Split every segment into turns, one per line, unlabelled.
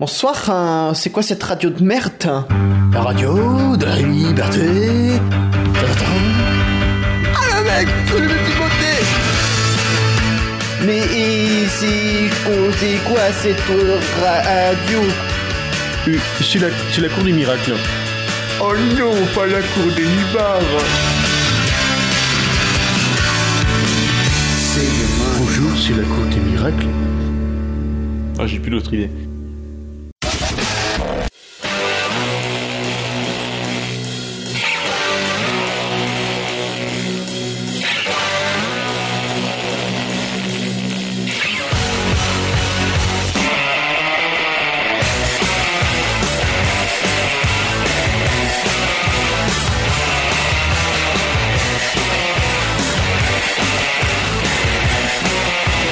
Bonsoir, hein, c'est quoi cette radio de merde hein La radio de la liberté.
Euh,
Ah le mec, c'est le petit beauté Mais et c'est quoi, c'est quoi cette radio
Euh, C'est la, c'est la cour des miracles.
Oh non, pas la cour des libards
Bonjour, c'est la cour des miracles. Ah, j'ai plus d'autre idée.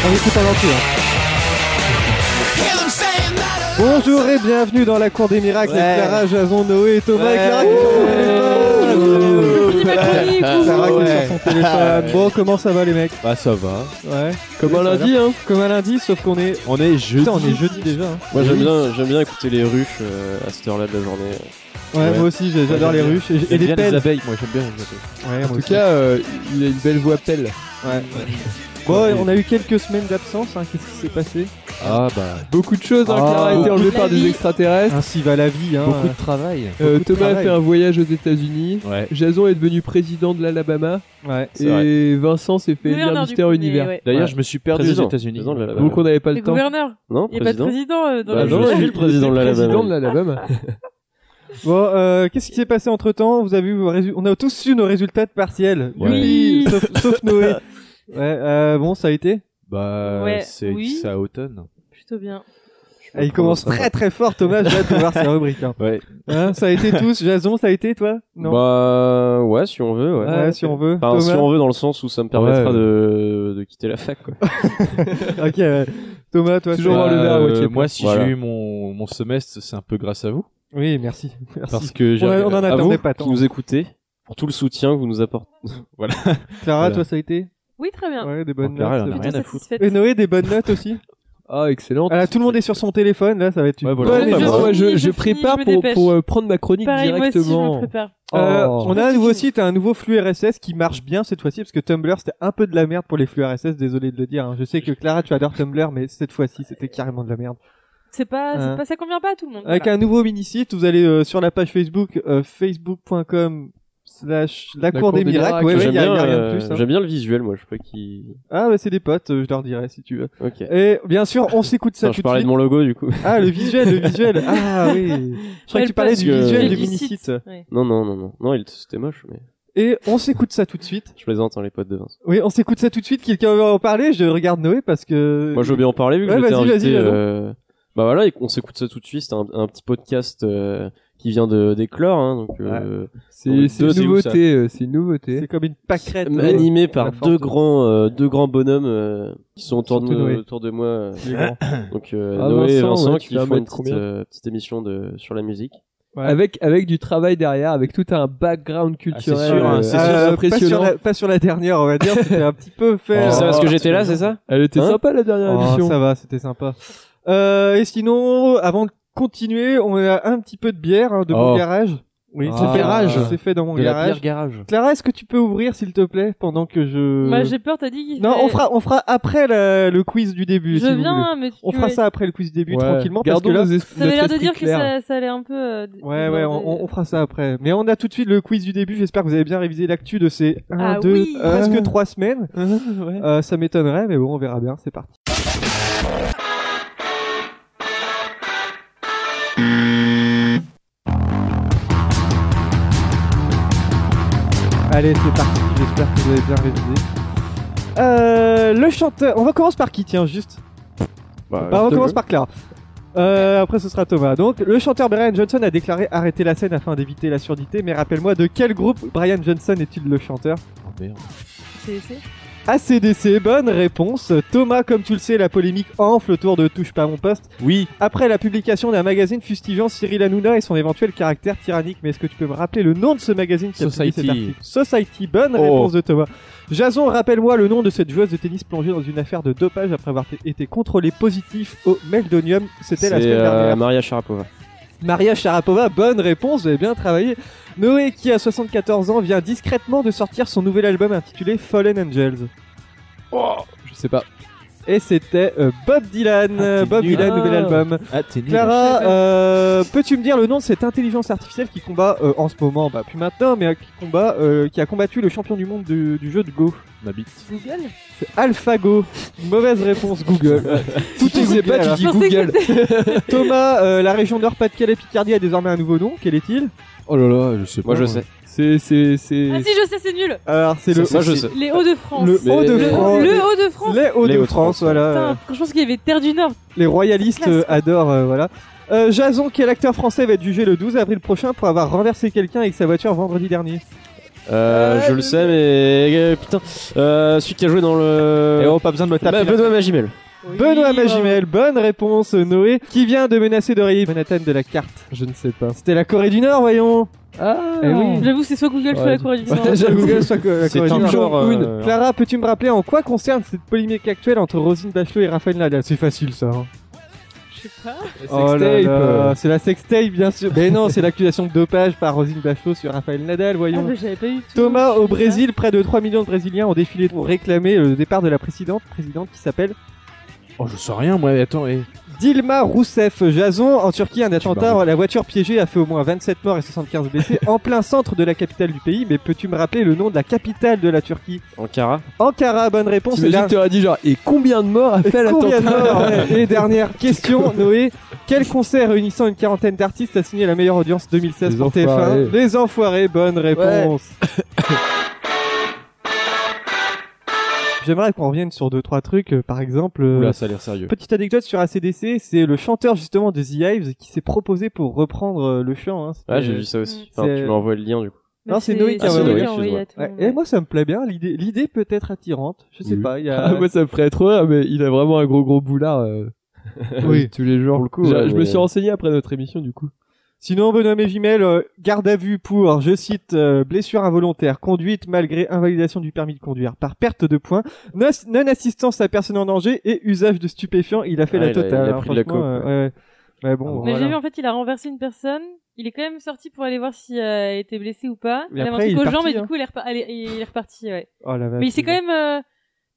On écoute hein. aventure. Bonjour et bienvenue dans la cour des miracles. avec Clara, Jason, Noé et Thomas. Et Clara qui est sur son téléphone.
C'est ma chronique,
Ouais.
ouh.
Clara qui est sur son téléphone. Bon, comment ça va les mecs
Bah ça va.
Ouais.
Comme
Oui,
un
ça va
lundi hein.
Comme un lundi, sauf qu'on est.
On est jeudi.
Putain, on est jeudi déjà. hein.
Moi j'aime
Oui.
bien, j'aime bien écouter les ruches euh, à cette heure-là de la journée.
Ouais,
Ouais.
moi aussi, j'ai- j'adore
Ouais,
les
j'aime
ruches et, et les pelles.
abeilles, moi j'aime bien les abeilles.
Ouais,
En tout cas, euh, il a une belle voix pelle.
Ouais. Bon, et on a eu quelques semaines d'absence. hein. Qu'est-ce qui s'est passé
Ah bah.
Beaucoup de choses, hein,
Ah,
Clara a été
beaucoup
enlevée
de
par
la vie.
des extraterrestres.
Ainsi va la vie.
Ah,
Hein.
travail.
Euh,
beaucoup de
Thomas a
travail.
fait un voyage aux États-Unis.
Ouais.
Jason est devenu président de l'Alabama.
Ouais.
C'est
Et Vincent s'est fait
Gouverneur
élire
du
Mister
coup, mais
Univers.
ouais.
D'ailleurs, je me suis perdu
Président.
aux États-Unis. Euh,
Donc on n'avait pas
Le
le temps.
gouverneur.
Non,
Il n'y a pas de
président.
président euh, dans
Bah
la
non,
journée.
il- suis le président de l'Alabama.
Président de l'Alabama.
Bon, euh, qu'est-ce qui s'est passé entre temps Vous avez eu vos résu- on a tous eu nos résultats de partiels.
Ouais.
Oui.
sauf, sauf Noé. Ouais, euh, bon, ça a été.
Bah
Ouais,
c'est
oui.
c'est à automne.
Plutôt bien.
Ah, il commence très très fort, Thomas. J'ai hâte de voir ses rubriques. Hein.
Ouais.
Hein, ça a été tous. Jason, ça a été toi Non.
Bah ouais, si on veut, ouais.
ouais, si on veut.
Enfin,
Thomas.
si on veut dans le sens où ça me permettra
Ouais.
de, de quitter la fac quoi.
Ok. ouais. Thomas, toi.
Toujours
c'est-
voir le verre à
Euh,
moitié plein.
moi, si
Voilà.
j'ai eu mon, mon semestre, c'est un peu grâce à vous.
Oui, merci. merci.
Parce que j'ai. Ah
On, a- on en
À
attendait
vous
pas
qui
tant.
nous écoutez pour tout le soutien que vous nous apportez.
Clara,
Voilà.
toi, ça a été.
Oui, très bien.
Ouais, des bonnes
Donc, Clara,
notes.
elle en a rien
c'est bon.
Plutôt
à foutre.
satisfaite.
Et Noé, des bonnes notes aussi.
Ah, excellent.
Ah, là, tout le monde est sur son téléphone. Là, ça va être une
Ouais, voilà.
bonne
Ouais,
Bah,
je
moi, je,
finis,
je
je
prépare
finis, je me
pour,
dépêche.
pour, euh, prendre ma chronique
Pareil, moi aussi, je me
directement.
prépare.
Euh,
Oh.
on a un nouveau site, un nouveau flux RSS qui marche bien cette fois-ci, parce que Tumblr c'était un peu de la merde pour les flux RSS, désolé de le dire. hein. Je sais que Clara tu adores Tumblr, mais cette fois-ci c'était carrément de la merde.
C'est pas,
Hein.
c'est pas, ça convient pas à tout le monde.
Avec
voilà.
un nouveau mini-site, vous allez euh, sur la page Facebook, euh, facebook.com slash la cour des miracles. Ah, Ouais, ouais,
j'aime
y a,
bien,
y a rien
euh,
de plus. hein.
j'aime bien le visuel moi, je sais pas qui.
Ah bah c'est des potes, euh, je leur dirai si tu veux.
OK.
Et bien sûr, on s'écoute ça
Attends,
tout
je
de
parlais
suite.
de mon logo du coup.
Ah le visuel, le visuel. Ah oui. Je crois que
Elle
tu parlais
passe
du
que-
visuel du
du
mini-site.
Ouais.
Non, non, non, non. Non, il- c'était moche, mais
Et on s'écoute ça tout de suite.
je plaisante, hein, les potes de Vince.
Oui, on s'écoute ça tout de suite. Quelqu'un veut en parler Je regarde Noé parce que.
Moi, je veux bien en parler vu que
ouais,
j'étais
vas-y,
invité.
vas-y, vas-y.
euh, Bah voilà, et on s'écoute ça tout de suite. C'est un, un petit podcast euh, qui vient de d'éclore, hein, donc euh,
C'est c'est
Deux,
une
c'est où,
nouveauté. euh, C'est une nouveauté.
C'est comme une pâquerette.
m-
euh,
animé
la
par
force
deux
de-
grands, euh, deux grands bonhommes euh, qui sont autour de,
Surtout Noé.
autour de moi. euh,
qui est grand.
donc euh,
Ah,
Noé et
Vincent,
Vincent
ouais, tu
qui
fais un
font une
mètre
petite,
combien
euh, petite émission de sur la musique.
Ouais.
Avec, avec du travail derrière, avec tout un
Ah,
background culturel
sûr, hein,
euh,
c'est
Euh, pas, sur
impressionnant.
la, pas sur la dernière, on va dire. C'était un petit peu fait.
Oh,
C'est
ça,
parce que
oh,
j'étais là, c'est ça
Elle était
Hein
sympa la dernière
Oh,
émission.
ça va, c'était sympa. Euh, et sinon, avant de continuer, on a un petit peu de bière hein, de mon
Oh.
garage. Oui,
Ah.
c'est fait-
Garage.
C'est fait dans mon
De la
garage.
bière garage.
Clara, est-ce que tu peux ouvrir, s'il te plaît, pendant que je.
Moi, j'ai peur, t'as dit. qu'il
non,
fallait-
on fera, on fera après la- le quiz du début.
Je
si vous voulez.
viens, mais tu.
On fera ça après le quiz du début
Ouais.
tranquillement
Gardons
parce que là,
nos es-
Ça avait
notre
l'air de
esprit
dire que
clair.
ça, ça allait un peu. euh, d-
Ouais, ouais, on,
débordé.
on- on fera ça après. Mais on a tout de suite le quiz du début. J'espère que vous avez bien révisé l'actu de ces 1,
Ah
2,
oui.
Euh.
presque 3 semaines. Euh, ça m'étonnerait, mais bon, on verra bien. C'est parti. Allez, c'est parti. J'espère que vous avez bien révisé. Euh, le chanteur. On recommence par qui, tiens, juste
Bah,
bah, on
je te
commence
veux.
par Clara. Euh, après, ce sera Thomas. Donc, le chanteur Brian Johnson a déclaré arrêter la scène afin d'éviter la surdité. Mais rappelle-moi, de quel groupe Brian Johnson est-il le chanteur
Oh, merde.
C'est- c'est-
ACDC, bonne réponse. Thomas, comme tu le sais, la polémique enfle autour de Touche pas à mon poste.
Oui.
Après la publication d'un magazine fustigeant Cyril Hanouna et son éventuel caractère tyrannique, mais est-ce que tu peux me rappeler le nom de ce magazine qui a publié cet
Society.
article Society, bonne
Oh.
réponse de Thomas. Jason, rappelle-moi le nom de cette joueuse de tennis plongée dans une affaire de dopage après avoir t- été contrôlée positif au Meldonium. C'était
C'est
la semaine
euh,
dernière.
Maria Sharapova.
Maria Sharapova, bonne réponse, vous avez bien travaillé. Noé, qui à 74 ans, vient discrètement de sortir son nouvel album intitulé Fallen Angels.
Je sais pas.
Et c'était euh, Bob Dylan,
Ah, t'es
Bob
nul.
Dylan, nouvel
Ah.
album.
Ah, t'es nul.
Clara, euh, peux-tu me dire le nom de cette intelligence artificielle qui combat euh, en ce moment, bah plus maintenant, mais euh, qui combat, euh, qui a combattu le champion du monde du, du jeu de Go
Ma bite.
Google
C'est AlphaGo. Mauvaise réponse, Google. Tout
Tu sais pas, tu dis
Je pensais que
Google.
Thomas, euh, la région Nord-Pas-de-Calais-Picardie a désormais un nouveau nom. Quel est-il
Oh là là, je sais pas.
Moi je sais.
C'est, c'est, c'est.
Ah si, je sais, c'est nul.
Alors c'est le.
Ça, Moi je sais.
Les Hauts-de-France.
Le
Mais-
Haut-de-France.
Le Haut-de-France.
Les
Les
Hauts-de-France,
Hauts-de-France,
voilà.
Putain, je pense qu'il y avait Terre du Nord.
Les royalistes
C'est classe,
euh, adorent, euh, voilà. Euh, Jason, quel acteur français va être jugé le 12 avril prochain pour avoir renversé quelqu'un avec sa voiture vendredi dernier
Euh, je le sais, mais euh, putain, euh, celui qui a joué dans le.
Et oh, pas besoin de me
Bah,
taper.
Benoît Magimel.
Benoît
Oui, bravo.
Magimel, bonne réponse, Noé, qui vient de menacer de rayer Manhattan de la carte. Je ne sais pas. C'était la Corée du Nord, voyons.
Ah.
Eh oui.
J'avoue, c'est soit Google, soit
Ouais,
la Corée du Nord.
Soit Google, soit que- la
C'est
Corée du Nord.
encore,
Une.
euh,
Clara, peux-tu me rappeler en quoi concerne cette polémique actuelle entre Rosine Bachelot et Raphaël Nadal C'est facile ça. hein.
Je sais pas.
Oh là
Sextape,
là,
euh.
C'est la sextape, bien sûr. Mais non, c'est l'accusation de dopage par Rosine Bachelot sur Raphaël Nadal,
Ah,
voyons.
bah, j'avais pas eu. tout.
Thomas, au
Je sais
Brésil, près de 3 millions de Brésiliens ont défilé pour réclamer euh, le départ de la présidente, présidente qui s'appelle
Oh, je sais rien, moi. Attends, eh.
Dilma Rousseff. Jason, en Turquie, un attentat,
m'arrêtes.
la voiture piégée a fait au moins 27 morts et 75 blessés en plein centre de la capitale du pays. Mais peux-tu me rappeler le nom de la capitale de la Turquie
Ankara.
Ankara, bonne réponse. Eh Et
T'imagines,
la-
t'aurais dit genre, et combien de morts a fait
Combien de
l'attentat
morts ouais. Et dernière question, Noé. Quel concert réunissant une quarantaine d'artistes a signé la meilleure audience 2016
Les
pour
Enfoirés.
TF1 Les Enfoirés, bonne réponse. J'aimerais qu'on revienne sur deux trois trucs, euh, par exemple. euh,
Oula, ça a l'air sérieux.
Petite anecdote sur ACDC, c'est le chanteur justement de The Hives qui s'est proposé pour reprendre euh, le chant. hein. C'était-
Ouais, j'ai vu ça aussi.
C'est-
Enfin, tu m'as envoyé le lien du coup.
Mais
Non, c'est Noé qui a
c'est
envoyé,
Noé envoyé à tout le
Ouais,
monde.
Et moi ça me plaît bien, l'idée l'idée peut être attirante, je sais
Oui.
pas, il y a...
Ah, moi ça me ferait trop rire, mais il a vraiment un gros gros boulard euh,
Oui.
tous les jours.
Pour le coup,
Je-
ouais,
je me
mais-
suis renseigné après notre émission du coup.
Sinon, Benoît Mévimel, euh, garde à vue pour, je cite, euh, blessure involontaire, conduite malgré invalidation du permis de conduire par perte de points, non- non-assistance à personne en danger et usage de stupéfiants. Il a fait
Ah,
la
il a-
totale.
il a
hein,
pris de la
franchement,
coupe,
euh, ouais, ouais. Ouais, bon,
Mais
voilà.
j'ai vu, en fait, il a renversé une personne. Il est quand même sorti pour aller voir si euh, elle était blessée ou pas.
Mais
il avait
après,
un
il
truc
est
aux jambes
parti,
et
hein.
du coup, il est, repa- elle est- il est reparti, ouais.
Oh la vache.
Mais il s'est quand même. euh,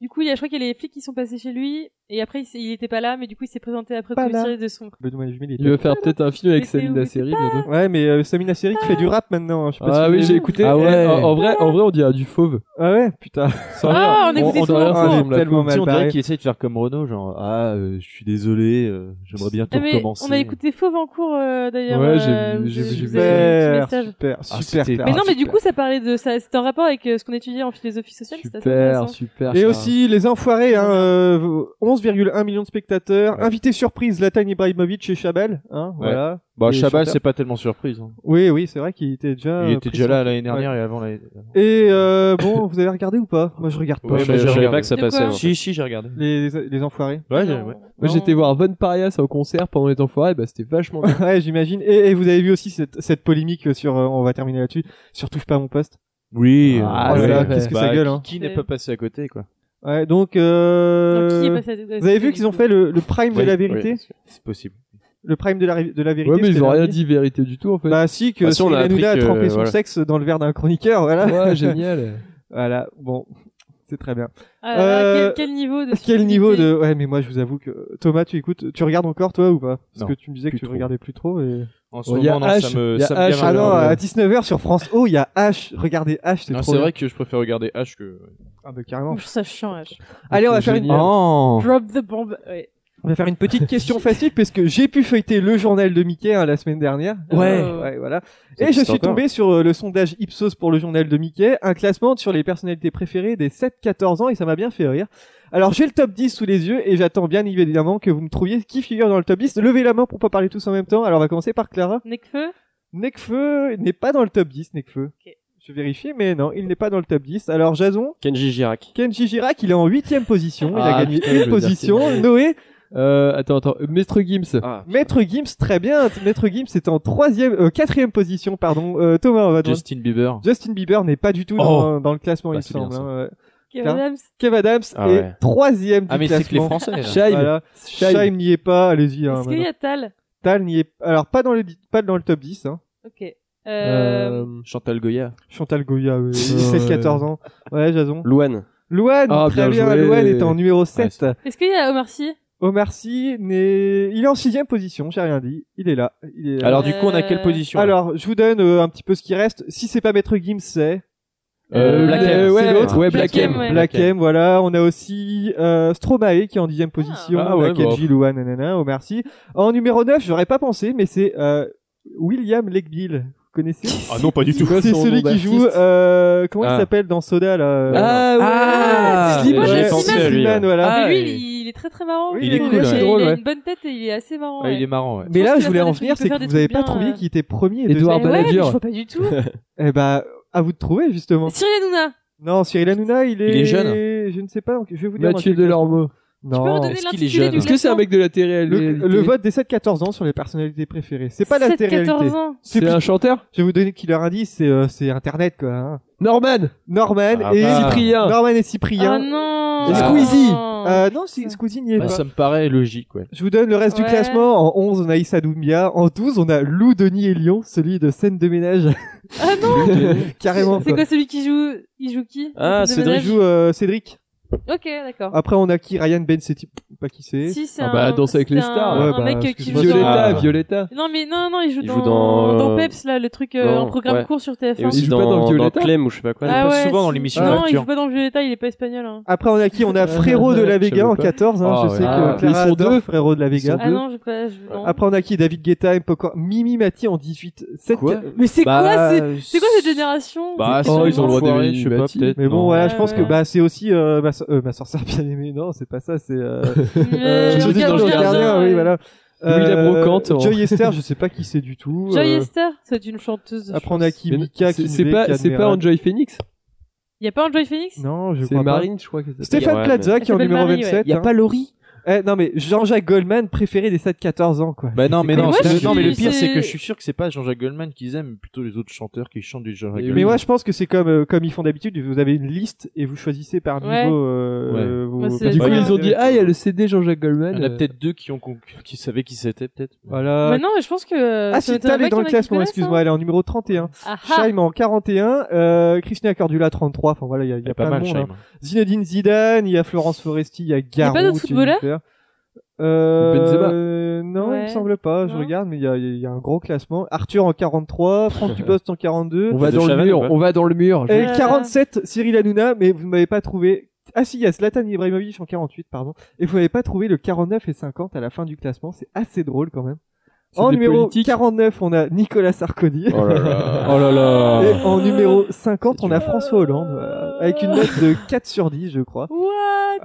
du coup, il y a, je crois qu'il y a les flics qui sont passés chez lui. Et après, il, s'est- il était pas là, mais du coup, il s'est présenté après
Pas
pour
là.
tirer de son.
Benoît Mévimel, il
Il veut faire peut-être un film avec
Mais c'est où,
Samina
mais
Seri
c'est
bientôt.
Ouais, mais euh, Samina Seri
Ah.
qui fait du rap maintenant. hein, Je sais pas si
Ah
vous
oui,
avez
j'ai
vu.
écouté.
Ah ouais.
eh, en, en vrai, en vrai, on dirait du fauve.
Ah ouais, putain.
Sans
Ah, on
rire.
écoutait tout
dirait
ensemble.
ça,
Ah,
on me l'a
tellement
fait.
mal
Si on
barré.
dirait qu'il essaie de faire comme Renaud, genre ah euh, je suis désolé, euh, j'aimerais bien tout
Ah, mais
recommencer.
on a écouté Fauve en cours euh, d'ailleurs.
Ouais, j'ai
euh,
vu-
où
j'ai vu-
je- je
j'ai vu.
faisais un
Super,
petit message.
super,
Ah,
super.
c'était-
super.
Mais non, mais
super.
du coup, ça parlait de ça. C'était en rapport avec euh, ce qu'on étudiait en philosophie sociale. c'était assez
Super,
intéressant.
super.
Et
ça.
aussi les enfoirés, hein, euh, 11,1 millions de spectateurs. Invité surprise, Latan Ibrahimovic chez Chabal. Hein, Voilà.
Bah
les
Chabal
chanteurs.
c'est pas tellement surprise. hein.
Oui, oui, c'est vrai qu'il était déjà.
Il
euh,
était
pris
déjà
sur-
là l'année dernière et avant l'année.
Et euh, bon, vous avez regardé ou pas Moi, je regarde pas.
Ouais,
je
moi, j'ai
je savais
regardé.
pas que ça
De
passait.
quoi
moi.
Ah, Si si j'ai regardé.
Les, les enfoirés.
Ouais, j'ai-
Non.
ouais.
Moi
Non.
j'étais voir Von Parias au concert pendant les temps forêts, bah c'était vachement bien.
ouais, j'imagine. Et, et vous avez vu aussi cette, cette polémique sur. euh, on va terminer là-dessus. Sur touche pas à mon poste. Oh
Oui.
Ah,
euh,
ouais,
ouais.
ouais.
qu'est-ce que ça
Bah,
gueule, hein.
Qui n'est pas passé à côté quoi.
Ouais, donc.
Donc, qui est
Euh...
passé à-
Vous avez vu qu'ils ont fait le, le prime de
Oui,
la vérité
oui.
C'est possible.
Le prime de la, ri- de la vérité
Ouais, mais ils
c'était
ont rien
lundi.
dit vérité du tout en fait.
Bah si, que
Bah,
si
si, on a appris
a,
que,
trempé son
voilà.
sexe dans le verre d'un chroniqueur, voilà.
Ouais, génial.
Voilà, bon, c'est très bien.
Ah là là,
Euh,
quel, quel niveau de
Quel
subtilité.
niveau de... Ouais, mais moi je vous avoue que... Thomas, tu écoutes, tu regardes encore toi ou pas Parce
Non,
que tu me disais que
plus
tu
trop.
regardais plus trop et...
En ce
Oh, y a
moment non,
H,
ça me
y a
ça
H,
me
Ah
Ah,
non,
non,
à 19h sur France O, il y a H, regardez H, c'est
Non, c'est
trop bien.
vrai que je préfère regarder H que.
Ah bah carrément.
Je trouve ça chiant, H.
Allez, on va faire une...
Génial.
Oh.
Drop the bomb. Ouais.
On va faire une petite question facile parce que j'ai pu feuilleter le journal de Mickey hein, la semaine dernière.
Ouais.
Euh, ouais, voilà. Et
Ça
je
existe
suis
encore.
tombé sur euh, le sondage Ipsos pour le journal de Mickey, un classement sur les personnalités préférées des 7-14 ans et ça m'a bien fait rire. Alors j'ai le top 10 sous les yeux et j'attends bien évidemment que vous me trouviez qui figure dans le top 10. Levez la main pour pas parler tous en même temps. Alors on va commencer par Clara.
Necfeu
Necfeu n'est pas dans le top 10, Necfeu.
Ok.
Je Je vérifiais, mais non, il n'est pas dans le top 10. Alors, Jason,
Kenji Girac.
Kenji Girac, il est en huitième position. Il
Ah,
a gagné
putain, je
une
veux dire
position.
qu'il est-
Noé,
Euh, attends, attends. euh, Maître Gims.
Maître Gims, très bien. Maître Gims est en troisième, euh, quatrième position, pardon. Euh, Thomas, on va te joindre.
Justin Bieber.
Justin Bieber n'est pas du tout dans, dans le classement,
Bah,
il
c'est
semble.
bien, ça.
hein, ouais.
Kev
Tiens.
Adams.
Kev Adams
Ah
est
ouais.
troisième du
Ah, mais c'est que les
classement.
Français. là.
Shaim.
Voilà. Euh,
Shaim.
Shaim n'y est pas, allez-y. Hein,
Est-ce qu'il y a Tal
maintenant. Tal n'y est alors pas dans le di- pas dans le top 10. Hein.
Ok. Euh...
Chantal Goya.
Chantal Goya, oui,
ouais.
7-14 ans. Ouais, Jason.
Louane.
Luan,
Ah,
très
bien
bien.
joué.
Luan est en numéro 7.
Est-ce qu'il y a Omar Sy
Omar Sy n'est, il est en sixième position, j'ai rien dit. Il est là. Il est là.
Alors, du coup, on a quelle
Euh,
position là
Alors, je vous donne euh, un petit peu ce qui reste. Si c'est pas Maître Gims, c'est
Euh, Black M,
ouais,
c'est l'autre.
ouais,
Black
Black
M,
M.
ouais.
Black
Black
M, voilà. On a aussi euh, Stromae qui est en dixième position,
Ah ouais,
Kenji
bah.
Luan, nanana, Omar Sy. En numéro 9, j'aurais pas pensé, mais c'est euh, William Legbill. Vous connaissez
Ah non, pas du tout.
C'est celui qui joue, euh, comment il
Ah.
s'appelle dans Soda là euh?
Ah, ouais.
Ah,
Slimane.
moi, j'ai
Ouais,
pensé
à lui,
Slimane, voilà.
Ah,
Mais lui,
oui.
il, il est très très marrant.
Oui,
lui.
il est cool,
a-
ouais.
drôle,
il a
ouais.
une bonne tête et il est assez marrant.
Ah,
ouais.
il est marrant, ouais.
Mais
pense
là,
qu'il
je
va
voulais
faire
en
des trucs,
venir,
il peut
c'est
faire
que
des
vous avez
trucs
pas
bien,
trouvé
euh.
qui était premier et
Edouard
deuxième.
Mais ouais, mais je
Balladur.
vois pas du tout.
Eh bah, à vous de trouver justement.
Cyril Hanouna.
Non, Cyril Hanouna, il est.
Il est jeune.
Je ne sais pas, donc je vais vous dire.
Mathieu
dans quel
Delormeau.
classement.
Tu peux
Non.
redonner
Est-ce qu'il est
l'intitulé
jeune
du
Est-ce que c'est un
classement
mec de la télé
Le, le vote des 7-14 ans sur les personnalités préférées. C'est pas la
7,
télé
14 ans.
C'est un chanteur
Je vais vous donner qui leur indice, c'est euh, c'est Internet quoi. hein.
Norman
Norman
Ah
et
bah.
Cyprien.
Norman et
Ah
Cyprien.
non.
Et
Squeezie.
Euh, non, si- Squeezie n'y est
Bah,
pas.
ça me paraît logique, ouais.
Je vous donne le reste
Ouais.
du classement. En 11, on a Issa Doumbia. En 12, on a Lou, Denis et Lyon, celui de scène de ménage.
Ah non.
Carrément.
C'est
quoi.
quoi celui qui joue Il joue qui
Ah,
C'est
Cédric
Il joue euh, Cédric.
Ok, d'accord.
Après, on a qui Ryan Ben, c'est pas qui c'est.
Si, c'est
Ah bah,
un-
Danse avec les
c'est un-
stars.
Un
Ouais, bah,
mec qui
excuse-moi,
joue dans-
Violetta,
Ah.
Violetta.
Non mais non non, il joue,
Il
dans...
joue dans,
dans
euh,
Peps là, le truc euh,
dans-
en programme
ouais.
court sur TF1.
Et aussi
joue pas dans
dans, dans
Violetta
Clem ou je sais pas quoi.
Ah
là.
passe
ouais,
Bah, souvent dans
si.
l'émission hein.
Non,
Nature.
il joue pas dans Violetta, il est pas espagnol. hein.
Après, on a qui
Euh,
On a Frérot de la Vega en 14. Hein.
Ah
je
ouais.
sais
Ah,
que Clara
ils sont
adore
deux.
Frérot de la Vega.
Ah non, je pas. je- non.
Après, on a qui David Guetta, et Poco- Mimi Mati en 18. 7
Quoi
Mais c'est quoi c'est-
euh,
C'est quoi cette génération
Bah,
C'est
ça,
Oh,
tellement-
ils ont le droit
Enfoiré,
d'aimer
je sais pas,
Mati.
peut-être.
Mais bon,
non.
voilà,
Ouais,
je pense
ouais.
que bah, c'est aussi euh, ma, so- euh, ma sorcière bien aimée. Non, c'est pas ça, c'est. Euh...
Mais
Jodie
regarde
dans le
bien,
Gardien,
hein,
oui,
ouais.
voilà.
Louis Labrocante, en-
Joy Esther, je sais pas qui c'est du tout.
Joy
Euh,
Esther, c'est une chanteuse.
Après, on a qui
Mais
Mika,
c'est-
qui
C'est pas, c'est pas Enjoy Phoenix.
Il y a pas un Joy Phoenix
Non, je
C'est
crois pas.
Marine, je crois que c'est.
Stéphane
Ouais,
Plaza
mais-
qui est en
Elle s'appelle
numéro
Marie, ouais.
27.
Y a
hein.
pas Laurie
Eh, non mais Jean-Jacques Goldman préféré des 7-14 ans Ah, quoi.
Bah non, mais
Mais
non,
moi,
c'est-
je
non, mais le
suis-
pire, c'est
c'est-
que je suis sûr que c'est pas Jean-Jacques Goldman qu'ils aiment, mais plutôt les autres chanteurs qui chantent du Jean-Jacques
Mais
Goldman.
Mais moi je pense que c'est comme euh, comme ils font d'habitude, vous avez une liste et vous choisissez parmi
Ouais.
vos, euh,
Ouais.
euh, vos
Moi, c'est-
Du
personnes
coup,
Ouais.
ils ont dit,
préférées.
ah, il y a le CD Jean-Jacques
Il
Goldman.
y en a
Euh,
peut-être deux qui, ont con- qui savaient qui c'était, peut-être.
Voilà.
Mais non, mais je pense que. euh,
ah
ça
si,
m'étonnerait
Tal
pas
est dans
qu'il y en
le
a qui
classement,
connaissent,
excuse-moi, elle est en numéro 31.
hein. Ah, ah.
Chaim en 41, euh, Christina Cordula 33, enfin voilà, il y a, il y
Il y
a
a pas mal,
de monde. hein.
Chaim.
Zinedine Zidane, il y a Florence Foresti, il y a Garou.
pas d'autres footballeurs
Jennifer. euh,
Benzema.
euh, non, il me
Ouais.
semble pas, je
Non.
regarde, mais il y a, il y a- il y a un gros classement. Arthur en 43, Franck Dupost en 42,
On va
de
dans le
Chavannes,
mur,
ouais.
on va dans le mur.
Et
Euh,
47, Cyril Hanouna, mais vous ne m'avez pas trouvé. Ah si, il y a Zlatan Ibrahimovic en 48, pardon. Et vous n'avez pas trouvé le 49 et 50 à la fin du classement. C'est assez drôle quand même.
C'est
En
des
numéro
politiques.
49, on a Nicolas Sarkozy.
Oh là là.
Oh là
Et
là.
en numéro 50, on a François Hollande, euh, avec une note de 4 sur 10, je crois.
What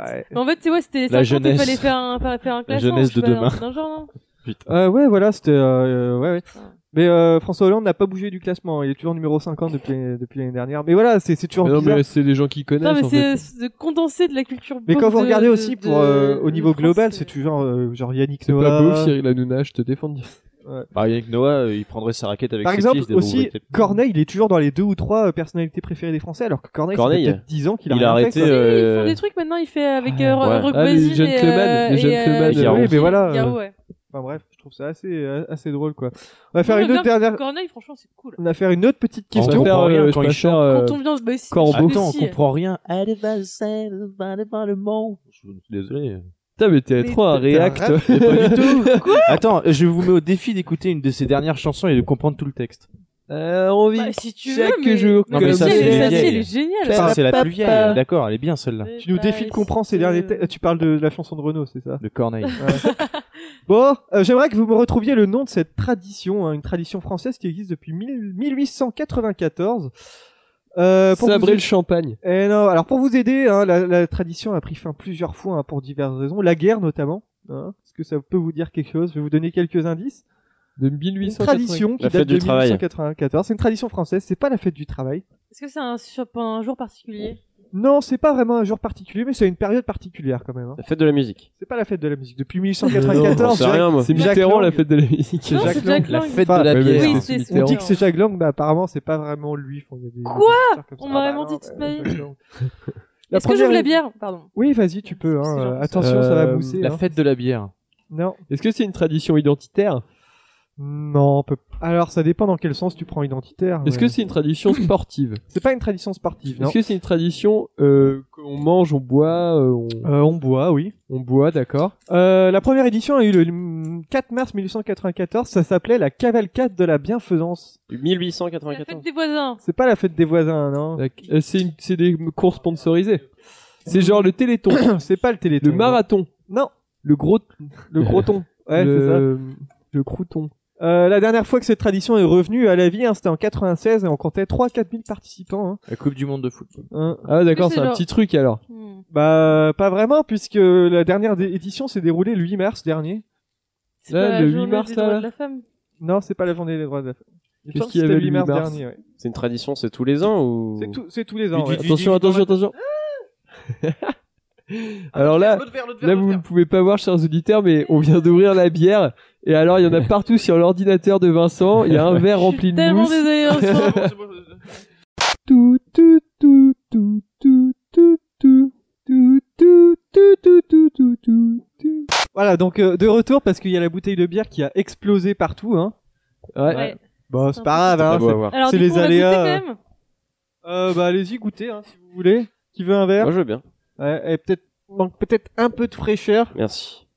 Ouais,
Mais En fait, c'est ouais, c'était les 50,
La
il
jeunesse.
fallait faire un, faire faire un classement.
jeunesse
je sais
de
pas,
demain.
dans le genre, non
Euh, ouais voilà, c'était... euh, euh, ouais, ouais.
Ah.
Mais euh, François Hollande n'a pas bougé du classement. Il est toujours numéro 50 depuis, depuis l'année dernière. Mais voilà, c'est c'est toujours
Mais Non,
bizarre.
mais c'est des gens qui
Non,
connaissent.
mais
en fait.
c'est c'est condensé de la culture
Mais
pop
quand vous
de-
regardez
de-
aussi
de-
pour euh, au
de
niveau
France,
global,
euh.
c'est toujours euh, genre Yannick
C'est
Noah.
pas beau, Cyril Hanouna, je te défends.
Bah, avec Noah, euh, il prendrait sa raquette avec
Par
ses
exemple,
pieds, il se débrouillerait
aussi,
peut-être.
Corneille, il est toujours dans les deux ou trois euh, personnalités préférées des Français, alors que Corneille, ça fait
Corneille.
peut-être 10 ans qu'il a,
Il a
rien
arrêté,
Fait, quoi.
Oui,
euh,
Ils font des trucs maintenant, il fait avec euh,
ouais.
Rock
Ah, les
Magazine et, euh,
gentlemen, les
et, euh,
gentlemen,
Garou.
oui, mais voilà,
Garou, ouais.
Enfin bref, je trouve ça assez, euh, assez drôle, quoi. On va faire
Non,
une
mais
autre
bien,
dernière,
Corneille, franchement, c'est cool.
on va faire une autre petite
On va
question.
faire,
préfère,
comprend rien
euh, je
quand il
préfère,
chante.
euh,
Quand on vient se baisser.
Corbeau.
Attends, on
si.
comprend rien. Désolé.
Putain, mais t'es
Mais
trop un réact.
Mais pas du tout. Attends, euh, je vous mets au défi d'écouter une de ses dernières chansons et de comprendre tout le texte.
Euh, on vit
Bah, si tu
chaque
veux, mais...
jour
Non,
comme
mais ça,
Sa
c'est
fille,
les
elle- sa fille,
vieilles.
elle est géniale.
Ça, c'est la
Papa.
plus vieille. D'accord, elle est bien celle-là.
Mais
Tu nous
bah,
défies de comprendre ces derniers
c'est-
te- euh, Tu parles de la chanson de Renault, c'est ça
De Corneille.
Bon, euh, j'aimerais que vous me retrouviez le nom de cette tradition, hein, une tradition française qui existe depuis 1000 1894. Euh, pour vous
Sabrer le champagne.
Eh non, alors pour vous aider, hein, la, la tradition a pris fin plusieurs fois hein, pour diverses raisons. La guerre notamment. hein. Est-ce que ça peut vous dire quelque chose Je vais vous donner quelques indices.
De
Une
1880.
tradition qui
La
date
fête
de
du travail.
1894. C'est une tradition française. C'est pas la fête du travail.
Est-ce que c'est un, sur un jour particulier
Non, c'est pas vraiment un jour particulier, mais c'est une période particulière quand même. hein.
La fête de la musique.
C'est pas la fête de la musique. Depuis
J'en
1894,
sais
Jacques-
rien, moi.
C'est
Jacques
Mitterrand, la
Lang.
fête de la musique.
Non, c'est Jack
La
Lang.
fête de la
Oui,
bière.
oui,
c'est-
c'est
on dit que
différent.
c'est Jacques Lang, mais apparemment c'est pas vraiment lui. Enfin, il y a des-
Quoi
des histoires comme ça.
On m'a
Ah,
vraiment
bah
dit
non,
toute
bah,
ma vie.
Jacques Lang. La
Est-ce que j'ouvre
première-
la bière Pardon.
Oui, vas-y, tu peux.
C'est
hein,
gentil.
euh, Attention, ça va
Euh,
mousser.
La
hein.
fête de la bière.
Non,
Est-ce que c'est une tradition identitaire
non. on peut- Alors, ça dépend dans quel sens tu prends identitaire.
Est-ce
mais-
que c'est une tradition sportive
c'est pas une tradition sportive Non.
Est-ce que c'est une tradition euh, qu'on mange, on boit, euh, on,
Euh, on boit, oui.
on boit, d'accord
Euh, la première édition a eu le mm, 4 mars 1894. Ça s'appelait la cavalcade de la bienfaisance.
La fête
1894.
des voisins.
C'est pas la fête des voisins,
Ah.
non
D'ac- euh, C'est une- c'est des courses sponsorisées. C'est genre le téléthon,
C'est pas le téléthon.
le marathon,
Non,
le gros,
le gros ton. Ouais, c'est ça.
le, le crouton.
Euh, la dernière fois que cette tradition est revenue à la vie, hein, c'était en 96 et on comptait 3-4 000 participants. hein.
La Coupe du Monde de football.
Hein.
Ah d'accord,
Mais
c'est
c'est
un
genre-
petit truc alors.
Hmm.
Bah, pas vraiment, puisque la dernière dé- édition s'est déroulée le 8 mars dernier.
C'est
Là,
pas la
le 8
journée
mars,
des
là,
droits
là.
de la femme.
Non, c'est pas la journée des droits de la femme. Il me
Qu'est-ce
semble que
qu'il y
c'était
avait
le
le
8 mars,
8 mars
dernier. ouais.
C'est une tradition, c'est tous les ans ou
C'est tout- C'est tous les ans. ouais.
Attention, attention, attention. Alors là, là vous ne pouvez pas voir, chers auditeurs, mais on vient d'ouvrir la bière. Et alors, il y en a partout sur l'ordinateur de Vincent. Il y a un verre
Je suis
rempli de
tellement
mousse.
désolée. Vincent.
Tout, tout, tout, tout, tout, tout, tout, tout, tout, tout, tout, tout, tout, tout, tout.
Voilà, donc euh, de retour, parce qu'il y a la bouteille de bière qui a explosé partout. Hein.
Ouais.
Ouais.
Bon,
C'est
c'est
un
pas grave.
Très
Hein,
beau à voir.
Alors,
C'est
du
les
coup, on va goûter
aléas,
quand même.
c'est- euh, bah, allez-y, goûtez hein, si vous voulez. Qui veut un verre
Moi je veux bien.
Ouais, Et peut-être manque peut-être un peu de fraîcheur.
Merci.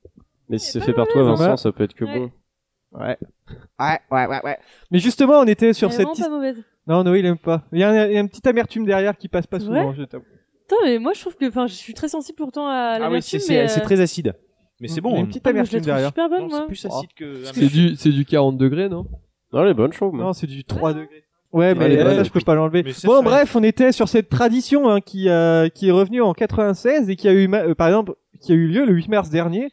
Mais si c'est fait par toi, Vincent,
Ouais.
ça peut être que
Ouais.
bon.
Ouais, ouais, ouais, ouais.
Mais justement, on était sur
Elle est
cette
vraiment
his-
pas mauvaise.
Non, Noé, il aime pas. Il y a un- il y a une petite amertume derrière qui passe pas
C'est
souvent, je t'avoue.
Putain, mais moi je trouve que, enfin, je suis très sensible pourtant à la
Ah oui, c'est- c'est
euh,
c'est très acide.
Mais c'est bon.
Mm. Il y a
hein.
une petite
ah, mais je
amertume
la trouve
derrière.
super bonne,
Non,
moi.
C'est plus acide
Oh.
que.
C'est du, c'est du 40 degrés, non
Non, elle est bonne, je trouve. moi.
Non, c'est du
Ah.
3 degrés. Ouais, mais
Allez,
euh,
ouais.
ça, je peux pas l'enlever.
Mais ça,
Bon,
ça-
bref, on était sur cette tradition hein, qui, euh, qui est revenue en 96 et qui a eu, ma- euh, par exemple, qui a eu lieu le 8 mars dernier.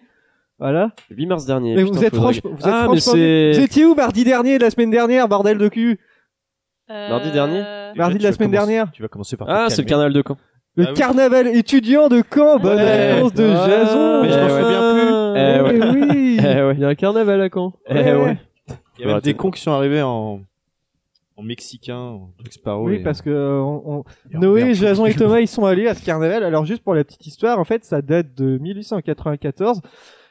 Voilà.
Le 8 mars dernier.
Mais
putain,
vous êtes
faudrait
franche-
que-
vous êtes
Ah, mais
franchement-
c'est.
Vous étiez où mardi dernier, la semaine dernière, bordel de cul
Euh,
Mardi dernier.
Mardi de
tu
la
vas
semaine
commencer-
dernière.
Tu vas commencer par. te
Ah, c'est le
calmer.
carnaval de Caen.
Le
Ah oui.
carnaval étudiant de Caen, bonne
Ouais.
réponse de
Ah,
Jason.
mais je m'en
Eh
souviens plus. Eh ouais.
oui.
Eh ouais.
Il y a un carnaval à Caen.
Eh ouais.
Il y a même
Arrêtez.
des cons qui sont arrivés en. En mexicain, en truc Sparrow.
Oui,
et-
parce que euh, on-
et
on-
en
Noé,
merde.
Jason et Thomas, ils sont allés à ce carnaval. Alors juste pour la petite histoire, en fait, ça date de 1894.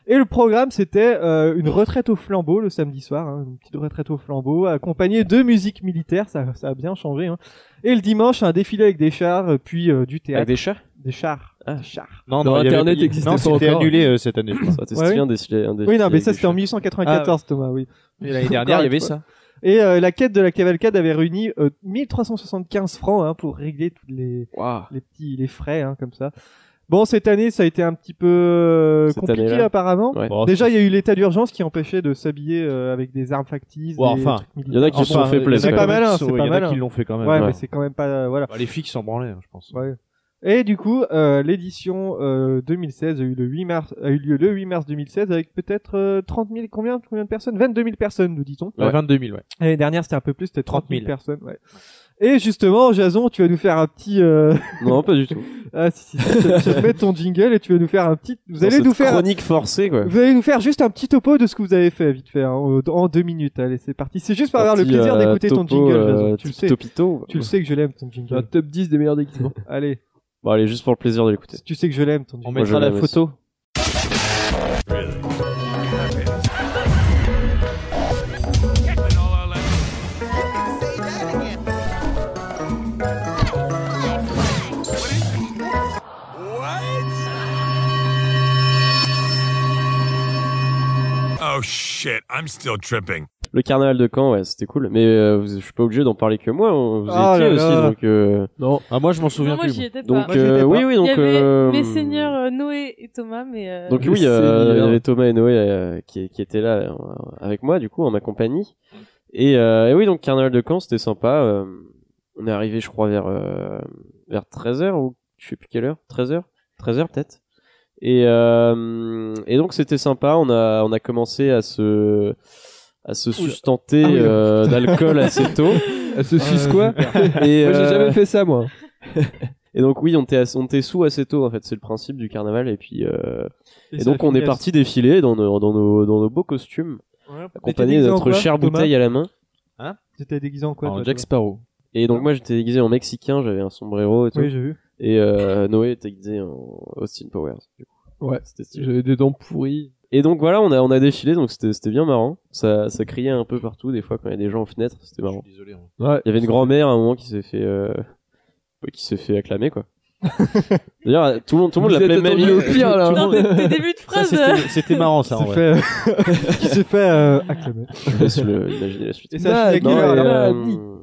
Et le programme, c'était euh, une retraite au flambeau le samedi soir, hein, une petite retraite au flambeau, accompagnée de musique militaire, ça, ça a bien changé. hein. Et le dimanche, un défilé avec des chars, euh, puis euh, du théâtre,
Avec des chats
des chars,
Ah.
des chars.
Non,
Dans
il y avait-
Internet
il-
existait
Non,
pas
c'était
encore.
annulé euh, cette année. je crois.
Ça, c'était
Ouais,
stylé, un défilé- un défilé
Oui, non, mais
avec
ça
des Ah.
c'était en
chats.
1894, Thomas, oui.
Et L'année dernière, il y avait ça.
Et euh, la quête de la cavalcade avait réuni euh, 1375 francs hein, pour régler toutes les
Waouh.
les petits les frais hein, comme ça. Bon cette année ça a été un petit peu euh,
Cette
compliqué
année-là.
apparemment.
Ouais.
Bon,
Déjà il y a eu l'état d'urgence qui empêchait de s'habiller euh, avec des armes factices.
Ouais,
des
enfin,
trucs
Il y en
militaires.
a qui se sont
Enfin,
fait
il y en a
plaisir.
c'est
quand
pas
même
malin,
qui
c'est
sont-
pas
Il y en
malin.
a qui l'ont fait quand même.
Ouais,
ouais.
mais c'est quand même pas euh, voilà.
Bah, les filles qui s'en branlaient, je pense.
Ouais. Et du coup euh, l'édition euh, 2016 a eu le 8 mars a eu lieu le 8 mars 2016 avec peut-être euh, 30 000 combien combien de personnes 22 000 personnes nous dit-on.
Ouais.
22 000, ouais.
L'année dernière c'était un peu plus c'était 30 000,
30 000.
personnes. Ouais. Et justement Jason tu vas nous faire un petit euh,
Non, pas du tout.
ah si si, si, je vais te mettre ton jingle et tu vas nous faire un petit vous
Dans
allez
cette
nous faire
Chronique forcée, quoi.
Vous allez nous faire juste un petit topo de ce que vous avez fait, vite fait, hein, en- en deux minutes. Allez, c'est parti. C'est juste pour avoir le
Petit,
plaisir
euh,
d'écouter ton
topo,
jingle, Jason.
euh,
Tu le
petit
sais.
Topito.
Tu le sais que je l'aime, ton
Un
jingle.
top 10 des meilleurs déguisements.
Allez,
Bon, allez, juste pour le plaisir de l'écouter.
tu sais que je l'aime, ton jingle.
Moi, je l'aime aussi.
Oh shit, I'm still tripping.
Le carnaval de Caen, ouais, c'était cool. Mais euh, vous- je suis pas obligé d'en parler que moi. hein. Vous
Ah
étiez
là
aussi,
là.
donc. euh,
Non. Ah, moi, je m'en souviens
Non, moi
plus.
j'y étais pas.
Moi,
Donc,
j'y étais
euh,
pas.
oui, oui,
Il
donc.
y avait
euh,
mes seigneurs euh, Noé et Thomas, mais. euh,
Donc
Le
oui, euh, il y
Seigneur.
avait Thomas et Noé euh, qui, qui étaient là euh, avec moi, du coup, en ma compagnie. Et, euh, et oui, donc Carnaval de Caen, c'était sympa. euh, on est arrivé, je crois, vers, euh, vers 13h ou je sais plus quelle heure, 13h 13h peut-être. Et, euh, et donc c'était sympa, on a, on a commencé à se, à se sustenter
Ah oui,
euh, d'alcool assez tôt.
Ah,
se suce quoi
Et,
Moi, j'ai
euh,
jamais fait ça, moi.
Et donc oui, on t'est ass- on t'est sous assez tôt en fait, c'est le principe du carnaval et puis euh,
Et
et,
ça
donc on
finit
est
à-
parti défiler dans nos dans nos dans nos beaux costumes, accompagnés de
déguisé en
notre
quoi,
chère
Thomas
bouteille à la main.
Hein T'étais déguisé en quoi
En
toi,
Jack
Thomas Ah.
Sparrow. Et donc moi j'étais déguisé en mexicain, j'avais un sombrero et tout.
Oui, j'ai vu.
Et euh, Noé était déguisé en Austin Powers. Du coup.
Ouais,
C'était stylé.
j'avais des dents pourries.
Et donc voilà, on a on a défilé, donc c'était c'était bien marrant. Ça ça criait un peu partout des fois quand il y a des gens aux fenêtres, c'était marrant.
Désolé. hein.
Il y avait une grand-mère à un moment qui s'est fait euh, qui s'est fait acclamer quoi. D'ailleurs tout le monde tout le monde
Vous
l'appelait
êtes
mamie.
attendu au pire, là.
Tout le
Non,
monde-
tes tes débuts
Ah,
de
bah.
phrase.
c'était-
euh,
C'était marrant ça. en
Qui
vrai.
s'est fait, qui s'est fait euh, acclamer.
Je vous laisse le, imaginer la suite.
Et ça a fini à
Non,
quelle heure
et,
alors
euh,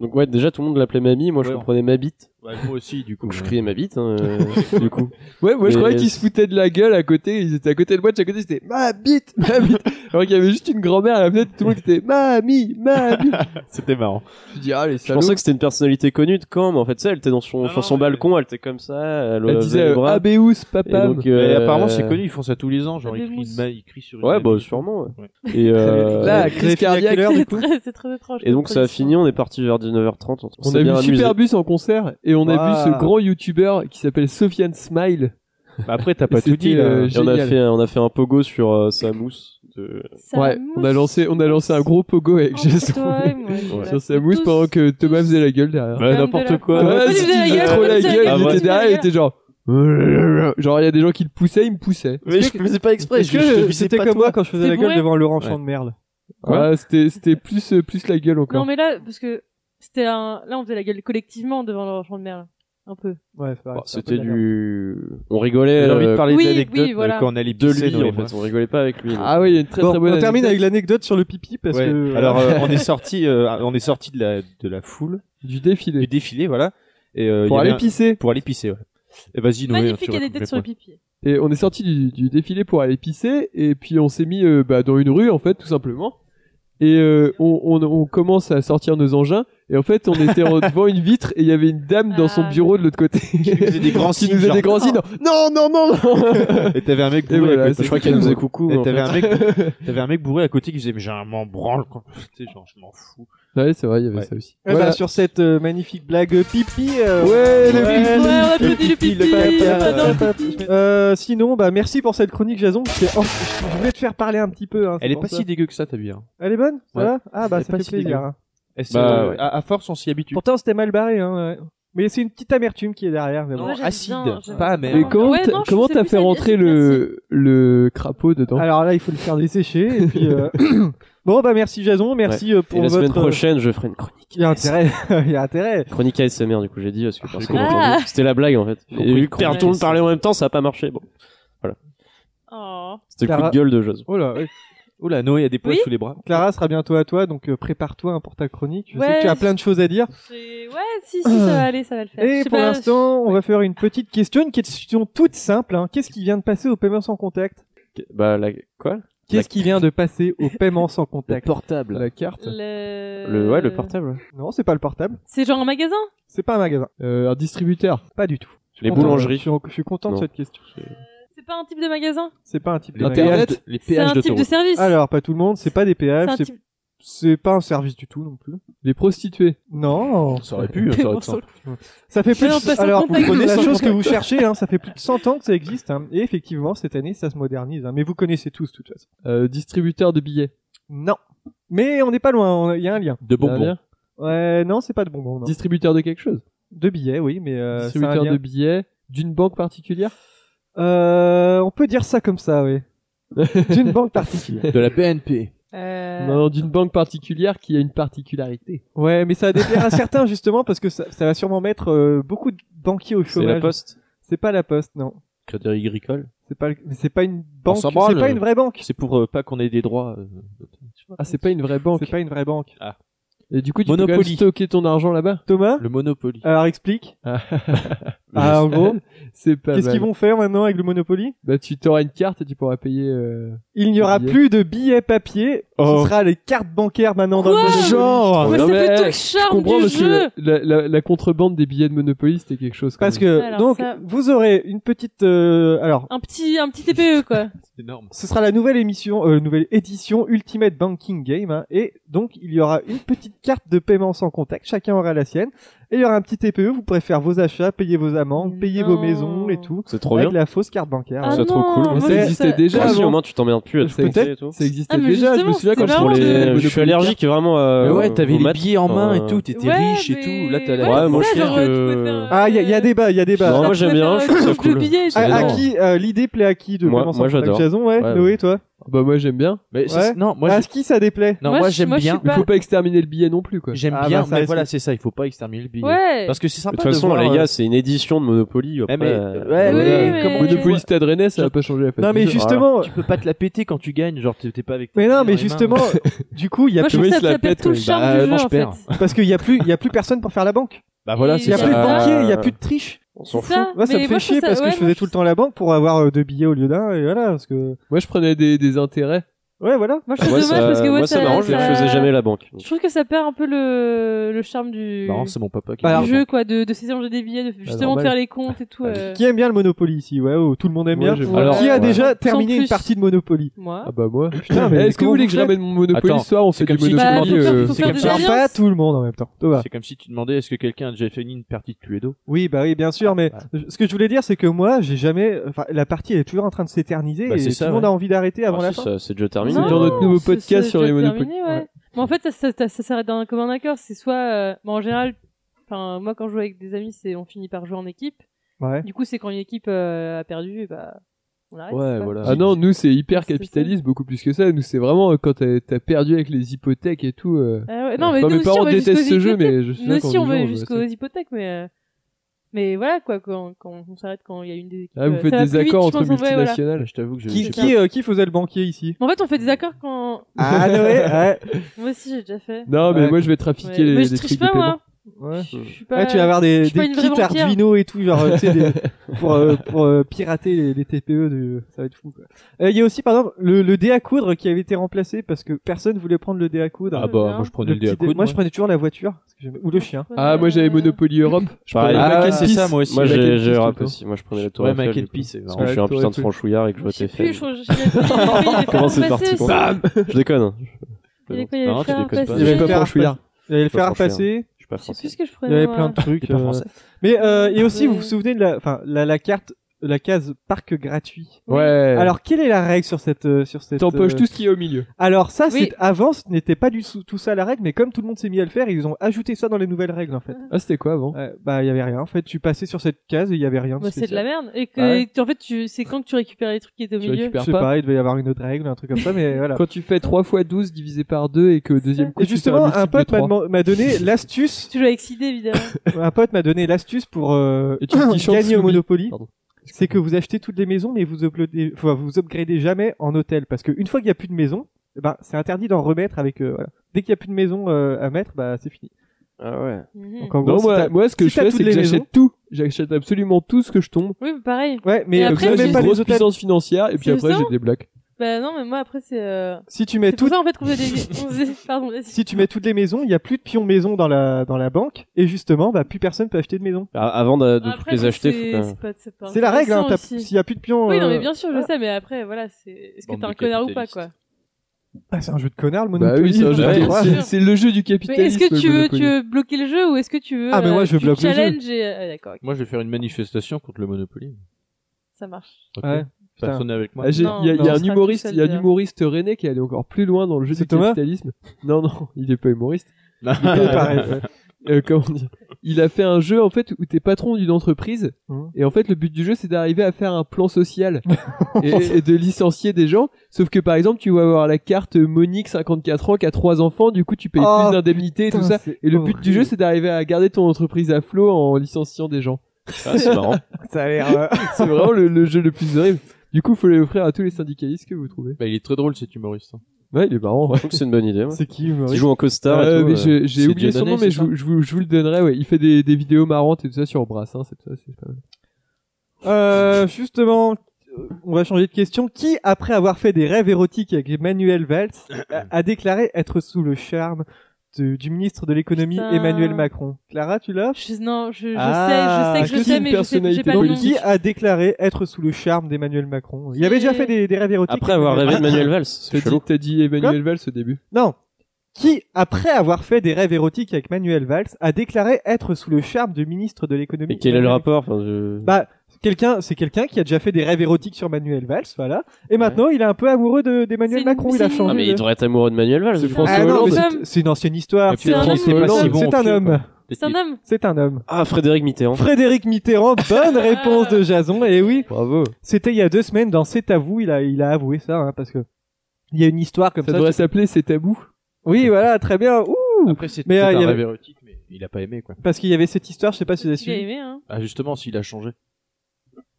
donc ouais, déjà tout le monde l'appelait mamie, moi je
Ouais.
comprenais ma bite,
Ouais, moi aussi, du coup.
donc je
ouais.
criais ma bite hein, euh, du coup.
Ouais, moi je
Mais-
croyais qu'ils se foutaient de la gueule à côté, ils étaient à côté de moi, de chaque côté c'était ma bite, ma bite. Alors qu'il y avait juste une grand-mère à la fenêtre, tout le monde était mamie, mamie.
C'était marrant.
Je me dis, ah les
Je
salauds.
pensais que c'était une personnalité connue de Caen, mais en fait ça, elle était dans son
Non,
sur
Ah non,
son
mais-
balcon, elle était comme ça, elle
Elle
levait
disait
les
euh,
bras.
Abeus, papa.
donc,
Mais
euh,
apparemment, c'est connu, ils font ça tous les ans. Genre,
des
ils crient,
mousses.
bah, ils crient sur une
Ouais,
mamie.
bah sûrement. Ouais.
Ouais.
Et euh,
Là,
Euh,
crise
vous avez fini à
cardiaque.
quelle heure,
C'est
du coup
très, c'est très étrange.
et donc ça a fini, on est parti vers 19h30. On
On a
s'est
vu
bien amusé.
Superbus en concert et on a vu
Waouh.
ce grand youtubeur qui s'appelle Sofiane Smile.
Bah après, t'as pas
C'était,
tout dit. là.
euh,
Et on a
génial.
fait on a fait un pogo sur euh, sa mousse de
Ça
ouais,
mousse.
on a lancé, on a lancé un gros pogo avec
Entre
Jason
toi et moi,
Ouais.
sur sa
tous-
mousse pendant que Thomas
tous-
faisait la gueule
Ah,
derrière.
Bah, n'importe
n'importe quoi.
quoi. Ouais,
Thomas,
il
il
faisait la
faisait
gueule,
trop
il
la
faisait la
gueule,
gueule,
il
il
était
faisait la
derrière, il était genre. Genre, il y a des gens qui le poussaient, ils me poussaient.
Mais je faisais pas exprès,
Est-ce que c'était comme moi quand je faisais
T'es
la gueule
bourré
devant Laurent Chandemerle
Quoi
Ah, c'était, c'était plus, euh, plus la gueule encore.
Non, mais là, parce que c'était un. Là, on faisait la gueule collectivement devant leur champ de mer. là. Un peu.
Ouais, c'est vrai, c'est un peu
Bah, C'était
galère.
du on rigolait
J'ai envie de
euh,
parler
oui,
de l'anecdote
oui, voilà.
euh, quand on allait
de
pisser
lui
dans les
en
boîtes.
fait, on rigolait pas avec lui.
Ah oui, il y a une très
Bon,
très
on
bonne
termine avec
anecdote
l'anecdote sur le pipi parce
Ouais.
que
Alors, euh, on est sorti, euh, on est sorti de la, de la foule,
du
du
défilé.
défilé, voilà. Et, euh,
Pour
il y avait
aller
un-
pisser.
Pour aller pisser, ouais. Et vas-y, Noé,
Magnifique, il
tu
y a des
racontes
têtes sur
les
le pipi.
Et on est sorti du, du défilé pour aller pisser, et puis on s'est mis euh, bah, dans une rue en fait, tout simplement. Et euh, on, on, on commence à sortir nos engins, et en fait on était en- devant une vitre, et il y avait une dame dans son
Ah.
bureau de l'autre côté. Qui
faisait des grands
nous
signes,
faisait
genre,
des grands signes. Non, non, non, non
points. Et t'avais un mec
Et
bourré.
voilà,
à côté.
c'est
Je crois qu'elle nous faisait coucou.
Et
en fait.
t'avais un mec, t'avais un mec bourré à côté qui faisait, mais j'ai un m'en branle, quoi. Tu sais, genre, je m'en fous.
Ouais, c'est vrai, il y avait
Ouais.
ça aussi.
Eh ben,
Voilà.
sur cette euh, magnifique blague pipi. euh,
Ouais, le
ouais,
pipi, on applaudit le pipi,
caca,
non, le
euh, euh, Sinon, bah merci pour cette chronique, Jason. parce que, oh, je voulais te faire parler un petit peu. hein, c'est
Elle est
pour
pas
ça.
si dégueu que ça, t'as vu, hein.
Elle est bonne. ça
Ouais.
va Ah bah
Elle est
ça
pas
fait
si
plaisir.
dégueu.
hein.
Et c'est,
Bah,
euh,
ouais.
à, à force, on s'y habitue.
Pourtant, c'était mal barré. Hein, ouais. Mais c'est une petite amertume qui est derrière. Mais bon.
Non,
Moi, j'aime
acide,
bien, j'aime
pas
bien.
amer.
Et comment
Ouais,
t'as-
non, je
comment
trouve ça
t'as
plus
fait rentrer
acide,
le, le crapaud
Oh.
dedans
Ah,
Alors là, il faut le faire dessécher. Et puis, euh, bon bah merci Jason, merci euh, pour
Et la
votre.
semaine prochaine, je ferai une chronique.
Il y a intérêt. Il y a intérêt.
Chronique ASMR, du coup, j'ai dit parce que personne n'a
compris.
entendu. C'était la blague en fait.
compris,
Et vu
chronique
que tout le monde parlait en même temps, ça a pas marché. Bon,
Oh.
c'était le coup
Clara-
de gueule de Jason.
Oh là. ouais.
Oula, Noé a des poils
Oui.
sous les bras.
Clara sera bientôt à toi, donc euh, prépare-toi hein, pour ta chronique. Je sais
Ouais,
que tu as
je-
plein de choses à dire.
C'est- Ouais, si, si, ça va aller, ça va le faire. Je
Ah. Et
sais
pour
pas,
l'instant, on va faire une petite question, une question toute simple. hein. Qu'est-ce qui vient de passer au paiement sans contact
Bah la quoi
Qu'est-ce qui vient de passer au paiement sans contact
portable.
La carte
Euh, Le...
Le ouais, le portable.
Non, c'est pas le portable.
C'est genre un magasin
C'est pas un magasin.
Euh, Un distributeur.
Pas du tout. Je suis
Les
content,
boulangeries.
Je suis, je suis content
Non.
de cette question.
C'est pas un type de magasin
C'est pas un type de magasin.
Internet
Les
C'est un
péages
type de
d'autoroute.
service
Alors, pas tout le monde. C'est pas des
C'est
péages.
un
C'est
type...
c'est pas un service du tout non plus.
Les prostituées.
Non.
Ça aurait
hein,
pu, ça aurait été sympa.
Ça fait plus.
Mais on passe
de...
sans
Alors, vous
contact.
prenez la
Sans
chose que vous cherchez. Hein, ça fait plus de 100 ans que ça existe. hein. Et effectivement, cette année, ça se modernise. hein. Mais vous connaissez tous, de toute façon.
Euh, distributeur de billets.
Non. Mais on n'est pas loin. on- Il y a un lien.
De bonbons.
Derrière.
Ouais, non, c'est pas de bonbons. Non.
Distributeur de quelque chose.
De billets, oui, mais euh, c'est un
distributeur
lien.
de billets d'une banque particulière
Euh, on peut dire ça comme ça, oui. D'une banque particulière.
De la BNP.
Euh...
Non, non, d'une banque particulière qui a une particularité.
Ouais, mais ça a des à certains justement parce que ça, ça va sûrement mettre euh, beaucoup de banquiers au
C'est la
chômage.
poste.
C'est pas la poste, non.
Crédit agricole.
C'est pas, le- mais c'est pas une banque.
s'en
C'est
branle.
pas une vraie banque.
C'est pour euh, pas qu'on ait des droits. euh,
Ah, c'est pas une vraie banque.
C'est pas une vraie banque.
Et du coup, tu peux
Monopoly.
quand même stocker ton argent là-bas
Thomas,
Le Monopoly.
alors explique. Euh, Ah, en gros.
c'est Bah, pas
Qu'est-ce
mal.
qu'ils vont faire maintenant avec le Monopoly
Bah, tu t'auras une carte et tu pourras payer. euh,
Il n'y aura
billets.
plus de billets papier.
Oh.
Ce sera les cartes bancaires maintenant dans
Quoi
le Monopoly.
Genre
Mais ça
mais,
fait tout
eh,
le charme
Je comprends
du
parce
jeu.
que la, la- la contrebande des billets de Monopoly, c'était quelque chose. quand
Parce
même.
que
Alors,
donc
ça-
vous aurez une petite euh, alors
Un petit, un petit TPE, quoi.
C'est énorme.
ce sera la nouvelle émission euh, nouvelle édition Ultimate Banking Game hein, et donc il y aura une petite carte de paiement sans contact, chacun aura la sienne et il y aura un petit TPE, vous pourrez faire vos achats, payer vos amendes, payer vos
Non.
maisons et tout
C'est trop
avec
bien.
la fausse carte bancaire.
Ah
C'est trop
non,
cool.
moi,
Mais
ça
je-
existait
ça-
déjà
Ah, si,
avant.
au moins, tu t'emmerdes plus à te
C'est-
compter et tout.
Ça existait
Ah, mais
déjà. Je me
justement,
souviens quand
c'est
je
Pour
marrant,
prenais
les... euh,
Monopoly
Je suis allergique vraiment. euh,
Mais ouais,
aux
t'avais les
maths.
billets en main et
Euh,
tout, t'étais
Ouais,
riche et
mais-
tout. Là, t'as
Ouais,
la.
Ouais,
c'est
moi,
ça,
je trouve
genre, tu
que-
pouvais faire, euh,
Ah, il y, a- il y a débat, il y a
ben,
débat.
Non,
Alors,
moi, j'aime bien, je trouve ça
Sauf le
cool.
billet,
C'est
à, à
énorme.
qui euh, l'idée plaît à qui de
Moi-
paiement sans
moi,
contact
j'adore.
Jason, ouais,
Ouais,
Noé, toi.
Bah moi j'aime bien.
Mais c'est-
Ouais.
Non, moi,
à
j'ai-
qui ça déplaît
non,
Moi,
moi,
je-
j'aime
moi, je
bien.
suis
Il
Bah-
faut pas exterminer le billet non plus quoi.
J'aime
Ah,
bien,
bah, ça
mais
reste-
voilà, c'est ça, il faut pas exterminer le billet.
Ouais.
Parce que c'est
De
sympa
toute
de
façon,
voir,
les
euh,
gars, c'est une édition de Monopoly.
Eh,
Après,
mais-
euh,
ouais,
voilà.
ouais,
mais-
Comme
Euh,
Monopoly Stade Rennais, ça va pas changer la face.
Non
du
mais
jeu.
justement,
Tu peux euh, pas te la péter quand tu gagnes, genre t'es t'es pas avec.
mais non mais
dans les mains.
justement, du coup il y a
Moi, je
plus
trouve
il
ça,
se la
ça pète
pète,
tout le
oui.
charme
Bah,
du jeu,
non, je
en fait.
perds.
euh, parce qu'il y a plus il y a plus personne pour faire la banque.
Bah voilà,
Il
Il y
c'est
a
ça.
plus de
Ah.
banquier, il y a plus de triche.
On
C'est
s'en fout.
ça.
Moi, ça me fait
Mais moi, je trouve
chier
ça-
parce que
ouais,
je
moi,
faisais tout le temps la banque pour avoir euh, deux billets au lieu d'un et voilà parce que
Moi je prenais des, des intérêts.
ouais voilà.
Moi, je trouve
Moi,
dommage
ça-
parce que ouais,
moi, ça m'arrange, mais je faisais jamais la banque.
Je trouve que ça perd un peu le, le charme du,
Bah,
Non, c'est mon papa qui.
du
Alors,
jeu, quoi, de, de s'élanger des billets, de justement
normal.
faire les comptes et tout. euh,
Qui aime bien le Monopoly ici Ouais, oh, tout le monde aime
Moi,
bien.
j'aime
bien.
qui a
Ouais.
déjà
Sans
terminé une
plus.
partie de Monopoly
Moi.
Ah bah moi.
Putain, mais
Est-ce que vous
comment
voulez
vous
que je ramène mon Monopoly
Attends,
ce soir On fait
c'est
du
comme si-
Bah,
Monopoly.
faut faire-
euh,
faut
c'est
faire
comme
des
ça.
alliances.
Pas tout le monde en même temps. Thomas.
C'est comme si tu demandais est-ce que quelqu'un a déjà fait une partie de Cluedo
Oui, bah oui, bien sûr, mais ce que je voulais dire, c'est que moi, j'ai jamais. Enfin, la partie, elle est toujours en train de s'éterniser
Bah,
et
c'est
tout
ça,
le monde
ouais.
a envie d'arrêter avant
Ah,
la
si,
fin.
ça- C'est déjà terminé.
Non,
dans notre nouveau
c'est-
podcast
c'est
sur les
déjà
Monopoly.
terminé, ouais.
Ouais.
Mais en fait, ça, ça, ça, ça s'arrête d'un commun accord. C'est soit, euh, bah, en général, enfin, moi, quand je joue avec des amis, c'est, on finit par jouer en équipe.
Ouais.
Du coup, c'est quand une équipe euh, a perdu, bah, on arrête.
Ouais,
quoi.
voilà.
Ah non, nous c'est hyper
C'est ça.
capitaliste, beaucoup plus que ça. Nous c'est vraiment euh, quand t'as t'as perdu avec les hypothèques et tout. euh,
Ah ouais, non, mais
Enfin,
nous
mes
aussi,
parents
on va
détestent
jusqu'aux
ce jeu,
hypothèques.
mais je sais
Nous aussi,
quand
on
nous
va
jouons, on va
jusqu'aux hypothèques, mais. euh, Mais voilà, quoi, quand, quand on s'arrête, quand il y a une des équipes.
Ah, vous
euh,
faites
ça va
des
plus vite,
accords
je
entre
pense, en vrai, voilà.
multinationales.
Je t'avoue que je.
Qui,
je-
qui, euh, qui faisait le banquier ici
Mais En fait, on fait des accords quand.
Ah Noé, ouais.
Moi aussi, j'ai déjà fait.
Non, mais
Ouais.
moi je vais trafiquer
Ouais.
les,
Mais
les
je
trucs
triche
de
pas,
paiement.
moi.
Ouais.
Je suis
Ouais,
pas.
Ah, tu vas avoir des,
je suis pas
des
une
kits
vraie banquière.
Arduino et tout, genre, euh, tu sais, des- pour, euh, pour euh, pirater les, les TPE, de, ça va être fou. quoi. Euh, Il y a aussi, par exemple, le, le dé à coudre qui avait été remplacé parce que personne voulait prendre le dé à coudre.
Ah bah, moi, je
Le petit dé- Moi, je prenais toujours la voiture parce que j'aimais- ou le chien.
Ah, moi j'avais Monopoly Europe. Je
Pareil.
prenais
Ah,
Mac and
c'est
Peace.
ça, moi aussi.
Moi,
Mac and
j'ai
Peace tout
j'ai
le
rap
temps.
aussi. Moi, je prenais la tour
Ouais,
Eiffel.
Mac and
du coup.
Peace, c'est
Parce
marrant.
que je suis un
Tour
putain de
Eiffel.
franchouillard et que je
Je
vote
sais plus,
Eiffel.
je crois que je- il y avait
Comment c'est
faire
parti
passer
quoi.
aussi.
Je déconne.
Il y avait quoi,
Non, tu
il y avait
déconnes
faire
pas.
Bah,
passer.
Il
y avait pas
Je
Franchouillard.
Franchouillard.
Il allait le
Pas
faire
franchement.
passer.
Je suis pas
sais plus
français.
ce que je
Il
prenais.
y avait
moi.
plein de trucs.
pas
euh,
français.
Mais euh, et aussi,
Ouais.
vous vous souvenez de la, enfin, la, la carte, la case parc gratuit.
Ouais. Alors,
Alors, quelle est la règle sur cette, euh, sur cette
t'empoches
euh,
tout ce qui est au milieu.
Alors ça,
Oui.
c'est avant, ce n'était pas du tout tout ça la règle, mais comme tout le monde s'est mis à le faire, ils ont ajouté ça dans les nouvelles règles en fait.
Ah, c'était quoi avant
Ouais, bah il y avait rien en fait, tu passais sur cette case et il y avait rien.
Bah, c'est de la
spécial.
merde. Et que,
Ouais.
tu- en fait, tu, c'est quand que tu récupères les trucs qui étaient au
Tu
milieu.
récupères
Je sais
pas.
pas, il devait y avoir une autre règle, un truc comme ça, mais voilà.
Quand tu fais 3 x 12 divisé par 2 et que au deuxième coup
Et
tu fais
justement, un
multiple
pote
de
m'a
trois.
demand- m'a donné l'astuce.
Tu joues avec CD, évidemment.
un pote m'a donné l'astuce pour euh,
Et tu dis chante
gagner au
Scooby.
Monopoly.
Pardon.
C'est que vous achetez toutes les maisons, mais vous uploadez, enfin, vous upgradez jamais en hôtel, parce qu'une fois qu'il n'y a plus de maison, eh ben c'est interdit d'en remettre avec. euh, voilà. Dès qu'il n'y a plus de maison euh, à mettre, bah c'est fini.
Ah ouais.
Mhm.
Donc en gros,
Non,
si
moi,
t'as-
moi ce que
si
je
t'as
fais,
toutes
c'est que
les
j'achète
maisons-
tout. J'achète absolument tout ce que je tombe.
Oui, mais pareil.
ouais,
Et
mais
Comme
après,
ça,
j'ai
j'ai
même
une
pas les
grosse
hôtels.
puissance financière et puis
C'est
après
ça
j'ai des blagues.
Bah, non, mais moi, après, c'est, euh...
Si tu mets
C'est
tout
pour ça, en fait, qu'on faisait des, on faisait, pardon, vas-y.
si tu mets toutes les maisons, il n'y a plus de pions maison dans la, dans la banque, et justement, bah, plus personne peut acheter de maison.
Ah, Avant de de toutes
Après,
les
c'est-
acheter, faut quand même-
c'est pas- C'est pas
C'est la règle, hein,
intéressant
t'as-
aussi.
s'il n'y a plus de pions.
Oui, non,
euh,
mais bien sûr, je
ah.
sais, mais après, voilà, c'est, est-ce que
Bande
t'es un
de
connard ou pas,
capitalistes.
quoi?
bah, c'est un jeu de connard, le
Bah
Monopoly.
oui, c'est un jeu
Ouais,
de-
ouais.
c'est- c'est le jeu du
Mais
capitalisme.
est-ce que tu
le
veux,
Monopoly.
tu veux bloquer le jeu ou est-ce que tu veux.
Ah, mais moi,
euh,
je
du
bloque le jeu.
Challenge et, euh, d'accord, ok,
Moi, je vais faire une manifestation contre le Monopoly.
ça marche.
Ok.
Ouais, putain.
Personne n'est avec moi.
Ah, j'ai-
Non,
Il y a, il y a
non, on
un
sera tout
humoriste,
seul
il y a un
derrière.
humoriste rennais qui est allé encore plus loin dans le jeu
C'est
du
Thomas
capitalisme. Non, non, il est pas humoriste.
Ouais, pareil, ouais.
Euh, comment dire Il a fait un jeu en fait où t'es patron d'une entreprise
Mhm.
et en fait le but du jeu c'est d'arriver à faire un plan social et, et de licencier des gens. Sauf que par exemple tu vas avoir la carte Monique 54 ans qui a trois enfants, du coup tu payes
Oh,
plus d'indemnités et tout ça. Et le but du jeu c'est d'arriver à garder ton entreprise à flot en licenciant des gens.
Ah, c'est marrant.
ça a l'air. euh,
C'est vraiment le, le jeu le plus horrible. Du coup faut les offrir à tous les syndicalistes que vous trouvez.
Bah, il est très drôle cet humoriste. hein.
Ouais, il est marrant.
Je trouve que c'est une bonne idée. ouais.
C'est qui Humoriste
Il joue en costard. et
Euh,
tout,
mais
euh,
j'ai- J'ai
c'est
oublié son
Dieudonné,
nom, mais
c'est
je,
ça
vous- je vous, je vous le donnerai. Ouais, il fait des, des vidéos marrantes et tout ça sur Brassens et tout ça. C'est pas mal.
Euh, justement, euh, on va changer de question. Qui, après avoir fait des rêves érotiques avec Emmanuel Valls, a, a déclaré être sous le charme de- du ministre de l'économie
Putain.
Emmanuel Macron Clara, tu l'as
Je- non, je, je
Ah,
sais, je sais que je
est-ce que
sais,
c'est
mais
une
je sais que
personnalité
j'ai pas le nom.
Qui a déclaré être sous le charme d'Emmanuel Macron Il avait déjà fait des, des rêves érotiques.
Après avoir
avec
rêvé de Manuel Valls,
T'as
c'est
dit,
chelou.
t'as dit Emmanuel Valls au début.
Non. Qui, après avoir fait des rêves érotiques avec Manuel Valls, a déclaré être sous le charme du ministre de l'économie
Et quel est le
Emmanuel-
rapport Enfin, je-
Bah, quelqu'un, c'est quelqu'un qui a déjà fait des rêves érotiques sur Manuel Valls, voilà. Et maintenant, il est un peu amoureux de- d'Emmanuel
C'est une-
Macron. Il
c'est
a
une-
changé.
Ah, mais il
de-
devrait être amoureux de Manuel Valls.
C'est
lui.
François
Ah non,
Hollande.
mais
c'est-
c'est- c'est une ancienne histoire.
Ah,
Et
tu
puis
un
vois.
homme,
François
c'est pas
Hollande,
si
bon
C'est
au
un
cul, quoi.
homme.
C'est un homme.
C'est un homme.
Ah, Frédéric Mitterrand.
Frédéric Mitterrand, bonne réponse de Jason. Et oui,
Bravo.
c'était il y a deux semaines dans C'est à vous, il a, il a avoué ça, hein, parce que il y a une histoire comme
Ça
ça.
devrait s'appeler C'est tabou.
Oui, voilà, très bien. Ouh,
Après, c'est
Mais,
mais,
euh, il y
un
avait-
rêve érotique, mais il a pas aimé, quoi.
parce qu'il y avait cette histoire, je sais pas si vous avez
J'ai
suivi.
aimé, hein.
Ah, justement, s'il a changé.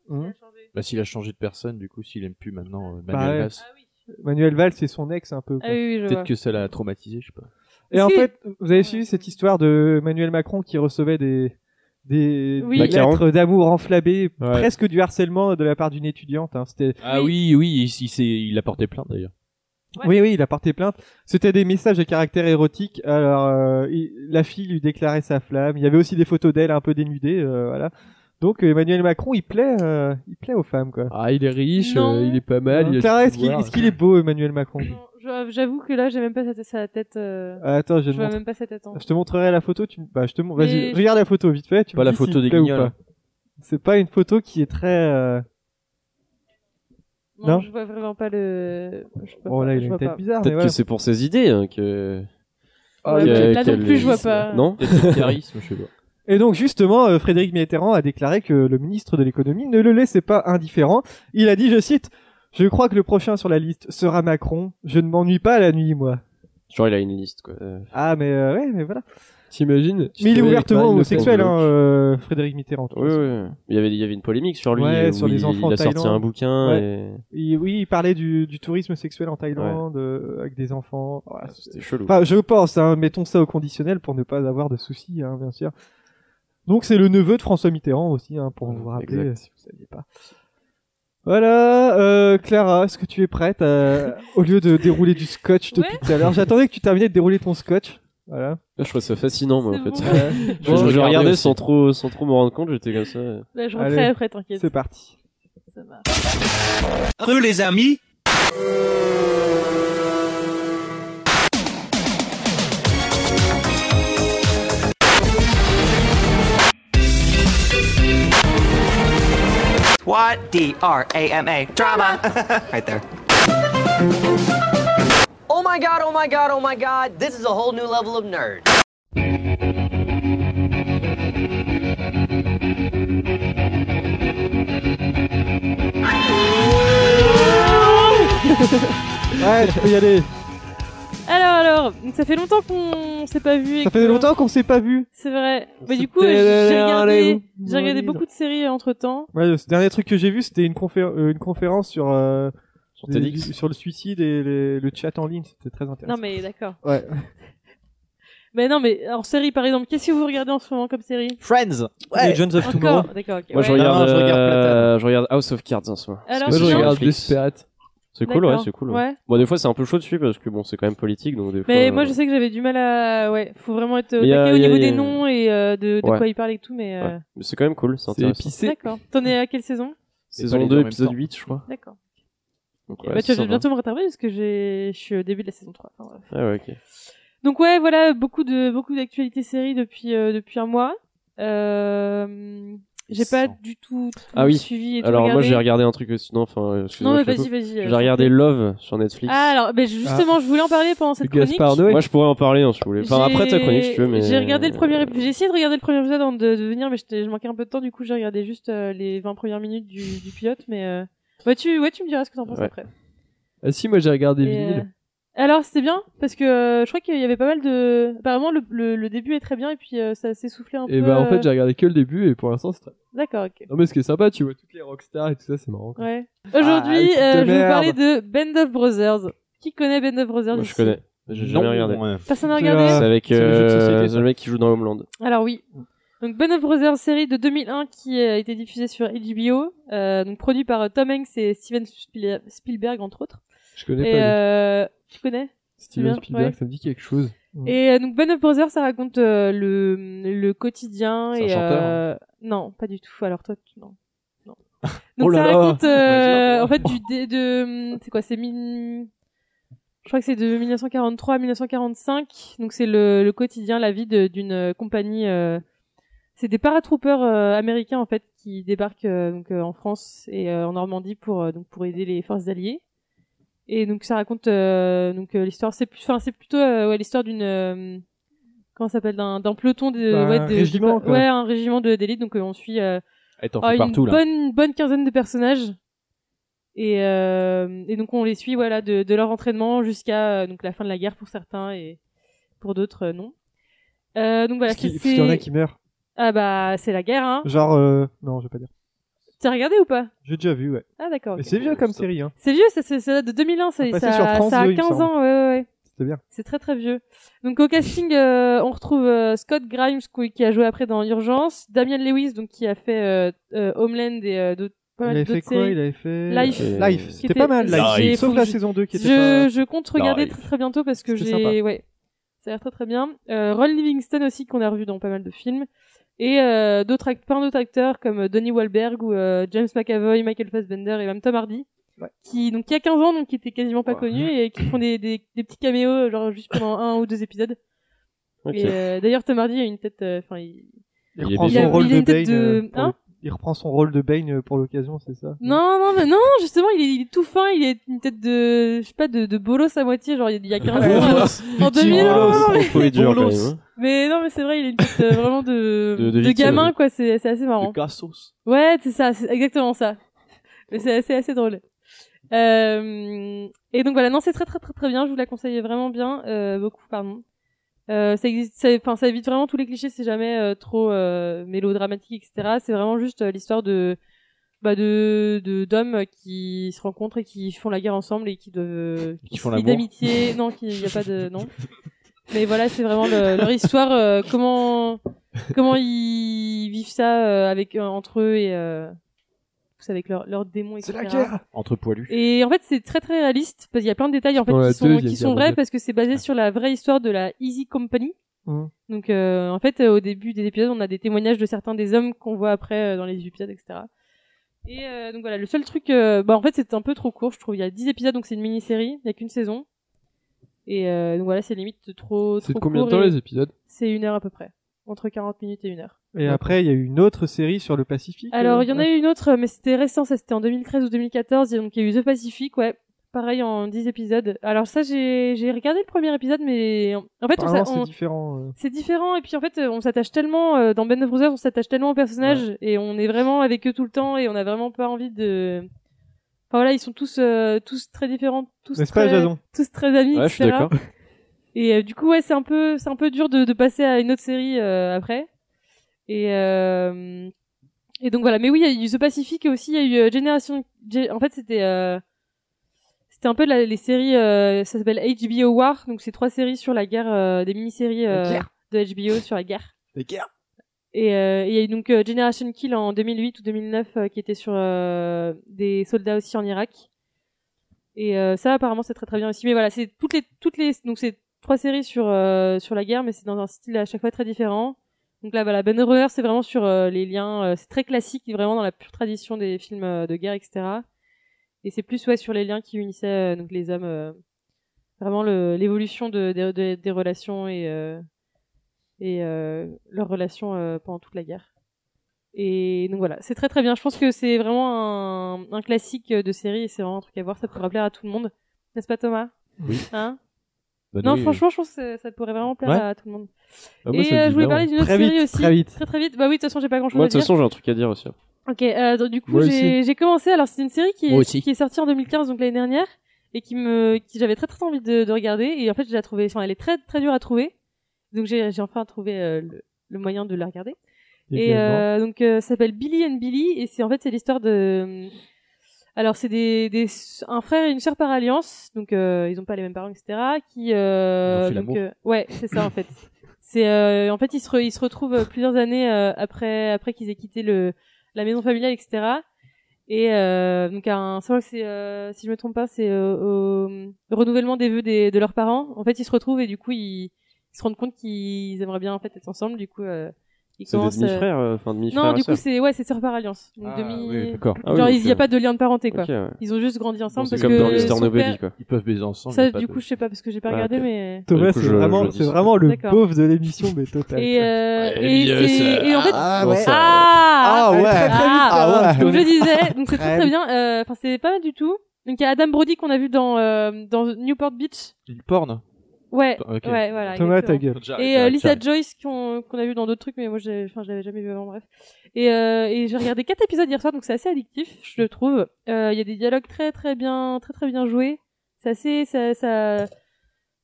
Hum.
Bah, s'il a changé de personne, du coup, s'il aime plus maintenant euh,
Bah,
Manuel
ouais.
Valls,
Manuel Valls, c'est son ex un peu.
Ah
quoi.
oui, oui, je vois.
peut-être que ça l'a traumatisé, je sais pas.
Et en
Si.
fait, vous avez suivi cette histoire de Emmanuel Macron qui recevait des des,
Oui.
des
Macaron.
lettres d'amour enflammées,
Bah, Ouais.
presque du harcèlement de la part d'une étudiante. Hein. C'était
Ah oui, oui, il, il, s'est- il a porté plainte d'ailleurs.
Ouais.
oui, oui, il a porté plainte. C'était des messages à caractère érotique. Alors, euh, il- la fille lui déclarait sa flamme. Il y avait aussi des photos d'elle un peu dénudée, euh, voilà. Donc euh, Emmanuel Macron, il plaît, euh, il plaît aux femmes, quoi.
Ah, il est riche,
Non.
euh, il est pas mal. il a
Clara,
du
est-ce qu'il
pouvoir.
est, qu'il est beau, Emmanuel Macron
Non, je- J'avoue que là, j'ai même pas sa, sa tête. euh,
Ah, Attends, je, vais
Je
te
vois
montrer-
même pas sa tête. hein. en-
je te montrerai la photo. Tu, bah, je te mon- vas-y,
Mais-
regarde la photo vite fait. Tu
Pas
me
la
dis
photo
s'il te
des
plaît ou
guignols.
pas. C'est pas une photo qui est très. euh,
Non,
Non.
je vois vraiment pas le. Je vois
Bon,
pas,
oh là, il
je
a
vois
une tête
pas.
bizarre.
Peut-être
mais voilà.
que c'est pour ses idées hein, que.
Ah,
Ouais,
que-
mais là
qu'elle-
non plus, je vois
Euh.
pas.
Non
Charisme, je sais pas.
Et donc justement, euh, Frédéric Mitterrand a déclaré que le ministre de l'économie ne le laissait pas indifférent. Il a dit, je cite, Je crois que le prochain sur la liste sera Macron. Je ne m'ennuie pas la nuit, moi.
Genre, il a une liste, quoi. Euh,
Ah, mais euh, ouais, mais voilà.
T'imagines
mais il est ouvertement
au
homosexuel, hein, euh, Frédéric Mitterrand. de toute
Oui,
façon.
oui. Il y avait, il y avait une polémique sur lui. euh,
Ouais,
où
sur les
il,
enfants
il a
en
sorti
Thaïlande.
un bouquin.
Ouais.
et
Il- oui, il parlait du, du tourisme sexuel en Thaïlande, euh, avec des enfants. Voilà, c'est-
C'était chelou.
Enfin, je pense, hein, mettons ça au conditionnel pour ne pas avoir de soucis, hein, bien sûr. Donc c'est le neveu de François Mitterrand aussi, hein, pour vous rappeler,
exact.
euh, si vous saviez pas. Voilà, euh, Clara, est-ce que tu es prête à- au lieu de dérouler du scotch depuis
Ouais.
tout à l'heure J'attendais que tu terminais de dérouler ton scotch. Voilà.
Je trouvais ça fascinant, moi, en
C'est
fait.
bon.
Je, je regardais sans trop, sans trop me rendre compte, j'étais comme ça. euh.
Là, je
Allez.
rentrerai après, t'inquiète.
C'est parti.
Ça marche.
Peu les amis
What? D R A M A. Drama. right there. Oh my god, oh my god, oh my god. This is a whole new level of nerd.
Ouais, tu peux y aller.
Alors, alors, donc ça fait longtemps qu'on s'est pas vu. et
Ça fait
que-
longtemps qu'on s'est pas vu.
C'est vrai. Mais Bah, du
C'était
coup, j'ai
le-
j'ai regardé,
le-
j'ai regardé
le-
beaucoup de séries entre temps.
Ouais, le dernier truc que j'ai vu, c'était une, confé- euh, une conférence sur euh,
Sur
les-
TEDx.
sur le suicide et les- le chat en ligne. C'était très intéressant.
Non, mais d'accord.
Ouais.
Mais non, mais en série, par exemple, qu'est-ce que vous regardez en ce moment comme série
Friends
Les Jones of Tomorrow.
Encore D'accord, ok.
Moi, je
ouais.
regarde,
Non, non, je regarde
euh, je regarde House of Cards en ce moment.
Alors,
Parce
Moi,
que
je
c'est
regarde
Netflix.
Desperate.
C'est cool, ouais,
D'accord.
c'est cool. ouais.
Ouais.
Bon, des fois, c'est un peu chaud dessus parce que bon, c'est quand même politique, donc des fois.
Mais moi,
euh,
je sais que j'avais du mal à. Ouais, faut vraiment être au
Mais y a-
taquet au
y a-
niveau
y a-
des noms et euh, de, de
Ouais.
quoi ils parlent et tout, mais.
ouais.
euh,
Mais C'est quand même cool, c'est
C'est
intéressant.
épicé.
D'accord. T'en es à quelle saison
pas
Saison
les deux
2,
en même
épisode
temps.
8, je crois.
D'accord.
Donc,
Eh
ouais,
bah, tu
c'est
vas
sympa.
bientôt me rattraper parce que j'ai, je suis au début de la saison 3. Enfin, bref.
Ah ouais, ok.
Donc ouais, voilà, beaucoup de beaucoup d'actualités séries depuis euh, depuis un mois. Euh, j'ai pas
Sans.
du tout, tout
Ah oui.
suivi et tout
Alors, moi,
regardé.
j'ai regardé un truc aussi. Non, enfin, euh,
Non
excuse-moi,
mais
je fais
vas-y, vas-y.
faux.
euh,
J'ai regardé Love sur Netflix.
Ah alors, ben justement, je voulais en parler pendant cette chronique.
Gaspard Noé.
Moi, je pourrais en parler, hein, si vous voulez. Enfin,
J'ai-
après ta chronique, si tu veux, mais.
J'ai regardé le premier épisode. J'ai essayé de regarder le premier épisode avant de, de venir, mais j'étais- je manquais un peu de temps. Du coup, j'ai regardé juste euh, les 20 premières minutes du, du pilote. Mais euh... ouais, tu, ouais, tu me diras ce que t'en penses
Ouais.
après.
Ah si, moi j'ai regardé
Et,
Vinyle.
euh, Alors c'était bien parce que euh, je crois qu'il y avait pas mal de. Apparemment le, le, le début est très bien et puis euh, ça s'essoufflait un peu.
Eh
Et
ben,
bah en
euh,
fait j'ai regardé que le début et pour l'instant c'est très-
D'accord, ok.
Non mais ce qui est sympa tu vois toutes les rockstars et tout ça c'est marrant. quoi.
Ouais. Aujourd'hui,
Ah, le truc de
euh, je vais vous
merde.
parler de Band of Brothers. Qui connaît Band of Brothers
Moi, je
ici
connais. J'ai jamais
Non,
regardé.
ouais.
Personne n'a regardé
C'est avec
C'est le jeu de
euh,
société, ça.
le mec qui joue dans Homeland.
Alors oui.
Mm.
Donc Band of Brothers, série de 2001 qui a été diffusée sur HBO, euh, donc produit par euh, Tom Hanks et Steven Spiel- Spielberg entre autres.
Je connais
et,
pas, lui.
Euh, tu connais
Steven
Bien,
Spielberg,
ouais.
ça me dit quelque chose.
Et euh, donc Band of Brothers, ça raconte euh, le, le quotidien
C'est un
et
chanteur, hein.
euh, non, pas du tout. Alors toi, tu... non, non.
Oh
Donc
là
ça
là.
raconte euh,
Vas-y,
en fait du dé- de mm, c'est quoi C'est min... je crois que c'est de 1943 à 1945. Donc c'est le, le quotidien, la vie de- d'une euh, compagnie. euh, c'est des paratroopers euh, américains en fait qui débarquent euh, donc euh, en France et euh, en Normandie pour euh, donc pour aider les forces alliées. Et donc ça raconte euh, donc euh, l'histoire c'est plus enfin c'est plutôt euh, ouais, l'histoire d'une euh, comment ça s'appelle d'un d'un peloton de
Bah,
ouais,
un
de-
régiment,
de-
quoi.
ouais un régiment de d'élite donc euh, on suit euh,
Eh,
Ah, t'en
ah,
fais
une
partout, là.
bonne une bonne quinzaine de personnages et euh, et donc on les suit voilà de, de leur entraînement jusqu'à euh, donc la fin de la guerre pour certains et pour d'autres euh, non. Euh, donc voilà
Parce qu'il- parce
c'est
qu'il y en a qui meurent.
ah bah c'est la guerre hein.
Genre, euh, non, je vais pas dire.
T'as regardé ou pas
J'ai déjà vu, ouais.
Ah d'accord.
Mais
ok.
c'est vieux comme série, hein.
C'est vieux, ça, c'est- ça date de 2001, ça,
Ça passait
ça-
sur France
ça a
2, il me
15 ans,
semble.
ouais, ouais, ouais.
C'était bien.
C'est très très vieux. Donc au casting, euh, on retrouve euh, Scott Grimes qui- qui a joué après dans Urgence, Damian Lewis donc qui a fait euh, euh, Homeland et euh, d'autres pas
Il
mal
avait
d'autres
fait quoi
séries.
Il avait fait
Life.
Euh, Life.
Qui
C'était
était-
pas mal, Life.
J'ai-
Sauf
faut que
la
je-
saison 2 qui était
je,
pas-
Je compte regarder
Life.
très, très bientôt parce que
C'était
j'ai
sympa.
ouais, ça a l'air très très bien. Euh, Ron Livingston aussi qu'on a revu dans pas mal de films et euh, d'autres act- plein d'autres acteurs comme euh, Donnie Wahlberg ou euh, James McAvoy, Michael Fassbender et même Tom Hardy. Qui, donc, il y a 15 ans, donc, qui était quasiment pas connu et qui font des, des, des petits caméos, genre, juste pendant un ou deux épisodes.
Ok.
Et, euh, d'ailleurs, Tom Hardy a une tête, euh, enfin, il...
Il reprend
a-
son rôle
a
de
une tête
Bane. euh, pour
hein
le- Il reprend son rôle de Bane euh, pour l'occasion, c'est ça
Non, non, mais non, justement, il est, il est tout fin, il est une tête de, je sais pas, de, de bolos à moitié, genre il y a 15 ans. euh, en
Petit
2000 non,
bolos.
non, mais-
Faut être dur, quand même, hein.
Mais non, mais c'est vrai, il est une tête euh, vraiment de,
De- de
de,
victime,
gamin,
ouais.
quoi, c'est c'est assez marrant.
Gassos.
Ouais, c'est ça, c'est exactement ça. Mais c'est assez, assez drôle. Euh, et donc voilà, non, c'est très très très très bien, je vous la conseille vraiment bien, euh, beaucoup, pardon. Euh, ça existe, ça- enfin, ça évite vraiment tous les clichés, c'est jamais euh, trop euh, mélodramatique, etc. C'est vraiment juste euh, l'histoire de bah de de- d'hommes qui se rencontrent et qui font la guerre ensemble et qui doivent
Qui font
se lient
l'amour.
d'amitié non qu'il n'y a pas de non mais voilà c'est vraiment le- leur histoire euh, comment comment ils vivent ça euh, avec euh, entre eux et euh, tous avec leurs leurs démons etc
Entre poilus.
et en fait, c'est très très réaliste parce qu'il y a plein de détails en fait
Dans la
qui sont,
deuxième
qui
guerre
sont vrais
mondiale.
parce que c'est
Ah.
basé sur la vraie histoire de la Easy Company.
Mmh.
Mhm.
Donc euh, en fait, euh, au début des épisodes, on a des témoignages de certains des hommes qu'on voit après euh, dans les épisodes, etc. Et euh, donc voilà, le seul truc, euh, bah en fait, c'est un peu trop court, je trouve. Il y a 10 épisodes, donc c'est une mini-série, il y a qu'une saison. Et euh, donc voilà, c'est limite trop.
C'est de
trop
combien de
court
temps,
et-
les épisodes
C'est une heure à peu près, entre 40 minutes et une heure.
Et après, il y a eu une autre série sur le Pacifique.
Alors, il y en a
eu
eu une autre, euh, mais c'était récent, ça c'était en 2013 ou 2014. et Donc, il y a eu The Pacific, ouais. Pareil en 10 épisodes. Alors, ça, j'ai j'ai regardé le premier épisode, mais en en fait, on s'a-
Apparemment,
on-
c'est différent. euh.
c'est différent. Et puis, en fait, euh, on s'attache tellement, euh, dans Band of Brothers, on s'attache tellement aux personnages et on est vraiment avec eux tout le temps et on a vraiment pas envie de. Enfin, voilà, ils sont tous, euh, tous très différents. tous
N'est-ce pas,
très-
Jason
Tous très amis.
Ouais, je suis
etc.
d'accord.
Et euh, du coup, ouais, c'est un peu, c'est un peu dur de, de passer à une autre série euh, après. Et euh, et donc voilà. Mais oui, il y a eu The Pacific et aussi il y a eu euh, Génération. Gé- En fait, c'était euh, c'était un peu la- les séries. euh, ça s'appelle HBO War. Donc c'est trois séries sur la guerre, euh, des mini-séries
La
euh,
guerre.
de HBO sur la guerre.
Les guerres.
Et euh, et il y a eu donc euh, Generation Kill en 2008 ou 2009 euh, qui était sur euh, des soldats aussi en Irak. Et euh, ça apparemment c'est très très bien aussi. Mais voilà, c'est toutes les toutes les donc c'est trois séries sur euh, sur la guerre, mais c'est dans un style à chaque fois très différent. Donc là voilà, Ben Runner c'est vraiment sur euh, les liens, euh, c'est très classique, vraiment dans la pure tradition des films euh, de guerre, etc. Et c'est plus ouais sur les liens qui unissaient euh, donc les hommes, euh, vraiment le- l'évolution de, des- des- des relations et euh, et euh, leurs relations euh, pendant toute la guerre. Et donc voilà, c'est très très bien. Je pense que c'est vraiment un, un classique euh, de série et c'est vraiment un truc à voir. Ça pourrait plaire à tout le monde, n'est-ce pas Thomas
Oui.
Hein
Bah
non,
oui,
franchement, je pense que ça- ça pourrait vraiment plaire
Ouais.
à tout le monde.
Ah, moi,
et
ça me
euh,
dit
je voulais
bien,
parler
ouais.
d'une autre
Très
série
vite,
aussi.
très vite.
Très très vite. Bah oui, de toute façon, j'ai pas grand chose
Moi,
à
de toute
dire.
façon, j'ai un truc à dire aussi.
Ok, euh, donc, du coup,
Moi
j'ai j'ai commencé. Alors, c'est une série qui
Moi
est,
aussi.
qui est sortie en 2015, donc l'année dernière, et qui me, qui j'avais très très envie de, de regarder. Et en fait, je l'ai trouvée, enfin, elle est très très dure à trouver. Donc, j'ai j'ai enfin trouvé euh, le, le moyen de la regarder. Et,
Également.
euh, donc, euh, ça s'appelle Billy and Billy, et c'est en fait c'est l'histoire de Alors c'est des, des un frère et une sœur par alliance, donc euh, ils ont pas les mêmes parents, etc. Qui euh,
Ils ont fait
donc,
l'amour.
euh, ouais c'est ça en fait. C'est euh, en fait ils se re- ils se retrouvent plusieurs années euh, après après qu'ils aient quitté le la maison familiale, etc. Et euh, donc à un, c'est vrai que c'est, euh, si je me trompe pas, c'est euh, au, au renouvellement des vœux des, de leurs parents. En fait ils se retrouvent et du coup ils, ils se rendent compte qu'ils aimeraient bien en fait être ensemble. Du coup euh, ils
C'est des
commencent,
demi-frères, euh, enfin, demi-frères
Non
et
du coup
sœurs.
c'est ouais c'est sœur par alliance. Donc,
Ah,
demi...
oui, d'accord. Ah oui,
Genre
donc,
il n'y a
euh,
pas de lien de parenté quoi.
ok, ouais.
Ils ont juste grandi ensemble
Bon, c'est comme
parce que
dans hein, Mr.
son
Nobody,
père-
quoi.
Ils peuvent baiser ensemble.
Ça
mais pas
du
de-
coup je sais pas parce que j'ai pas
Ah,
regardé
ok.
mais
Thomas,
Du coup,
c'est
je-
vraiment,
je dis
c'est
ça.
vraiment le
D'accord.
pauvre de l'émission, mais
Bah,
total.
Et, euh,
Ouais,
et,
mieux,
c'est-
ça.
et en fait,
Ah ouais.
ah,
Ah ouais.
très, très vite,
Ah
hein.
ouais.
Donc je disais, donc c'est très
Très
très
vite.
bien. euh, Enfin, c'est pas mal du tout. Donc il y a Adam Brody qu'on a vu dans euh, dans Newport Beach.
Du porn.
Ouais,
Ok. Ah,
ouais, voilà.
Thomas,
exactement.
ta gueule. J'arrête,
Et euh,
j'arrête,
Lisa
j'arrête.
Joyce qu'on qu'on a vu dans d'autres trucs, mais moi, j'ai- enfin, je l'avais jamais vu avant, bref. Et, euh, et j'ai regardé quatre épisodes hier soir, donc c'est assez addictif, je le trouve. Euh, Il y a des dialogues très, très bien, très, très bien joués. C'est assez, ça, ça,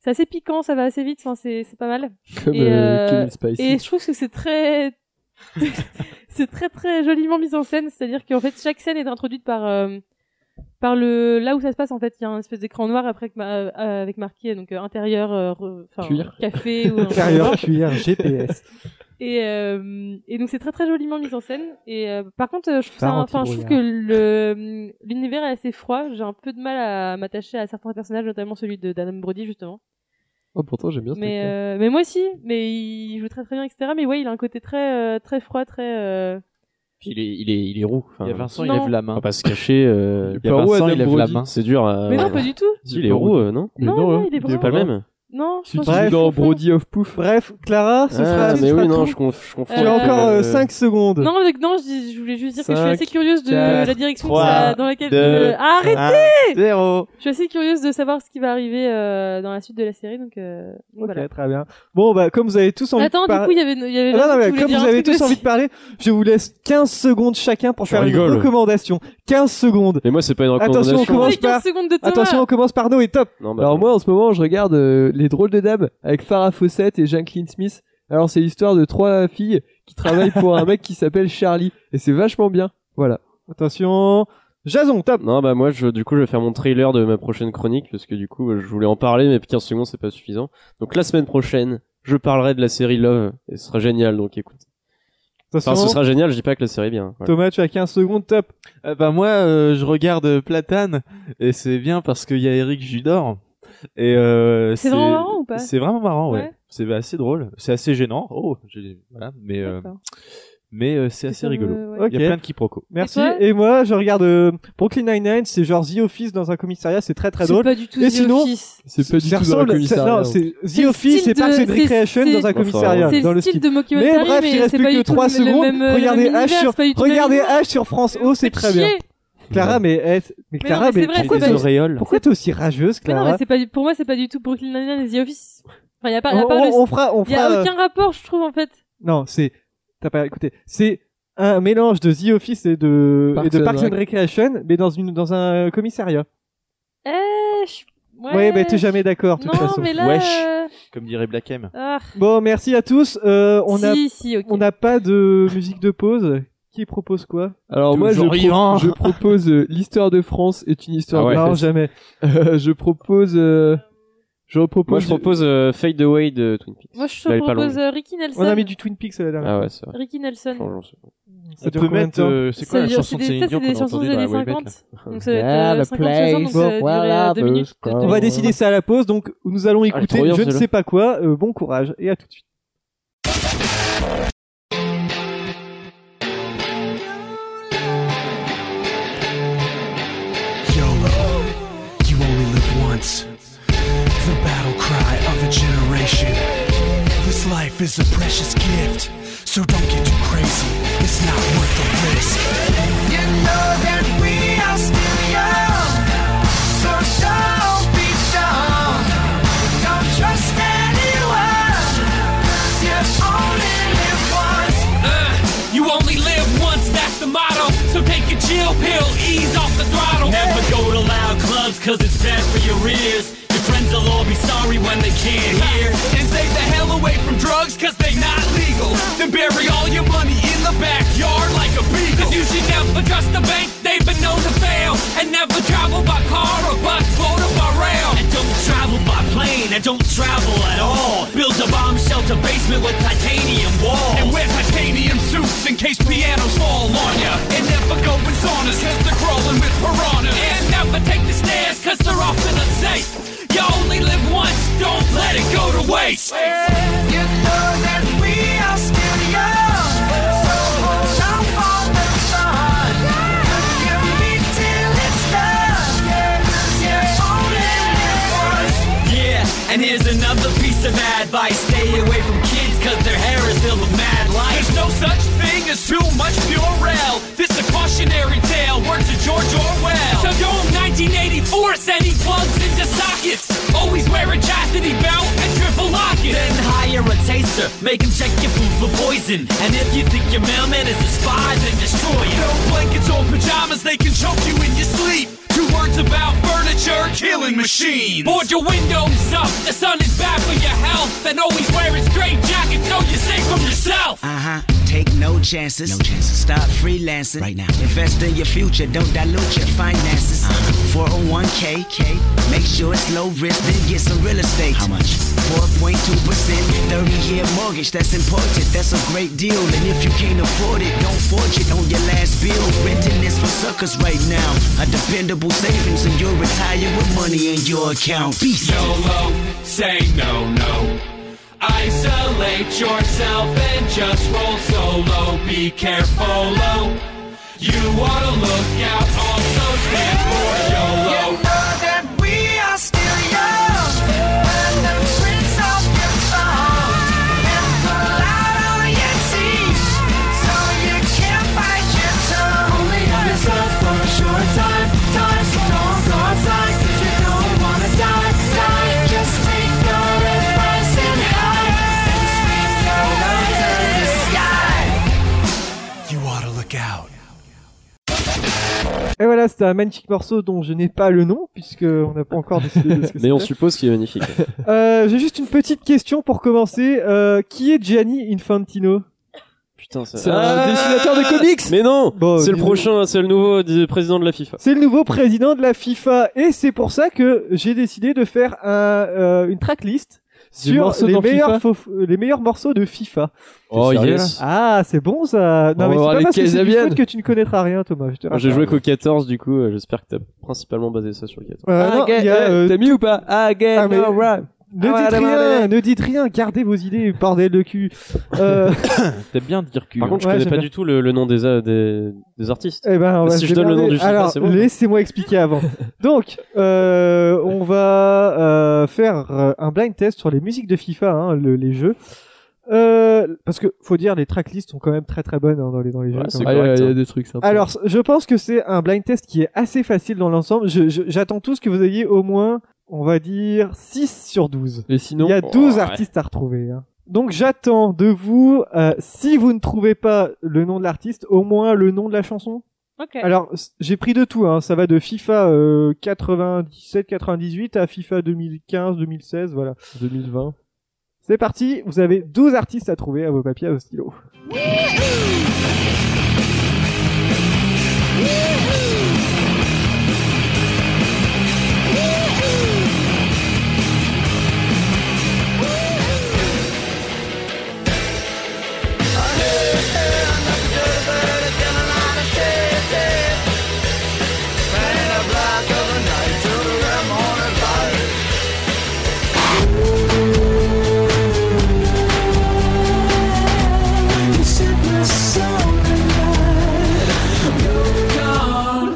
c'est assez piquant, ça va assez vite, enfin, c'est, c'est pas mal.
Comme,
et,
euh, Kevin Spacey.
et je trouve que c'est très, c'est très, très joliment mis en scène. C'est-à-dire qu'en fait, chaque scène est introduite par, euh, par le là où ça se passe en fait il y a un espèce d'écran noir après que ma- euh, avec marqué donc euh, intérieur euh, re- enfin,
Cuir.
café ou
Intérieur, cuir, GPS.
et, euh, et donc c'est très très joliment mis en scène. Et euh, par contre, euh, je trouve, ça-
Parenti
enfin, je trouve que
brouillard.
le l'univers est assez froid. J'ai un peu de mal à m'attacher à certains personnages, notamment celui de d'Adam Brody justement.
Oh, pourtant, j'aime bien ce
Mais
mec-là.
euh, mais moi aussi. Mais il joue très très bien, etc. Mais ouais, il a un côté très euh, très froid, très. euh,
Puis il est, il est, il est roux. Enfin,
Il y a Vincent,
il euh, Non. lève
la
hein.
main.
On va pas se cacher. euh,
Il y a Vincent, il lève la main.
C'est dur. à-
Mais
Ah,
non, pas du tout.
Si, il est roux, euh, non
Non, non, il est brun.
pas le même.
Non, je
Celui qui
pense que-
joue dans Brody of Poof.
Bref, Clara, ce sera.
Ah,
ce
mais
sera
oui, non,
tout.
je conf- je confonds.
Tu as encore
Euh,
5 secondes.
Non, mais- non, je, dis- je voulais juste dire que je suis
Cinq,
assez curieuse de
quatre,
la direction que
trois,
ça- dans laquelle.
deux,
euh, arrêtez
Ah,
un, zéro.
Je suis assez curieuse de savoir ce qui va arriver euh, dans la suite de la série, donc, euh, donc
Ok,
voilà.
très bien. Bon, bah, comme vous avez tous envie
Attends,
de
du
parler.
coup, il y avait- il y avait
Ah
Vincent
non, non,
qui
mais
voulait
comme
dire
vous
un
avez
truc
tous envie de parler, je vous laisse 15 secondes chacun pour faire
rigole.
une recommandation. 15 secondes.
Mais moi, c'est pas une recommandation.
Attention, on commence
Les 15
par.
secondes de Thomas.
Attention, on commence par Noé, top.
Non, bah,
Alors moi en ce moment je regarde euh, les drôles de dames avec Farah Fawcett et Jacqueline Smith. Alors c'est l'histoire de trois filles qui travaillent pour un mec qui s'appelle Charlie et c'est vachement bien. Voilà.
Attention. Jason, top.
Non, bah moi, je, du coup, je vais faire mon trailer de ma prochaine chronique parce que du coup, euh, je voulais en parler, mais 15 secondes, c'est pas suffisant. Donc la semaine prochaine, je parlerai de la série Love et ce sera génial. Donc écoute.
Attention.
Enfin, ce sera génial. Je dis pas que la série est bien. voilà.
Thomas, tu as 15 secondes, top.
Euh, bah moi, euh, je regarde euh, Platane et c'est bien parce qu'il y a Eric Judor. Et euh,
C'est vraiment marrant ou pas
C'est vraiment marrant, ouais.
Ouais.
C'est assez drôle, c'est assez gênant. Oh, j'ai- voilà, mais euh,
D'accord.
mais euh, c'est assez
comme,
rigolo.
euh,
ouais.
Il y
Ok.
a plein de quiproquos.
Merci.
Et toi
Et, moi, je regarde euh, Brooklyn Nine-Nine, c'est genre The Office dans un commissariat, c'est très très
C'est
drôle.
pas du tout
Et
The
sinon,
Office.
C'est pas du
ça
tout dans le
ressemble-
commissariat. hein.
ça- non, c'est
C'est
The
le
Office
style
et Parks
de-
and
c'est-
Recreation
c'est-
dans un
Enfin,
commissariat,
C'est
dans
le
le
style
style.
de mockumentary,
Mais bref, il reste
c'est
plus
pas
que
du tout
trois
le
secondes.
même, euh,
regardez
le même
H
univers,
sur,
c'est pas du tout le même
regardez
univers.
H sur France O, Oh, c'est
Faites
très
chier.
bien. Clara, mais, eh, c'est- mais
non,
Clara,
mais c'est
mais,
vrai, c'est
pourquoi
pas
t'es-
du-
auréoles.
pourquoi t'es aussi rageuse,
Mais non,
Clara
mais c'est pas du- pour moi, c'est pas du tout Brooklyn Nine-Nine et The Office. Enfin, y a pas, y a
on,
pas le-
on- on fera, on
y a
fera. euh,
aucun rapport, je trouve, en fait.
Non, c'est. T'as pas écouté. C'est un mélange de The Office et de,
Parks
et de
and
Parks and
Rec.
Recreation, mais dans, une, dans un euh, commissariat.
Eh, je- ouais.
Ouais, mais t'es jamais d'accord, de toute
Non,
façon.
mais là,
Wesh.
euh,
Comme dirait Black M.
ah,
Bon, merci à tous. Euh, on
si,
a
si, ok.
on n'a pas de musique de pause. Qui propose quoi
Alors Oh, moi je,
Toujours
pro-
vivant.
je propose euh, l'histoire de France est une histoire.
Ah ouais.
de
Non,
fesses.
jamais.
Euh, je propose. euh, je propose.
Moi, je propose euh, Fade Away de Twin Peaks.
Moi, je te
Là, elle est pas
propose
longue.
euh, Ricky Nelson.
On a mis du Twin Peaks à la dernière.
Ah ouais, c'est vrai.
Ricky Nelson.
Changeons ce-
Ça
Ah,
On
dure
peut
combien de
mettre.
temps
euh, c'est quoi
Ça
la
dure-
chanson de
des-
Céline
ça,
Dion
c'est des
qu'on a
chansons
entendue
des
dans la
années
Wayback, là
50. Donc ça va être euh, 55 secondes, donc ça va durer
bah,
2 minutes.
oh.
peut-être
On
deux
va
minutes.
décider ça à la pause. Donc nous
Ah,
allons
est
écouter
trop bien,
je ne
celle-là.
sais pas quoi. Euh, bon courage et à tout de suite.
YOLO, you only live once. The battle cry of a generation. This life is a precious gift, so don't get too crazy. It's not worth the risk. You know that we are still young, so don't be dumb. Don't trust anyone. You only live once.
You only live once, that's the motto. So take your chill pill, ease off the throttle. Never go to loud clubs, cause it's bad for your ears. Your friends will all be sorry when they can't hear. And stay the hell away from drugs, cause they not legal. Then bury all your money in the backyard like a beagle. Cause you should never trust the bank, they've been known to fail. And don't travel at all. Build a bomb shelter basement with titanium walls.
And wear titanium suits in case pianos fall on ya. And never go in saunas, cause they're crawling with piranhas.
And never take the stairs, cause they're often unsafe. You only live once, don't let it go to waste.
You know that we are still young. So hold on for the sun. Give me till it's done. You're only live once.
Yeah, and here's another piece of advice. Stay away from kids cause their hair is filled with mad light.
There's no such thing as too much Purell. This a cautionary tale, words of George Orwell.
So don't 1984 send these plugs into sockets. Always wear a chastity belt and triple locket. Then hire a taster, make him check your food for poison. And if you think your mailman is a spy, then destroy him.
No blankets or pajamas, they can choke you in your sleep. Two words about furniture, killing machines.
Board your windows up, the sun is bad for your health. And always wear a straight jacket so you're safe from yourself.
Uh huh. Take no chances. No chances. Start freelancing right now. Invest in your future. Don't dilute your finances. Uh-huh. 401k. K. Make sure it's low risk. Then get some real estate. How much? 4.2 percent. 30 year mortgage. That's important. That's a great deal. And if you can't afford it, don't forge it on your last bill. Renting is for suckers right now. A dependable savings, and you'll retire with money in your account.
Ah,
Peace.
YOLO, say no, no. Isolate yourself and just roll solo. Be careful, oh. You wanna look out, also stand for YOLO.
You know that we are still young. When the prince of your song and pull out all your teeth, so you can't bite your tongue.
Only have yourself for a short time. Time so don't start signs if you don't wanna die. Die. Just take your advice and hide. Since we know
Under the sky. You ought to look out.
Et voilà, c'était un magnifique morceau dont je n'ai pas le nom, puisque on n'a pas encore décidé de ce que
Mais on
c'était.
suppose qu'il est magnifique.
Euh, J'ai juste une petite question pour commencer. Euh, qui est Gianni Infantino
Putain, ça-
C'est un dessinateur de comics
Mais non
Ah. Bon,
C'est le
dis-donc.
prochain, c'est le nouveau dis- président de la FIFA.
C'est le nouveau président de la FIFA et c'est pour ça que j'ai décidé de faire un, euh, une tracklist
Des
sur
morceaux
les
dans
meilleurs,
FIFA
fo- les meilleurs morceaux de FIFA.
Oh,
T'es sérieux,
yes.
là Ah, c'est bon ça
On va
Non mais c'est
voir
pas parce que
lesquels
c'est
ils
du
viennent.
foot que tu ne connaîtras rien Thomas. je te
Moi, J'ai
rassure.
joué qu'au 14, du coup, euh, j'espère que t'as principalement basé ça sur le 14.
Euh, non, il y a, euh,
Ah, T'as mis ou pas Ah, gay,
Ah, mais-
no rap.
Ne
Ah,
dites
ouais,
rien,
ouais.
ne dites rien, gardez vos idées, bordel de cul. Euh,
T'aimes bien dire cul.
hein.
Par contre, je
Ouais,
connais
j'aime
pas
bien.
du tout le, le nom des, euh, des, des artistes.
Eh ben, on va
si
se
je donne le nom
démerder.
du FIFA,
Alors,
c'est bon.
laissez-moi expliquer avant. Donc, euh, on va euh, faire euh, un blind test sur les musiques de FIFA, hein, le- les jeux. Euh, parce que faut dire, les tracklists sont quand même très très bonnes hein, dans les dans les jeux.
Ouais, c'est
quand même.
correct, Ah, il y a- hein. il y a des trucs sympas.
Alors, je pense que c'est un blind test qui est assez facile dans l'ensemble. Je- je- J'attends tous que vous ayez au moins, on va dire, 6 sur 12.
Et sinon,
Il y a 12
Oh, ouais.
artistes à retrouver. hein. Donc j'attends de vous, euh, si vous ne trouvez pas le nom de l'artiste, au moins le nom de la chanson.
Ok.
Alors s- j'ai pris de tout, hein. ça va de FIFA 97-98 à FIFA 2015-2016, voilà.
2020.
C'est parti, vous avez 12 artistes à trouver à vos papiers, à vos stylos.
You set my soul alight. You're gone.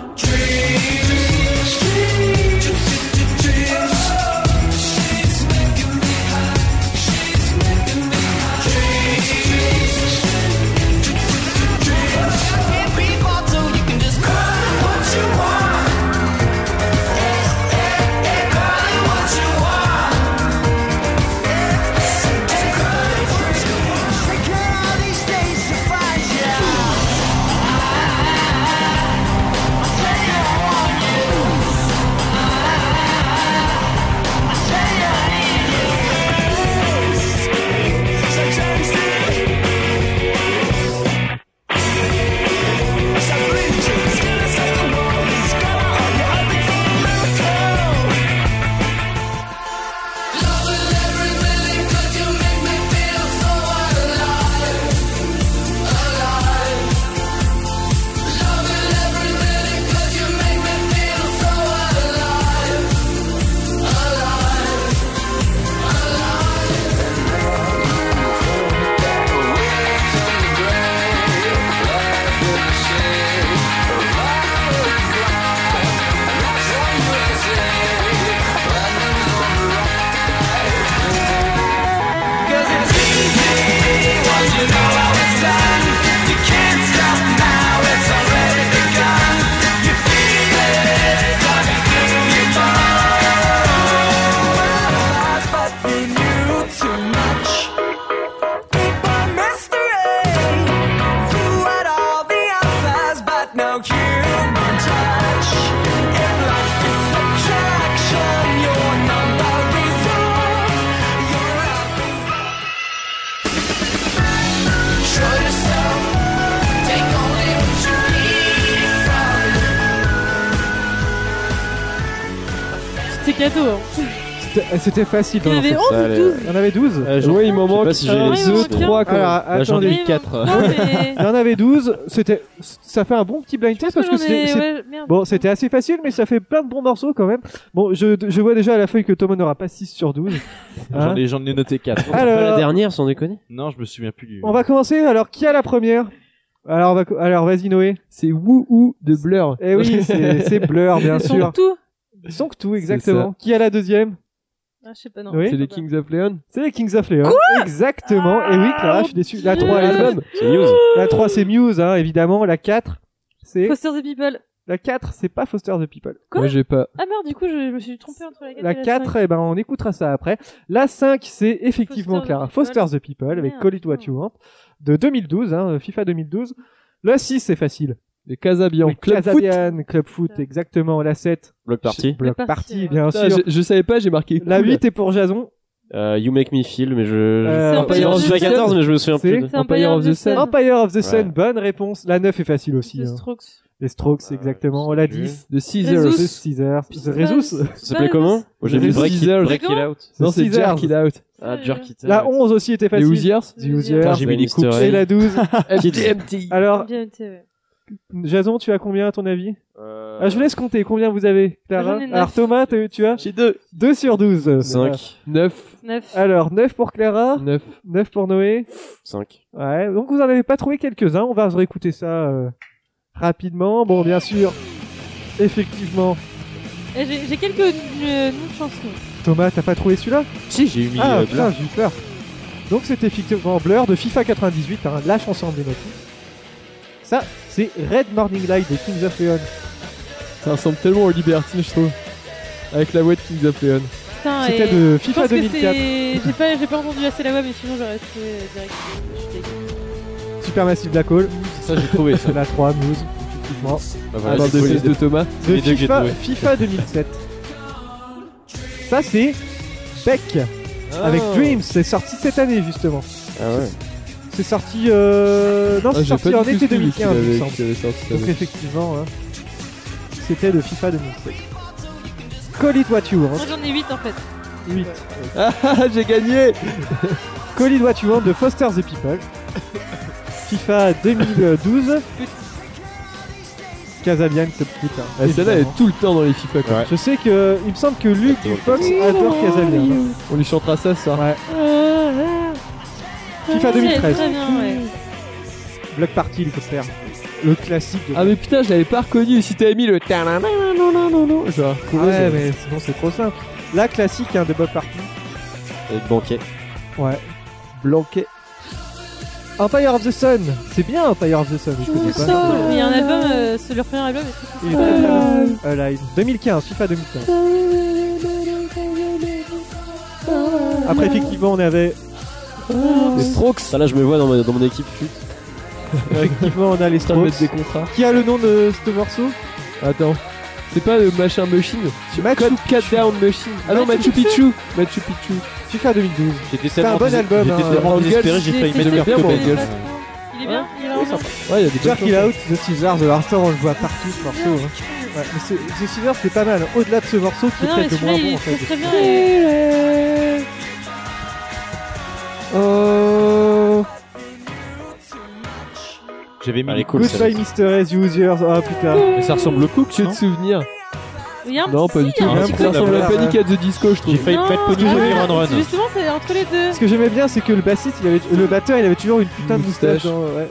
cadeau. hein.
C'était- eh, C'était facile. hein,
Il y en avait 11 ou Ah
ça allait,
12?
ouais. Il y en avait 12
Euh, j'en-
Oui, il m'en
je sais
manque
pas si j'ai les
2,
autres, mais-
3 quand même.
Alors,
Attendez.
j'en ai eu quatre.
Non, mais-
Il y en avait 12. C'était, ça fait un bon petit blind test
pense
parce
que
que
j'en ai-
c'était, c'est-
ouais, merde.
bon, c'était assez facile, mais ça fait plein de bons morceaux quand même. Bon, je, je vois déjà à la feuille que Thomas n'aura pas 6 sur 12.
J'en
Hein
ai- j'en ai noté 4.
Alors-
La dernière, sans déconner
Non, je me souviens plus du.
On va commencer. Alors, qui a la première alors, on va co- alors, vas-y Noé. C'est Wouhou de Blur. Eh oui, c'est c'est Blur, bien
Ils sont
sûr.
tout.
Sont que tout, exactement. Qui a la deuxième
Ah, je sais pas, non.
Oui.
je sais pas.
of Leon C'est les Kings of Leon. Exactement. Et oui, Clara, je suis déçu. La 3, elle est bonne.
C'est Muse.
La 3, c'est Muse, hein, évidemment. La 4, c'est...
Foster the People.
La 4, c'est pas Foster the People.
Quoi
Moi, j'ai pas...
Ah merde, du coup, je, je me suis trompé entre la 4
La
et la
4,
cinq.
eh ben, on écoutera ça après. La 5, c'est effectivement
Foster the
Clara.
People.
Foster the People, avec
Merde.
Call It What You Want, de 2012, hein, FIFA 2012. La 6, c'est facile. Les Casabian,
Club
Club Foot, exactement. La 7,
Block Party.
Block Party, bien sûr.
Je, je savais pas, j'ai marqué.
La 8 est pour Jason.
Euh, you Make Me Feel, mais je. je-
Euh,
je suis à 14, mais je me souviens plus. de-
C'est Empire of the Sun, bonne réponse. La 9 est facile aussi. hein.
Strokes.
Les Strokes, exactement. La 10.
The Scissors.
The
Résus.
Scissors. The Résus.
Ça s'appelait comment Moi, j'ai vu
The
Break It,
Scissors.
Break It Out.
The
Non, c'est
Scissors.
Jerk It Out.
Euh,
Ah, Jerk It Out.
La 11 aussi était facile.
Les Hoosiers
The Hoosiers.
Putain, j'ai mis les coupes.
Et la 12.
Kids.
Alors,
Bien, tu sais, ouais.
Jason, tu as combien à ton avis Ah, Je vous laisse compter combien vous avez, Clara.
J'en ai neuf.
Alors, Thomas, t'as- tu as J'ai 2. 2 sur 12.
Cinq.
9.
Neuf.
Alors, 9 pour Clara. 9. 9 pour Noé.
5.
Ouais, donc vous en avez pas trouvé quelques-uns. On va réécouter ça euh, rapidement. Bon, bien sûr. Effectivement.
Eh, J'ai j'ai quelques euh, noms de chansons.
Thomas, t'as pas trouvé celui-là
Si, j'ai eu mis,
Ah
euh,
putain,
Blur.
j'ai eu peur. Donc c'était effectivement Blur de FIFA 98, hein, la chanson emblématique. Ça, c'est Red Morning Light de Kings of Leon.
Ça ressemble tellement au Libertine, je trouve. Avec la voix de Kings of Leon.
Putain,
C'était
et
de
je
FIFA
pense que
2004.
c'est- J'ai pas, j'ai pas entendu assez la voix, mais sinon j'aurais trouvé euh, direct. Je suis dégueu.
Supermassive Black Hole.
Ça, j'ai trouvé ça.
la 3, Muse, effectivement.
Bah voilà,
Avant
c'est cool, les deux.
De
Les deux que j'ai
FIFA,
trouvés.
FIFA 2007. Ça, c'est Beck
Ah.
avec Dreams. C'est sorti cette année, justement.
Ah ouais.
C'est sorti. Euh... Non,
Ah,
c'est
j'ai
sorti
pas
en
du tout
été
suivi
2015,
qu'il
il me
avait-
semble.
qu'il avait sorti cette
Donc,
année.
effectivement, hein, c'était de FIFA 2007. Call it what you want.
Moi j'en ai 8 en fait.
8. Ah, j'ai gagné Call it what you want de Foster the People. FIFA 2012. Casabian Club Foot. hein,
Ah, Celle-là, elle
évidemment.
est tout le temps dans les FIFA. quoi.
Je sais que il me semble que Luc du Fox adore Casabian.
On lui chantera ça, ça.
Ouais. FIFA
Ouais,
2013.
Oh, Très bien, ouais.
Block Party, le faire. Le classique. de-
Ah mais putain, je l'avais pas reconnu. Si t'avais mis le. ta-la-la-la-la-la-la, J'aurais
Ah
retrouvé,
ouais,
ça.
mais sinon c'est trop simple. La classique hein, de Bob Party.
Avec Banquet.
Ouais. Blanquet. Empire of the Sun. C'est bien Empire of the Sun. Je connais
Soul.
pas.
Mais il y a un album, euh, c'est leur premier album. est très, très
Il est
sympa.
très, très bon. Alive. 2015, FIFA 2015. Ah. Après, effectivement, on avait.
Les Strokes. Ah, Ça, là, je me vois dans, ma- dans mon équipe fut.
Effectivement, on a les
Putain, de mettre
Strokes.
des contrats.
Qui a le nom de ce morceau
Attends. C'est pas le machin machine. Sur
Machu
Code Cat Down Machine. Ah non, Machu
Machu
Picchu. Machu Picchu.
FIFA 2012.
J'étais
C'est un bon album. hein.
Il est bien, il est vraiment
Ouais, il y a
Jerk It Out, The Scissors, The Hardstone, on le voit partout ce morceau. hein. Ouais, mais c'est- The Scissors, c'est pas mal. Au-delà de ce morceau qui
Ah
est
non, mais
peut-être le
celui-là,
moins
il
bon
est
en
très très euh,
fait.
bien.
Oh.
J'avais mis
Ah,
les coupes.
Goodbye Mr. S, Users. Oh putain.
Mais ça ressemble au Cook,
Que de souvenirs.
Il y a un
Non,
petit-
pas du
il y
tout.
a un petit
Ça
côté-
ressemble à
Ouais.
Panic at the Disco, je trouve.
J'ai failli
Non,
pas
Euh,
être pogné,
ah,
j'ai mis
ouais,
Run Run.
Justement, c'est entre les deux.
Ce que j'aimais bien, c'est que le bassiste, il avait, le batteur, il avait toujours une putain de moustache. dans- ouais.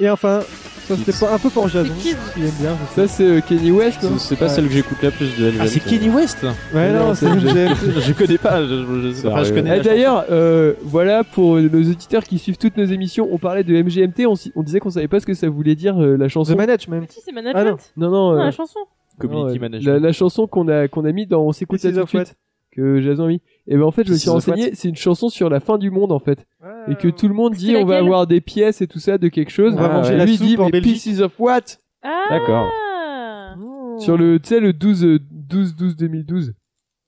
Et enfin, ça c'était pas- un peu pour hein. Jason. Il aime bien. je sais.
Ça, c'est euh, Kenny West. non
C'est- C'est pas
Ouais.
celle que j'écoute la plus de LVMH.
Ah, c'est Kenny
West
Ouais, non, c'est
je,
LVMH.
je connais pas. Je, je- je- enfin, je connais.
Eh,
la
D'ailleurs, euh, voilà pour nos auditeurs qui suivent toutes nos émissions. On parlait de MGMT, on, si- on disait qu'on savait pas ce que ça voulait dire euh, la chanson.
The Management.
Si, c'est Management.
non, non,
Non,
euh,
la chanson.
Community
non, euh,
Management.
La, la chanson qu'on a qu'on a mis dans On s'écoute ça tout de suite que Jason a mis. Et ben en fait, je me
This
suis
is what
renseigné, c'est une chanson sur la fin du monde en fait, et que tout le monde dit
Ah. C'est
on va
laquelle
avoir des pièces et tout ça de quelque chose.
On va
Ah,
manger
ouais.
la
Lui
soupe
dit
en
mais
Belgique.
pieces of what
Ah.
D'accord.
Oh.
Sur le tu sais le 12 euh, 12 12 2012.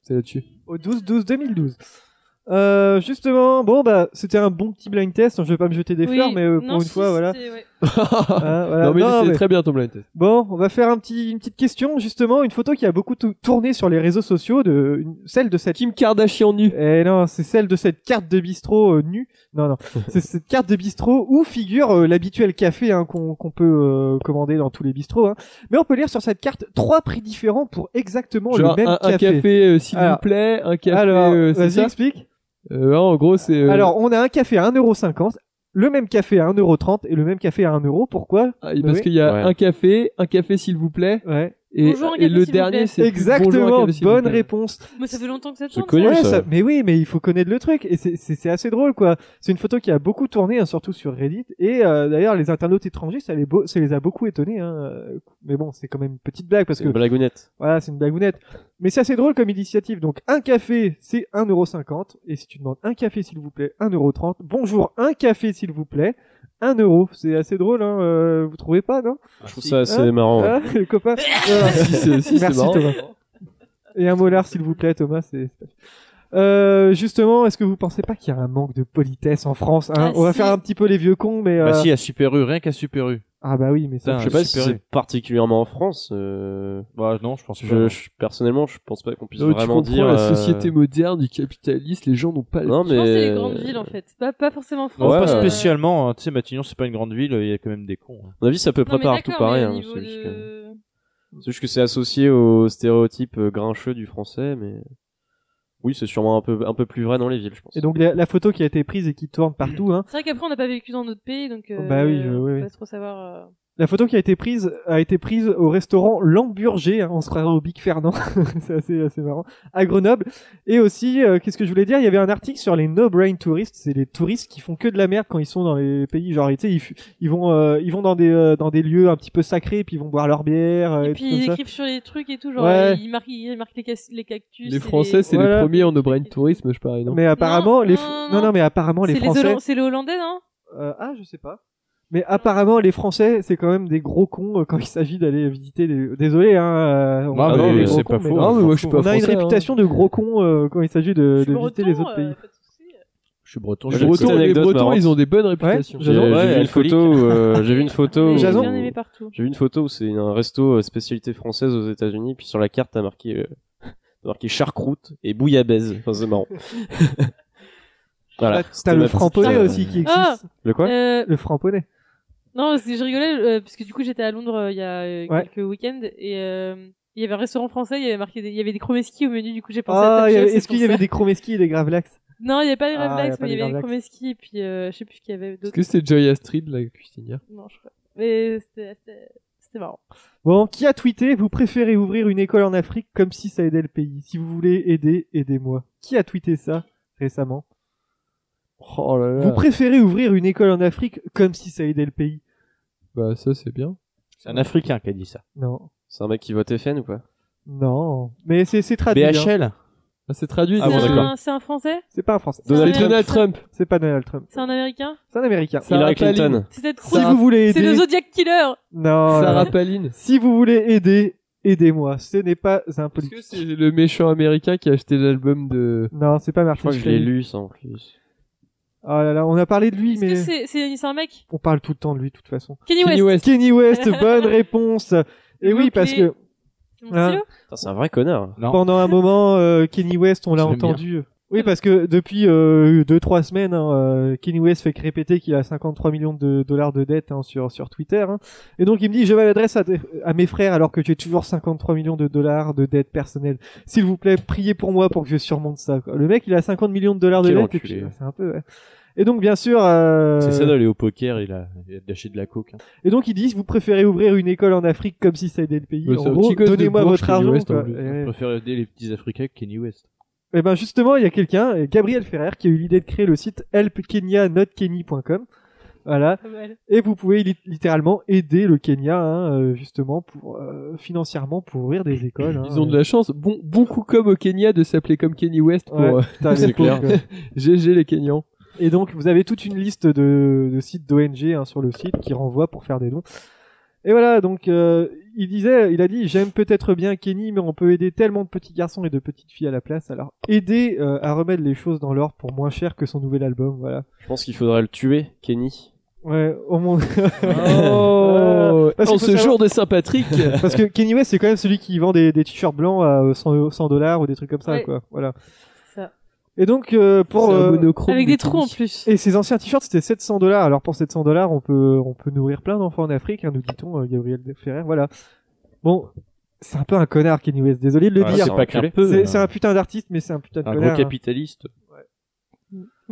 C'est là-dessus.
Au 12-12-2012. Euh, justement, bon bah c'était un bon petit blind test. hein, Je vais pas me jeter des
Oui,
fleurs, mais euh, pour
non,
une
si,
fois, voilà.
c'était- ouais.
Ah, voilà.
Euh, Non, mais c'était très bien ton blind test.
Bon, on va faire un petit, une petite question justement, une photo qui a beaucoup tou- tourné sur les réseaux sociaux, de une- celle de cette Kim Kardashian nue. Eh non, c'est celle de cette carte de bistrot euh, nue. Non, non, c'est cette carte de bistrot où figure euh, l'habituel café hein, qu'on qu'on peut euh, commander dans tous les bistrots. hein. Mais on peut lire sur cette carte trois prix différents pour exactement
Genre
le même
un, un
café.
euh, s'il vous
Alors,
plaît, un café.
alors,
euh, c'est
vas-y,
ça
explique.
Euh, en gros, c'est. euh,
Alors, on a un café à 1,50€, le même café à 1,30€ et le même café à 1€. Pourquoi
Ah, et parce qu'il y a un café, un café s'il vous plaît. Et,
Bonjour, un
et
café, s'il
le
vous
dernier,
plaît.
c'est
Exactement,
bonjour, un café, s'il vous
bonne
plaît.
réponse.
Mais ça fait longtemps que ça tourne.
Ouais,
ça.
ça- Mais oui, mais il faut connaître le truc. Et c'est- c'est c'est assez drôle, quoi. C'est une photo qui a beaucoup tourné, hein, surtout sur Reddit. Et euh, d'ailleurs, les internautes étrangers, ça les, beau- ça les a beaucoup étonnés. Hein. Euh, Mais bon, c'est quand même une petite blague parce
C'est
que.
une blagounette.
Voilà, c'est une blagounette. Mais c'est assez drôle comme initiative. Donc, un café, c'est 1,50€. Et si tu demandes un café, s'il vous plaît, 1,30€. Bonjour, un café, s'il vous plaît. 1 euro, c'est assez drôle, hein, euh, vous trouvez pas, non
Je trouve ça assez
Ah.
Hein
marrant, ouais.
Hein, les copains. Voilà.
Oh. Si, c'est- si, c'est
Merci
marrant.
Thomas. Et un molar, s'il vous plaît, Thomas. c'est- Euh, justement, est-ce que vous pensez pas qu'il y a un manque de politesse en France hein
Ah,
On va
si.
faire un petit peu les vieux cons, mais.
Bah
euh,
si,
à Super U, rien qu'à Super U.
Ah bah oui, mais ça.
je sais pas si c'est particulièrement en France. euh,
Bah, non, je pense
je, personnellement, je pense pas qu'on puisse
Non, mais tu
vraiment
comprends,
dire.
la
euh,
société moderne du capitaliste, les gens n'ont pas.
Non,
Je pense que c'est les
mais-
grandes villes en fait. Pas, pas forcément en
Non,
France.
pas
mais, euh,
spécialement. hein. Tu sais, Matignon, c'est pas une grande ville. Il y a quand même des cons. hein.
À mon avis, c'est à peu près
mais
partout
d'accord,
pareil.
mais au
hein,
niveau
c'est juste que-
de-
C'est juste que c'est associé au stéréotype euh, grincheux du français, mais oui, c'est sûrement un peu un peu plus vrai dans les villes, je pense.
Et donc, la, la photo qui a été prise et qui tourne partout, hein.
C'est vrai qu'après on n'a pas vécu dans notre pays donc. euh,
Bah oui, je-
on
oui,
peut
oui.
Pas trop savoir. euh,
La photo qui a été prise a été prise au restaurant L'Amburger, hein, on se croirait au Big Fernand, c'est assez, assez marrant, à Grenoble. Et aussi, euh, qu'est-ce que je voulais dire Il y avait un article sur les no-brain touristes, c'est les touristes qui font que de la merde quand ils sont dans les pays, genre tu sais, ils, fu- ils vont, euh, ils vont dans des, euh, dans des lieux un petit peu sacrés, puis ils vont boire leur bière. euh, et, tout
Et puis
comme
ils
ça.
écrivent sur les trucs et tout, genre
Ouais.
ils marquent, ils marquent les, cas- les cactus. et
Les Français, c'est
Voilà.
les premiers en no-brain tourisme, je parie. Non
Mais apparemment, les, fr- non, non, mais apparemment
C'est
les
les
Français.
Hollande- c'est les Hollandais, non
Ah, je sais pas. Mais apparemment, les Français, c'est quand même des gros cons euh, quand il s'agit d'aller visiter des. Désolé, hein. euh, on-
Ah,
on est
mais
des
c'est
gros
pas
cons, mais
faux, Non, mais moi, je suis pas
On a une
français, hein.
réputation de gros cons euh, quand il s'agit de, de visiter les
euh,
autres pays.
Je suis breton.
J'ai
je
une petite
Breton, les
anecdote
Bretons,
marrante.
ils ont des bonnes
Ouais,
réputations.
J'ai j'ai vu une photo. où, euh, J'ai vu une photo. où-
J'ai bien aimé partout.
J'ai vu une photo où c'est un resto euh, spécialité française aux États-Unis, puis sur la carte t'as marqué euh, t'as marqué charcroute et bouillabaisse. Enfin, c'est marrant. voilà.
Ah,
c'était
T'as le
ma petite,
framponnet
euh,
aussi qui existe.
Ah
Le quoi
Euh,
Le framponnet.
Non, parce que je rigolais, euh, parce que du coup j'étais à Londres euh, il y a euh,
Ouais.
quelques week-ends et euh, il y avait un restaurant français, il y avait marqué, des- il y avait des chromeski au menu, du coup j'ai pensé à
Ah,
Top
il y
Chef,
avait-
c'est
est-ce qu'il y
pour
avait
ça.
des Chromeski et des Gravelax
Non, il n'y avait pas les
Ah, il y
Ravelax,
a pas
mais il y
les
avait des
Gravelax.
chromeski et puis euh, je sais plus ce qu'il y avait
Est-ce
d'autres.
que c'était Joy Astrid, la cuisinière
Non, je crois. Mais c'était- c'était c'était marrant.
Bon, qui a tweeté Vous préférez ouvrir une école en Afrique comme si ça aidait le pays. Si vous voulez aider, aidez-moi. Qui a tweeté ça récemment
Oh là là.
Vous préférez ouvrir une école en Afrique comme si ça aidait le pays.
Bah, ça, c'est bien.
C'est un Africain qui a dit ça.
Non.
C'est un mec qui vote FN ou quoi
Non. Mais c'est c'est traduit. hein.
c'est traduit.
Ah bon,
C'est
d'accord.
un- c'est un français
C'est pas un français.
C'est Donald un Trump.
Trump.
C'est pas Donald Trump.
C'est un américain
C'est un américain.
Sarah Hillary Clinton. Palin.
C'est Ted Cruz
Si vous voulez aider.
C'est le Zodiac Killer Oh
Non.
Sarah
non.
Palin.
Si vous voulez aider, aidez-moi. Ce n'est pas un politique.
C'est le méchant américain qui a acheté l'album de.
Non, c'est pas Martin.
crois que je
J'ai
Shkreli.
lu ça en plus.
Oh là là, on a parlé de lui,
Est-ce que
mais
c'est- c'est c'est un mec
on parle tout le temps de lui de toute façon.
Kenny Kenny West. West.
Kenny West, bonne réponse. Et oui, parce que Hein
Putain, C'est un vrai connard.
pendant un moment, euh, Kenny West, on l'a entendu. Oui, parce que depuis 2-3 semaines, hein, euh, Kenny West fait que répéter qu'il a 53 millions de dollars de dettes hein, sur, sur Twitter. hein. Et donc il me dit, je m'adresse à, à mes frères alors que j'ai toujours 53 millions de dollars de dettes personnelles. S'il vous plaît, priez pour moi pour que je surmonte ça. quoi. Le mec, il a 50 millions de dollars de
Quel
dettes. et
enculé.
puis, C'est un peu... ouais. Et donc bien sûr... euh,
C'est ça d'aller au poker, il a, il a lâché de la coke. hein.
et donc ils disent, vous préférez ouvrir une école en Afrique comme si ça aidait le pays.
Mais
en
c'est un
gros,
petit gosse de
donnez-moi
Bourges,
votre
Kenny
argent.
West,
quoi. Eh
en plus.
Et-
Je préfère aider les petits Africains que Kenny West.
Et ben justement, il y a quelqu'un, euh, Gabriel Ferrer, qui a eu l'idée de créer le site helpkenyanotkeny.com. Voilà.
Pas mal.
Et vous pouvez lit- littéralement aider le Kenya, hein, euh, justement, pour euh, financièrement pour ouvrir des écoles. hein.
Ils ont de la chance. Bon, bon coup comme au Kenya de s'appeler comme Kenny West pour.
Ouais,
euh,
putain, les pauvres, quoi.
GG les Kenyans.
Et donc, vous avez toute une liste de, de sites d'ONG hein, sur le site qui renvoient pour faire des dons. Et voilà, donc euh, il disait, il a dit, j'aime peut-être bien Kenny, mais on peut aider tellement de petits garçons et de petites filles à la place. Alors aider euh, à remettre les choses dans l'ordre pour moins cher que son nouvel album, voilà.
Je pense qu'il faudrait le tuer, Kenny.
Ouais, au moins.
Ah,
Oh,
Ah, Parce
en
qu'il faut
ce
savoir-
jour de Saint-Patrick.
Parce que Kenny West, c'est quand même celui qui vend des, des t-shirts blancs à euh, 100 100 dollars ou des trucs comme ça,
Ouais.
quoi. Voilà.
Ça.
Et donc, euh, pour.
C'est un
euh,
monochrome Avec des de trous Kenny. en plus.
Et ces anciens t-shirts, c'était 700 dollars. Alors, pour 700 dollars, on peut, on peut nourrir plein d'enfants en Afrique, hein, nous dit-on, euh, Gabriel Ferrer. Voilà. Bon. C'est un peu un connard, Kenny West. Désolé de le
Ah,
Ah,
Ouais,
dire.
c'est pas culé.
euh, hein.
C'est- c'est un putain d'artiste, mais c'est un putain de
Un
connard.
gros
hein.
capitaliste.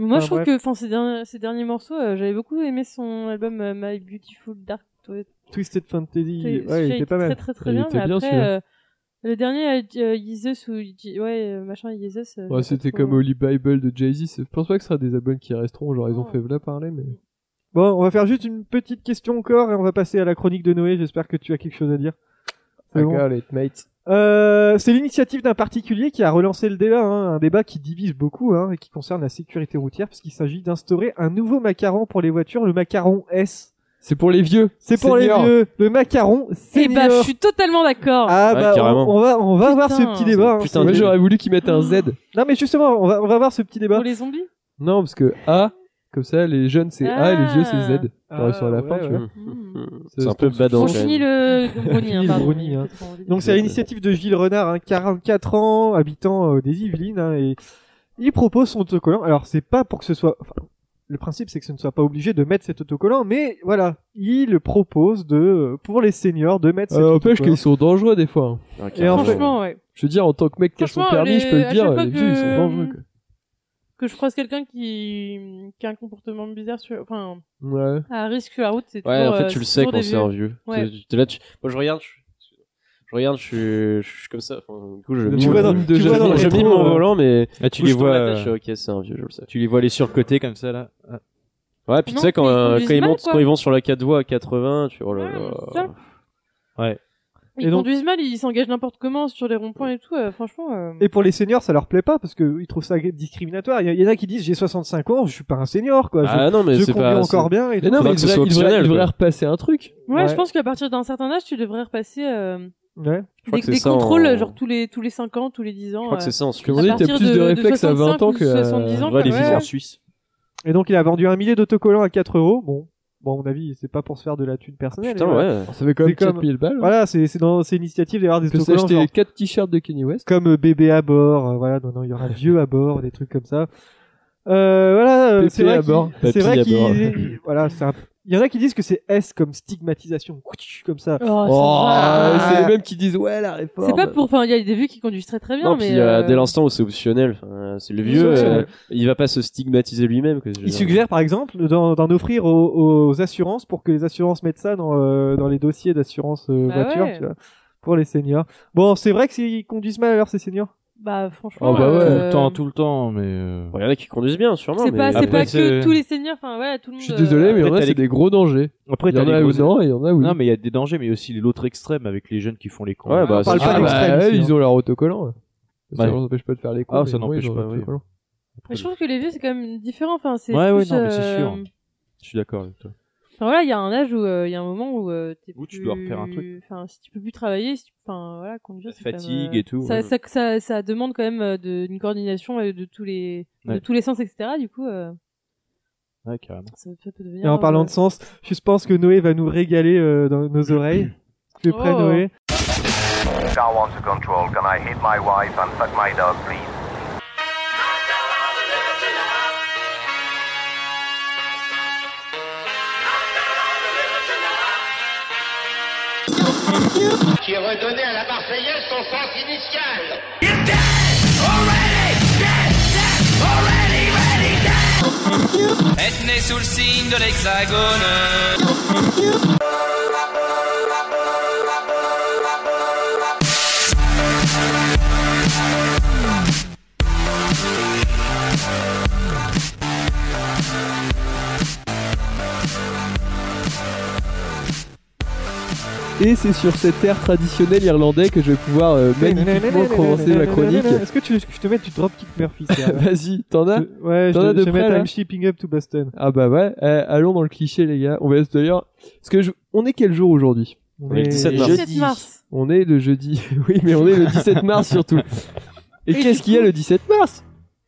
Moi,
Enfin,
je trouve
Ah, bref.
que enfin, ces, derniers, ces derniers morceaux, euh, j'avais beaucoup aimé son album euh, My Beautiful Dark Twisted.
hein. Twisted Fantasy.
Celui-là,
Ouais, il était pas mal.
Très, très, très
Il
bien.
était
Mais
bien,
après,
celui-là.
euh, le dernier, euh, Jesus ou. J- Ouais, euh, machin, Jesus. euh,
Ouais,
j'ai pas
C'était
trop-
comme Holy Bible de Jay-Z. c'est- Je pense pas que ce sera des albums qui resteront. Genre,
Ah.
ils ont fait là parler, mais.
Bon, on va faire juste une petite question encore et on va passer à la chronique de Noé. J'espère que tu as quelque chose à dire. C'est
I
bon.
got Ah, it, mate.
Euh, c'est l'initiative d'un particulier qui a relancé le débat, hein, un débat qui divise beaucoup hein, et qui concerne la sécurité routière parce qu'il s'agit d'instaurer un nouveau macaron pour les voitures, le macaron S.
C'est pour les vieux.
C'est pour
Senior.
les vieux, le macaron
Eh
senior.
bah, je suis totalement d'accord.
Ah
Ouais,
bah,
carrément.
on, on va on va voir ce
Putain.
petit débat. hein,
Putain, moi
c'est-
j'aurais voulu qu'ils mettent un
Oh.
Z.
Non mais justement, on va on va voir ce
bah.
petit débat.
Pour les zombies
Non, parce que A, comme ça, les jeunes c'est A et les vieux c'est Z. T'arrives sur la
Ah,
fin,
ouais,
tu vois.
ouais.
Euh,
C'est un peu badant,
On
quand
finit
même.
Hmm. le Brownie, hein,
Gilles
pardon.
Bruni, hein. Donc c'est à
Ouais.
l'initiative de Gilles Renard, hein, 44 ans, habitant euh, des Yvelines, hein, et il propose son autocollant. Alors c'est pas pour que ce soit, enfin, le principe c'est que ce ne soit pas obligé de mettre cet autocollant, mais voilà, il propose de, euh, pour les seniors, de
Euh,
mettre. cet
Alors, empêche
autocollant.
qu'ils sont dangereux des fois. hein.
Et en fait- Franchement,
ouais.
Je veux dire, en tant que mec qui a son
Franchement,
permis,
les-
je peux
à
le dire,
chaque fois
les vieux ils
que-
sont dangereux. quoi.
Que je croise quelqu'un qui... qui a un comportement bizarre, sur... enfin,
Ouais.
à risque sur la route, c'est
Ouais,
toujours,
en fait,
euh,
tu le
c'est
sais
toujours
quand
des
c'est un vieux.
Ouais.
Tu- tu- Là, tu... Moi, je regarde, je, je regarde, je suis, je suis comme ça. Enfin, du coup, je
Tu
mime,
vois dans-
je,
tu
je-
vois dans le
je
rétro,
mime mon
euh,
volant, mais
Ah, tu
du coup,
les
je tourne
vois,
la tête, je
euh,
fais, ok, c'est un vieux, je le sais.
Tu les vois les surcotés comme ça là. Ah.
Ouais, puis tu
Non,
sais, quand,
mais ils
euh,
conduisent
quand, ils
mal,
montent,
quoi.
quand ils vont sur la 4 voies à 80, tu vois, oh là là.
ça.
Ouais.
Ils
Et donc-
conduisent mal, ils s'engagent n'importe comment sur les ronds-points et tout, euh, franchement. euh,
Et pour les seniors, ça leur plaît pas parce que ils trouvent ça discriminatoire. Il y, en a qui disent j'ai 65 ans, je suis pas un senior quoi. Je,
Ah non, mais
je
c'est
conduis
pas-
encore
c'est-
bien. Et
Mais
tout.
non, mais Faudrait que ce ils soit devraient- ils devraient- optionnel, ils devraient quoi.
repasser un truc.
Ouais, je pense qu'à partir d'un certain âge, tu devrais repasser euh,
Ouais.
Je crois
des,
que c'est
des
ça
contrôles
en-
genre tous les tous les 5 ans, tous les 10 ans.
Je crois que
euh,
c'est ça en Suisse.
à
Comme on dit, t'as
partir
plus de
réflexes à 20 ans
ou
que, euh,
70 ans,
Ouais, les
quoi,
vieux
ouais.
en Suisse.
Et donc il a vendu un millier d'autocollants à 4 euros. Bon, bon, à mon avis, c'est pas pour se faire de la thune personnelle.
Putain,
mais voilà.
ouais.
Ça fait quand même
C'est comme-
4000 balles.
Voilà, c'est c'est dans c'est l'initiative d'avoir des
Tu peux
autocollants genre,
s'acheter 4 t-shirts de Kenny West.
comme euh, bébé à bord. euh, voilà, non, non, il y aura un vieux à bord, des trucs comme ça. Euh, voilà, euh,
Pépé
c'est vrai
à
qu'il-
bord.
c'est
Papy
vrai
à
qu'il-
bord.
il- voilà, c'est un- il y en a qui disent que c'est S comme stigmatisation, comme ça.
Oh, Oh, ça va.
c'est les mêmes qui disent ouais la réforme.
C'est pas pour enfin il y a des vues qui conduisent très très bien
Non,
mais
puis euh,
euh,
dès l'instant où c'est optionnel, enfin, c'est le
c'est
vieux,
optionnel.
euh, il va pas se stigmatiser lui-même. quoi, je veux
Il
dire.
suggère par exemple d'en d'en offrir aux, aux assurances pour que les assurances mettent ça dans, euh, dans les dossiers d'assurance euh,
Bah
voiture
ouais.
tu vois, pour les seniors. Bon, c'est vrai que s'ils conduisent mal alors ces seniors
bah franchement
Oh bah ouais. Tout
euh,
le temps, tout le temps, mais. euh,
Bon, Il y en a qui conduisent bien, sûrement.
c'est
mais
pas, c'est
après,
pas que
c'est-
tous les seigneurs enfin voilà tout le monde
Je suis
euh,
désolé, mais
Après,
en vrai,
t'as
c'est
les-
des gros dangers.
Après,
il y
t'as
en
les
a où
gros-
non, et il y en a où.
Non, mais il y a des dangers, mais aussi l'autre extrême avec les jeunes qui font les cons.
Ouais, bah,
Ah,
c'est sûr.
bah,
d'extrême
ouais,
ici,
ils ont leur autocollant. Ça
Ouais.
ne empêche pas de faire les cons.
Ah,
mais
ça
bon,
n'empêche
ils ont
pas,
leur
oui.
autocollant.
mais je trouve que les vieux c'est quand même différent enfin c'est
Ouais, ouais,
plus,
non, mais c'est
euh,
sûr.
enfin
Je suis d'accord avec toi.
voilà il y a un âge où euh, il y a un moment où euh, t'es
Où tu
plus-
dois refaire un truc.
enfin si tu peux plus travailler si tu... enfin voilà conduire c'est quand même,
fatigue
euh,
et tout,
ça,
ouais.
ça, ça ça demande quand même euh, de, une coordination euh, de tous les de
Ouais.
tous les sens etc du coup euh,
Ouais, carrément.
ça, ça peut devenir
Et en parlant
euh,
de sens, je pense que Noé va nous régaler euh, dans nos oreilles. Tu es prêt,
Oh.
Noé
Star One to control. Can I hit my wife and fuck my dog, please?
Qui redonnait à la Marseillaise son sens initial.
Être né sous le signe de l'hexagone.
Et c'est sur cet air traditionnel irlandais que je vais pouvoir euh, magnifiquement commencer ma chronique.
Est-ce que tu veux que je te mette du Dropkick Murphy ça, là
Vas-y, t'en as
Ouais,
T'en as
je
de
de
près,
mettre
là
I'm shipping up to Boston.
Ah bah ouais, eh, allons dans le cliché les gars. On va d'ailleurs... Parce que je- on est quel jour aujourd'hui
On est le 17 mars. 17 mars.
On est le jeudi. oui, mais on est le 17 mars surtout. Et,
Et
qu'est-ce
du
qu'il y a
coup,
le 17 mars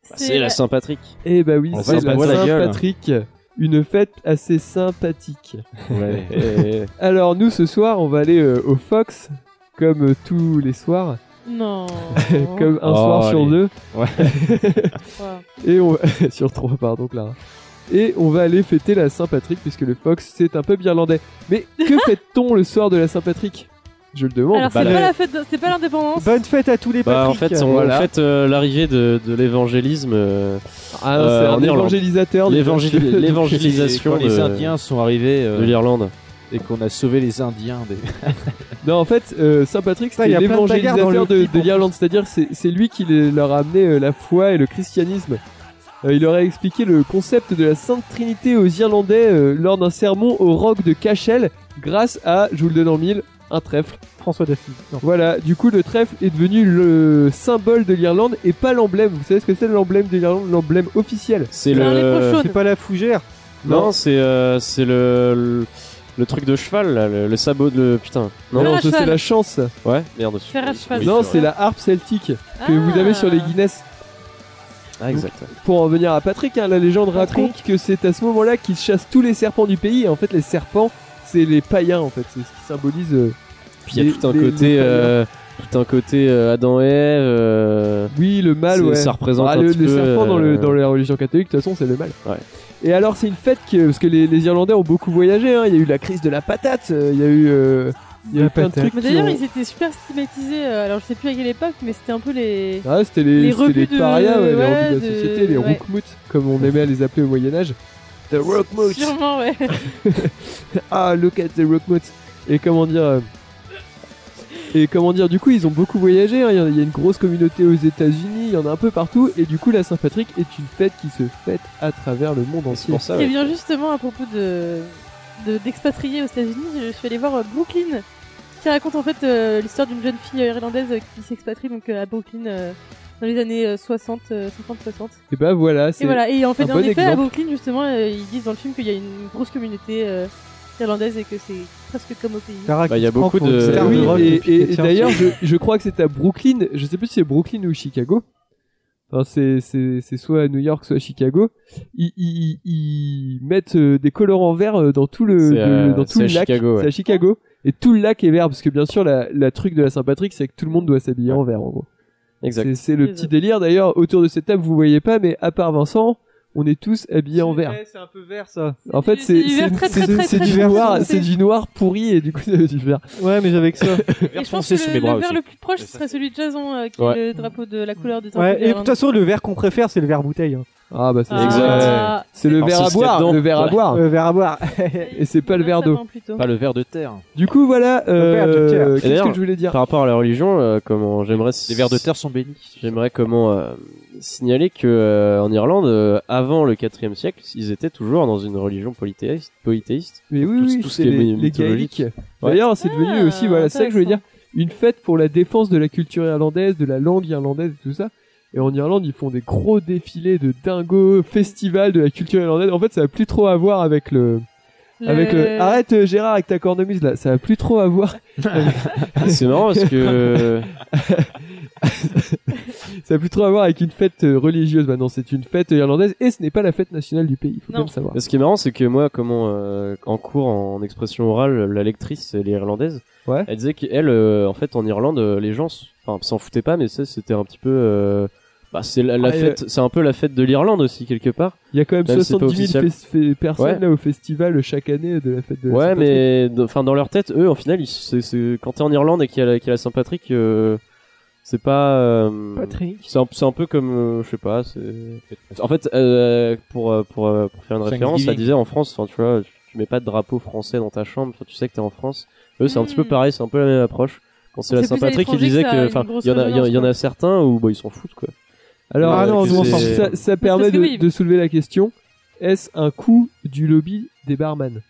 Bah, c'est la Saint-Patrick.
Eh bah oui,
On va
c'est
se
la
boire la gueule.
Saint-Patrick. Une fête assez sympathique.
Ouais. Eh,
Alors nous ce soir, on va aller euh, au Fox comme euh, tous les soirs.
Non.
comme un
Oh,
soir sur
allez.
deux.
Ouais.
Et on sur trois pardon Clara. Et on va aller fêter la Saint-Patrick puisque le Fox c'est un pub irlandais. Mais que fête-t-on le soir de la Saint-Patrick Je bah, le demande.
Alors, c'est pas la fête, de- c'est pas l'indépendance.
Bonne fête à tous les
Bah, en
Patrick.
fait, on fête euh, l'arrivée de, de l'évangélisme. euh,
Ah non, c'est
euh,
un
en Irlande.
évangélisateur, déjà.
L'évangéli-
Donc,
L'évangélisation.
quand les
de-
Indiens
sont arrivés
euh,
de l'Irlande
et qu'on a sauvé les Indiens des.
Non, en fait, euh, Saint Patrick,
Putain, il y
c'était
a plein de bagarres dans
l'évangélisateur
le
de,
clip,
de l'Irlande, c'est-à-dire que c'est c'est lui qui les- leur a amené euh, la foi et le christianisme. Euh, il leur a expliqué le concept de la Sainte Trinité aux Irlandais euh, lors d'un sermon au roc de Cashel, grâce à, je vous le donne en mille, un trèfle.
François Daffy.
Voilà, du coup, le trèfle est devenu le symbole de l'Irlande et pas l'emblème. Vous savez ce que c'est l'emblème de l'Irlande L'emblème officiel.
C'est le-
C'est pas la fougère.
Non, c'est euh, c'est le, le le truc de cheval là, le, le sabot de le- putain.
Non, non, ça, c'est la chance.
Ouais, merde.
Faire à cheval.
non, c'est la harpe celtique que
Ah.
vous avez sur les Guinness.
Ah, exact.
Pour en venir à Patrick, hein, la légende raconte que c'est à ce moment-là qu'il chasse tous les serpents du pays. Et en fait, les serpents, c'est les païens, en fait. C'est ce qui symbolise. euh,
Puis il y
les-
a tout un
les- les
côté
païens.
euh, tout un côté euh, Adam et Ève. euh,
Oui, le mal,
c'est-
ouais.
Ça représente
Ah,
un
le,
petit
le
peu,
serpent dans,
euh,
le, dans la religion catholique, de toute façon, c'est le mal.
Ouais.
Et alors, c'est une fête que, parce que les, les Irlandais ont beaucoup voyagé. hein. Il y a eu la crise de la patate, euh, il y a eu, euh, il y a eu plein de trucs.
Mais
qui
d'ailleurs,
ont-
ils étaient super stigmatisés. euh, Alors, je sais plus à quelle époque, mais c'était un peu les.
Ah, c'était les,
Les
c'était
rebuts
les
de-
parias, ouais, les
ouais,
rebuts de la
de-
société, les
ouais.
roukmouts, comme on aimait à les appeler au Moyen-Âge. The roukmouts
Sûrement, ouais.
Ah, look at the roukmouts Et comment dire. euh, Et comment dire, du coup, ils ont beaucoup voyagé. hein. Il y en a- il y a une grosse communauté aux États-Unis, il y en a un peu partout. Et du coup, la Saint-Patrick est une fête qui se fête à travers le monde entier.
pour ça,
Et bien justement, à propos de de- d'expatriés aux États-Unis, je suis allée voir euh, Brooklyn, qui raconte en fait euh, l'histoire d'une jeune fille irlandaise euh, qui s'expatrie donc euh, à Brooklyn euh, dans les années euh, 60, 50-60.
Et bah voilà, c'est.
Et voilà. Et en fait,
un
en
bon
effet, à
exemple.
Brooklyn, justement, euh, ils disent dans le film qu'il y a une grosse communauté euh, irlandaise et que c'est presque comme au pays.
Bah, il y a beaucoup de-
Ah oui,
de rock
et,
depuis
et-
qu'elle
et
tient.
d'ailleurs, je, je crois que c'est à Brooklyn. Je sais plus si c'est Brooklyn ou Chicago. Enfin, c'est- c'est c'est soit à New York, soit à Chicago. Ils, ils, ils mettent euh, des colorants verts euh, dans tout le,
C'est
de-
à-
dans tout
c'est
le
à
lac.
Chicago, ouais.
C'est à Chicago. Et tout le lac est vert parce que bien sûr, la, la truc de la Saint-Patrick, c'est que tout le monde doit s'habiller en vert en gros.
Exact.
C'est- C'est le petit délire. D'ailleurs, autour de cette table, vous voyez pas, mais à part Vincent, on est tous habillés en vert.
C'est un peu vert ça.
En fait, c'est
du vert
c'est-
très, très,
c'est-
très,
c'est
très
du
vert
noir,
foncé.
c'est du noir pourri et du coup c'est du vert.
Ouais, mais j'avais que ça.
Et je pense que le, le vert le plus proche ce serait celui de Jason, euh, qui
Ouais.
est le drapeau de la couleur du drapeau
Ouais, et de
d'Irlande.
toute façon, le verre qu'on préfère, c'est le verre bouteille. hein.
Ah bah c'est
Ah. Exact.
C'est le
Alors,
verre
c'est
à
ce qu'il y a
boire,
dedans.
le verre à
Ouais. Euh,
boire.
Le verre à boire.
Ah,
Et c'est pas le verre d'eau.
Pas
le verre
de terre.
hein.
Du coup voilà,
verre de terre.
euh,
Et
qu'est-ce que
d'ailleurs,
je voulais dire
Par rapport à la religion, euh, comment j'aimerais
Les vers de terre sont bénis.
J'aimerais comment euh, signaler que euh, en Irlande, euh, avant le 4e siècle, ils étaient toujours dans une religion polythéiste. polythéiste
Mais oui,
Tout-
oui,
tout ce
c'est
qui est
les, les
mythologique.
gaéliques.
Ouais.
D'ailleurs, c'est devenu
Ah,
aussi, voilà, c'est ça que je voulais dire, une fête pour la défense de la culture irlandaise, de la langue irlandaise et tout ça. Et en Irlande, ils font des gros défilés de dingos, festivals de la culture irlandaise. En fait, ça a plus trop à voir avec le,
Le-
Ah, avec le. Arrête, euh, Gérard, avec ta cornemuse là, ça a plus trop à voir.
C'est marrant parce que- euh,
ça a plus trop à voir avec une fête euh, religieuse. Maintenant, c'est une fête euh, irlandaise et ce n'est pas la fête nationale du pays. Il faut bien le savoir.
Ce qui est marrant, c'est que moi, comment euh, en cours en expression orale, la lectrice, elle est irlandaise.
Ouais.
Elle disait qu'elle, euh, en fait, en Irlande, euh, les gens, s- enfin, s'en foutaient pas, mais ça, c'était un petit peu. euh, bah, c'est la, la
Ah, et,
fête,
euh,
c'est un peu la fête de l'Irlande aussi quelque part.
Il y a quand même,
si c'est pas
70
officiel.
000 fes- fes- personnes
Ouais.
là au festival chaque année de la fête de la
Ouais,
Saint-Patrick.
mais dans- enfin dans leur tête, eux, en final, ils, c'est, c'est- quand t'es en Irlande et qu'il y a la, qu'il y a la Saint-Patrick, euh, c'est pas. euh,
Patrick.
C'est un, c'est un peu comme, euh, je sais pas. C'est... En fait, euh, pour, euh, pour euh, pour faire une référence, ça
Thanksgiving.
disait en France, enfin tu vois, tu- tu mets pas de drapeau français dans ta chambre, enfin, tu sais que t'es en France. Eux, c'est un petit peu pareil, c'est un peu la même approche. Quand c'est la
Hmm. C'est plus à
Saint-Patrick, ils
l'étranger
disaient
que ça a
que,
une
enfin,
grosse
il y en a, il y en a- il y en a
résonance,
certains où bah ils s'en foutent quoi.
Alors,
Euh, que c'est-
ça, ça permet de, de soulever la question est-ce un coup du lobby des barman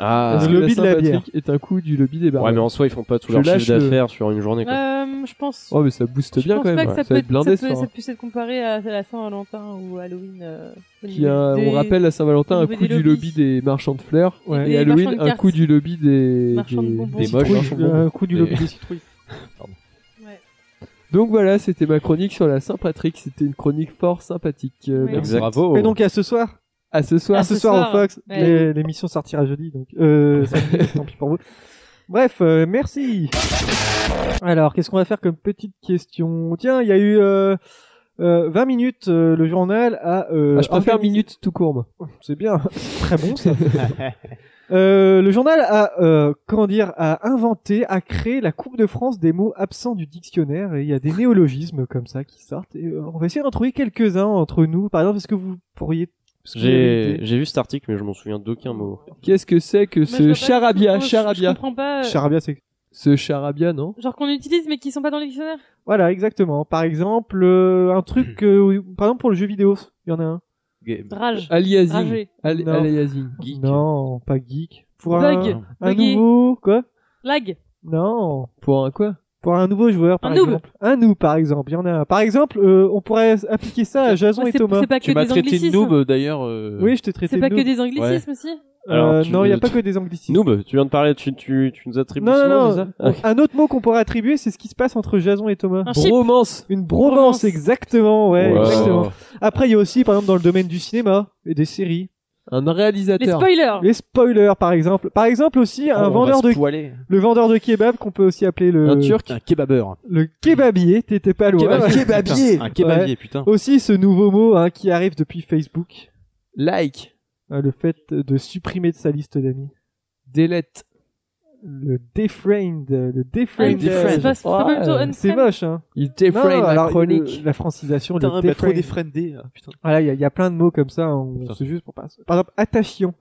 Ah.
Parce que
Le lobby
la
de la
Saint-Patrick
bière.
est un coup du lobby des bars.
Ouais, mais en soi, ils font pas tout
Je
leur
lâche
chiffre
le-
d'affaires sur une journée, quoi.
Euh, je pense.
Ouais, mais ça booste
Je
Oh, bien
pense
quand même.
pas que
ouais.
ça,
va
peut
être
être,
blindé, hein.
ça, peut, ça puisse être comparé à la Saint-Valentin ou Halloween. euh, au
Qui
niveau
a,
des-
on rappelle à Saint-Valentin
au
un
niveau
coup
des
du lobby des marchands de fleurs
Ouais.
et,
Des marchands
Halloween
de
un
cartes.
coup du lobby des Euh,
Marchands de bonbons.
Des moches. Citrouilles. Un coup du lobby des citrouilles.
Donc voilà, c'était ma chronique sur la Saint-Patrick. C'était une chronique fort sympathique. Euh,
Oui.
merci.
Exact. Bravo.
Et donc à ce soir.
À ce soir.
À Ah, ce soir au Fox.
Ah, Ouais.
Les- L'émission sortira jeudi, donc euh, samedi, tant pis pour vous. Bref, euh, merci. Alors, qu'est-ce qu'on va faire comme petite question Tiens, il y a eu euh, euh, 20 minutes euh, le journal à. Euh,
Ah, je préfère
organiser-
minute tout court. moi.
C'est bien, c'est très bon ça. Euh, le journal a, euh, comment dire, a inventé, a créé la Coupe de France des mots absents du dictionnaire. Et il y a des néologismes comme ça qui sortent. Et euh, on va essayer d'en trouver quelques-uns entre nous. Par exemple, est-ce que vous pourriez. est-ce que vous avez une
J'ai
idée
j'ai vu cet article, mais je m'en souviens d'aucun mot.
Qu'est-ce que c'est que
Bah, je
ce
vois pas
charabia
du tout, je-
Charabia.
je comprends pas, euh,
Charabia, c'est.
Ce charabia, non
Genre qu'on utilise mais qui sont pas dans les dictionnaires.
Voilà, exactement. Par exemple, euh, un truc. euh, où- par exemple, pour le jeu vidéo, il y en a un.
Rage.
Aliasing.
Rager.
Al-
Non.
Aliasing.
Non, pas geek.
Ah,
Pour
Bug.
un, un
Buggy.
nouveau. Quoi
Lag.
Non.
Pour un quoi
Pour un nouveau joueur, par
Un noob.
exemple. Un noob, par exemple. Il y en a un. Par exemple, euh, on pourrait appliquer ça à Jason et
Ouais, Ah, c'est-
Thomas.
c'est pas
Tu
que
m'as
des
traité de
anglicismes.
noob,
d'ailleurs.
Oui, je t'ai traité
C'est pas
de
que
noob.
des anglicismes aussi.
Euh,
tu-
non, il n'y a pas que des anglicismes.
Noob, tu viens de parler, tu, tu, tu nous attribues
Non,
ce
non,
nom,
non.
c'est ça
On- Un autre mot qu'on pourrait attribuer, c'est ce qui se passe entre Jason et Thomas.
Un chip. Bromance.
Une bromance, exactement, ouais,
Wow.
exactement. Après, il y a aussi, par exemple, dans le domaine du cinéma et des séries.
Un réalisateur.
Les spoilers, par exemple. Par exemple aussi,
Ah, on
un
va
vendeur
se
de, Euh,
poiler.
le vendeur de kebab qu'on peut aussi appeler le...
Un turc. Un
kebabeur.
Le kebabier, t'étais pas loin.
Kebabier, putain. Un kebabier,
Ouais.
eh, putain.
Aussi ce nouveau mot hein, qui arrive depuis Facebook.
Like.
Ah, Le fait de supprimer de sa liste d'amis.
Delete.
Le defriend. Le defriend.
Unfriend. C'est pas- c'est pas plutôt unfriend
C'est moche, hein.
Il defriend
Non,
la
alors, euh,
chronique.
le- La francisation,
Putain,
le
mais trop
defriend.
defriendé, là, putain.
Voilà, il y, a- il y a plein de mots comme ça. on- C'est juste pour pas... Par exemple, attachion.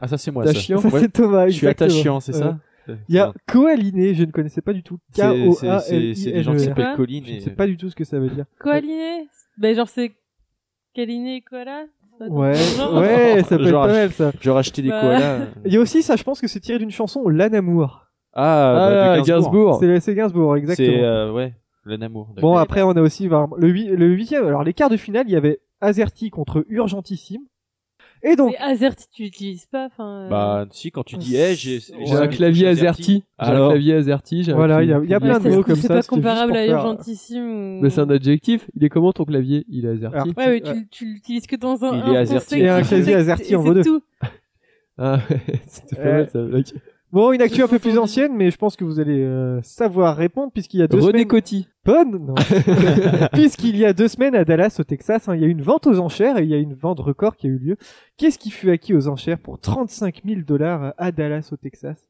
Ah, ça, c'est moi.
Attachion,
ça.
ça, c'est Thomas.
Je suis
exactement.
attachiant, c'est ça
Ouais. Il y a Koaliné, je ne connaissais pas du tout.
C'est-
K-O-A-L-I-N-E.
c'est- c'est des gens qui s'appellent
Quoi
Colline
Je ne
et-
sais pas du tout ce que ça veut dire.
Coaliné. Ben genre c'est Caliné et Koala. Ça doit
Ouais,
être ce genre.
ouais, ça peut être
Genre,
pas mal ça.
genre acheter des Bah. koalas.
Il y a aussi ça, je pense que c'est tiré d'une chanson, L'Anamour.
Ah, bah, de Gainsbourg.
C'est c'est Gainsbourg, exactement.
C'est, euh, ouais, l'anamour.
Bon, après, on a aussi vraiment- le, huit- le huitième. Alors, les quarts de finale, il y avait Azerty contre Urgentissime. Et donc.
Mais Azerty tu l'utilises pas. Enfin. euh,
Bah, si, quand tu dis, eh, j'ai
J'ai un clavier Azerty. J'ai un
Alors.
clavier Azerty. j'ai un
Voilà, il y a-
clavier-
il y a
clavier-
plein de
c'est-
mots comme
C'est
ça.
pas
c'était juste
comparable
pour
à
faire- euh,
Urgentissime ou.
Mais c'est un adjectif. Il est comment ton clavier Il est Azerty.
Ouais, mais tu, tu l'utilises que dans un.
Il est
un contexte
azerty.
qui
Et un
fait
clavier
que-
azerty
et
en
c'est
vaut deux.
tout.
Ah, ouais, c'était pas
Euh,
mal ça. blague.
Bon, une actu un peu plus ancienne, mais je pense que vous allez euh, savoir répondre puisqu'il y a deux
René
semaines.
Coty.
Bonne, non. puisqu'il y a deux semaines à Dallas, au Texas, hein, il y a eu une vente aux enchères et il y a une vente record qui a eu lieu. Qu'est-ce qui fut acquis aux enchères pour 35 000 dollars à Dallas, au Texas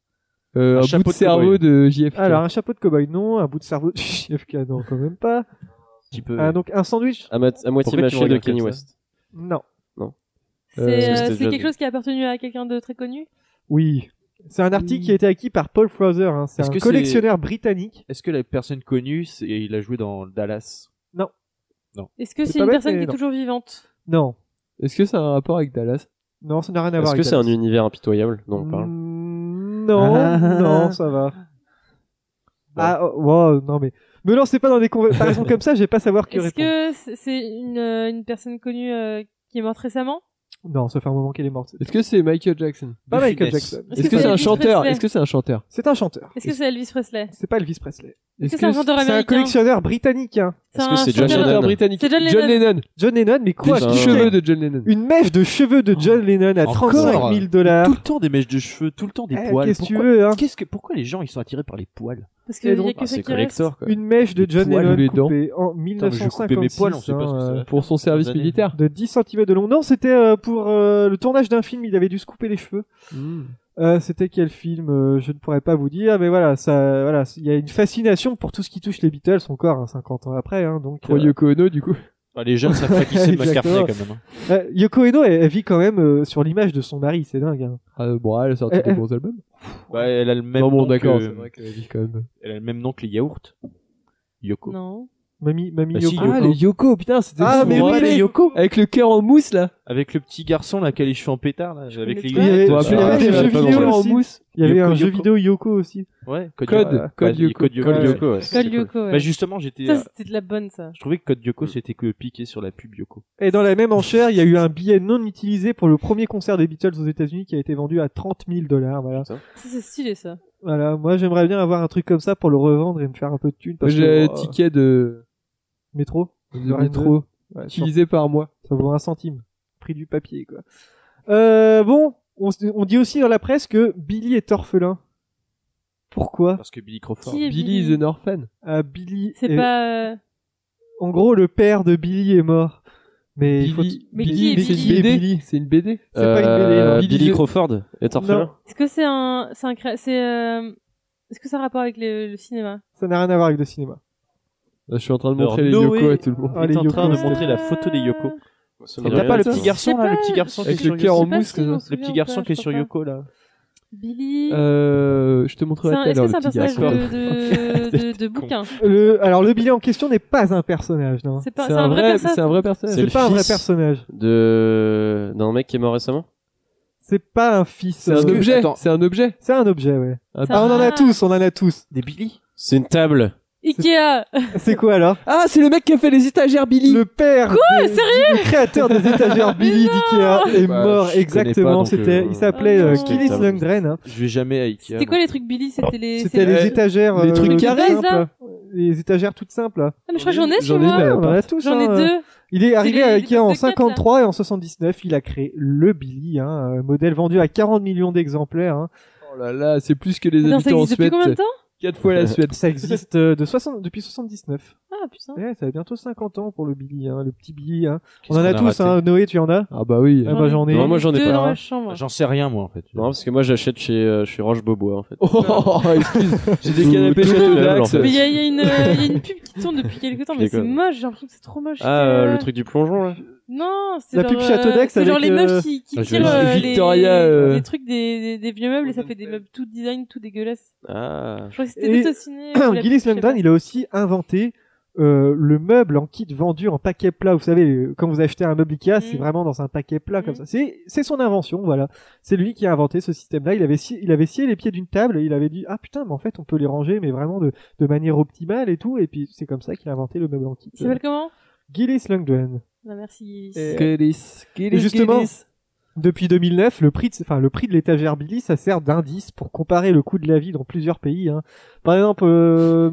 Euh, Un un bout chapeau de de cerveau cowboy. de JFK.
Alors, un chapeau de cowboy, non. Un bout de cerveau de JFK, non, quand même pas.
Euh.
Ah, donc, un sandwich
À, mat- à moitié
Pourquoi tu
mâché de
regardes
Kenny
comme ça
West.
Non.
Non.
C'est
Euh,
euh,
c'était
c'est
déjà
quelque
dit.
chose qui a appartenu à quelqu'un de très connu.
Oui. C'est un article qui a été acquis par Paul Fraser. hein. C'est
Est-ce
un
que c'est-
collectionneur britannique.
Est-ce que la personne connue, c'est- il a joué dans Dallas
Non.
Non.
Est-ce que
C'est
c'est
pas
une
bête,
personne
mais
qui est
non.
toujours vivante
Non.
Est-ce que ça a un rapport avec Dallas
Non, ça n'a rien à voir
Est-ce
avec
que c'est un
Dallas.
univers impitoyable dont on
Mm.
parle
Non, non, ça va. Ah, oh, wow, non, mais. Me lancez pas dans des comparaisons comme ça, je vais pas savoir que
Est-ce
répondre.
que c'est- c'est une, euh, une personne connue euh, qui est morte récemment
Non, ça fait un moment qu'elle est morte.
Est-ce que c'est Michael Jackson
Pas Michael Jackson.
Est-ce que c'est un chanteur Est-ce que c'est un chanteur
C'est un chanteur.
Est-ce que c'est Elvis Presley
C'est pas Elvis Presley.
Est-ce que c'est un chanteur
C'est un
américain
collectionneur britannique. hein.
C'est Est-ce que un c'est John chanteur Lennon
britannique
C'est John Lennon.
John Lennon.
John Lennon, mais quoi
Des
qui-
cheveux de John Lennon.
Une mèche de cheveux de John Lennon à 35 000 dollars.
Tout le temps des mèches de cheveux, tout le temps des
Ah. Eh,
poils.
qu'est-ce que tu
Pourquoi-
veux, hein
qu'est-ce que, pourquoi les gens ils sont attirés par les poils
Parce que
Et
y a
donc-
que ça qui reste.
quoi.
Une mèche de
Les
John
poils ou les
Lennon
dents.
coupée en
Putain, mais je vais couper
1956
mes poils, on sait pas ce que
hein,
ça va
euh,
Pour son service
années.
militaire.
de 10 cm de long. Non, c'était euh, pour euh, le tournage d'un film, il avait dû se couper les cheveux.
Hmm.
Euh, c'était quel film euh, Je ne pourrais pas vous dire, mais voilà, ça, voilà, il y a une fascination pour tout ce qui touche les Beatles encore, hein, 50 ans après, hein, donc.
Pour Yoko Ono, du coup.
Bah, les jeunes savent pas qui c'est McCartney
Exactement.
quand même. hein.
Euh, Yoko Ono, elle, elle vit quand même euh, sur l'image de son mari, c'est dingue. hein.
Ah, bon, elle a sorti
Eh,
des
eh.
bons albums.
Bah, elle a le même
Non, bon,
nom
d'accord,
que-
c'est vrai qu'elle vit quand même.
Elle a le même nom que les yaourts. Yoko.
Non.
Mamie, mamie
Bah si,
Yoko.
Ah, les Yoko, putain, c'était
Ah,
fou,
mais
hein.
oui, les Yoko.
Avec le cœur en mousse, là.
Avec le petit garçon là qui a les cheveux en pétard là, avec les
Il y avait,
Ah,
Toi,
il y avait
putain,
des
ça
jeux
va pas
vidéo
loin.
aussi. Il y avait
Yoko,
un jeu
Yoko.
vidéo Yoko aussi.
Ouais,
Code,
Yoko.
Code
Ouais,
Yoko.
Code Yoko.
Code
Euh,
ouais.
Yoko, ouais,
c'est
Code
cool.
Yoko. ouais.
Bah justement, j'étais
Ça,
euh,
c'était de la bonne, ça.
je trouvais que Code
Euh.
Yoko c'était que piqué sur la pub Yoko.
Et dans la même enchère, il y a eu un billet non utilisé pour le premier concert des Beatles aux États-Unis qui a été vendu à 30 000 dollars. Voilà.
Ça, c'est stylé, ça.
Voilà, moi j'aimerais bien avoir un truc comme ça pour le revendre et me faire un peu de thune.
Moi,
parce
J'ai
que,
un
bon, euh,
ticket de.
Métro
De
Rien de-
métro.
Ouais,
utilisé par moi.
Ça vaut un centime. Prix du papier, quoi. Euh, bon, on, s- on dit aussi dans la presse que Billy est orphelin. Pourquoi
Parce que Billy Crawford.
Qui est
Billy is
Billy
an orphan.
Ah, Billy.
C'est
est-
pas. euh,
En gros, le père de Billy est mort. Mais il faut.
Billy,
Mais qui est
c'est
Billy
une BD. C'est une BD.
C'est pas une BD, non.
Billy,
Billy the-
Crawford est orphelin.
Est-ce que c'est un. C'est un. cré- C'est. euh, Est-ce que ça a rapport avec le, le cinéma
Ça n'a rien à voir avec le cinéma.
Là, je suis en train de
Alors,
montrer les
Noé
Yoko à tout le monde.
Ah,
Il
les
est en train de
Yoko,
Euh,
c'est-
montrer la photo des Yoko.
Ça
Et
me
t'as
dit
pas
rien,
le
ça.
petit garçon là, le petit garçon qui est
Avec
sur
le cœur en
Yoko.
sais pas
mousse,
si
là.
j'en
Le
souviens
petit
ou
garçon
pas,
qui est
je
sur
crois pas.
Yoko là.
Billy.
Euh, je te
C'est
montrerai
un-
tout à
Est-ce
l'heure
que c'est
le
un
petit
personnage
garçon.
de, de, de, de bouquin
Le... Alors, le Billy en question n'est pas un personnage, non
C'est pas. C'est un vrai personnage.
C'est un vrai personnage.
C'est
le
pas un vrai
fils
personnage.
De d'un mec qui est mort récemment.
C'est pas un fils.
C'est un
euh,
objet. C'est un objet.
C'est un objet, ouais.
Un
Ah, on en a tous, on en a tous.
Des Billy
C'est une table.
Ikea.
C'est quoi alors
Ah, c'est le mec qui a fait les étagères Billy.
Le père
Quoi
des-
Sérieux
le créateur des étagères Billy d'Ikea est
Bah,
mort
je connais pas,
exactement.
donc,
C'était,
euh,
il s'appelait
Oh
euh,
non.
Gillis Lundgren. hein.
Je vais jamais à Ikea.
C'était quoi les trucs Billy C'était les.
C'était
c'est-
les
euh,
étagères,
les
euh,
trucs
toutes
carrés,
simples,
là.
les étagères toutes simples. là.
Ah, mais hein. je crois que j'en ai chez
J'en ai,
moi.
une, on en a tous.
J'en ai
hein.
euh,
deux.
Il est arrivé
les-
à
les
Ikea en
trucs de quatre, là.
53 et en 79, il a créé le Billy, hein, un modèle vendu à 40 millions d'exemplaires. hein.
Oh là là, c'est plus que les
Attends, ça
habitants en
existe depuis
Suède.
combien de temps
Quatre fois la Suède.
Ça existe euh, de 60 depuis 79.
Ah putain.
Ouais, ça a bientôt 50 ans pour le Billy, hein, le petit Billy. hein. On
Qu'est-ce
en a,
qu'on a
tous,
raté
hein. Noé, tu en as
Ah bah oui.
Ah bah, j'en ai.
Non, moi, j'en ai
deux
pas,
dans
hein.
ma chambre.
J'en sais rien moi en fait.
Non, parce que moi j'achète chez euh, chez Roche Bobois en fait.
Oh, excuse. J'ai des
Tout-
canapés
tout
Château
est meuble, en
d'Axe.
fait.
Mais il y, a- il y a une, euh, il y a une pub qui tourne depuis quelques temps,
Je
mais c'est
déconne.
moche, j'ai l'impression que c'est trop moche.
Ah, euh,
Euh,
le truc du plongeon là.
Non, c'est
La
genre,
pub Château
euh,
d'Axe
C'est genre
avec,
les
euh,
meufs qui, qui
Ah, je
tirent
vois.
euh,
Victoria,
les,
euh,
les trucs des, des, des vieux meubles et ça fait des meubles tout design, tout dégueulasse.
Ah.
Je crois que
Et-
c'était tout au ciné. ou la
Gillis
pub, je sais
London,
pas.
il a aussi inventé euh, le meuble en kit vendu en paquet plat. Vous savez, euh, quand vous achetez un meuble Ikea, c'est
Mm.
vraiment dans un paquet plat comme
Mm.
ça. C'est c'est son invention, voilà. C'est lui qui a inventé ce système-là. Il avait scié, il avait scié les pieds d'une table. et Il avait dit ah putain, mais en fait on peut les ranger, mais vraiment de, de manière optimale et tout. Et puis c'est comme ça qu'il a inventé le meuble en kit.
Il s'appelle comment
Gillis Lundgren.
Non, merci Gillis.
Eh, Et-
Gillis. Gillis,
justement,
Gillis.
Depuis 2009, le prix de, enfin, le prix de l'étagère Billy, ça sert d'indice pour comparer le coût de la vie dans plusieurs pays. hein. Par exemple, euh,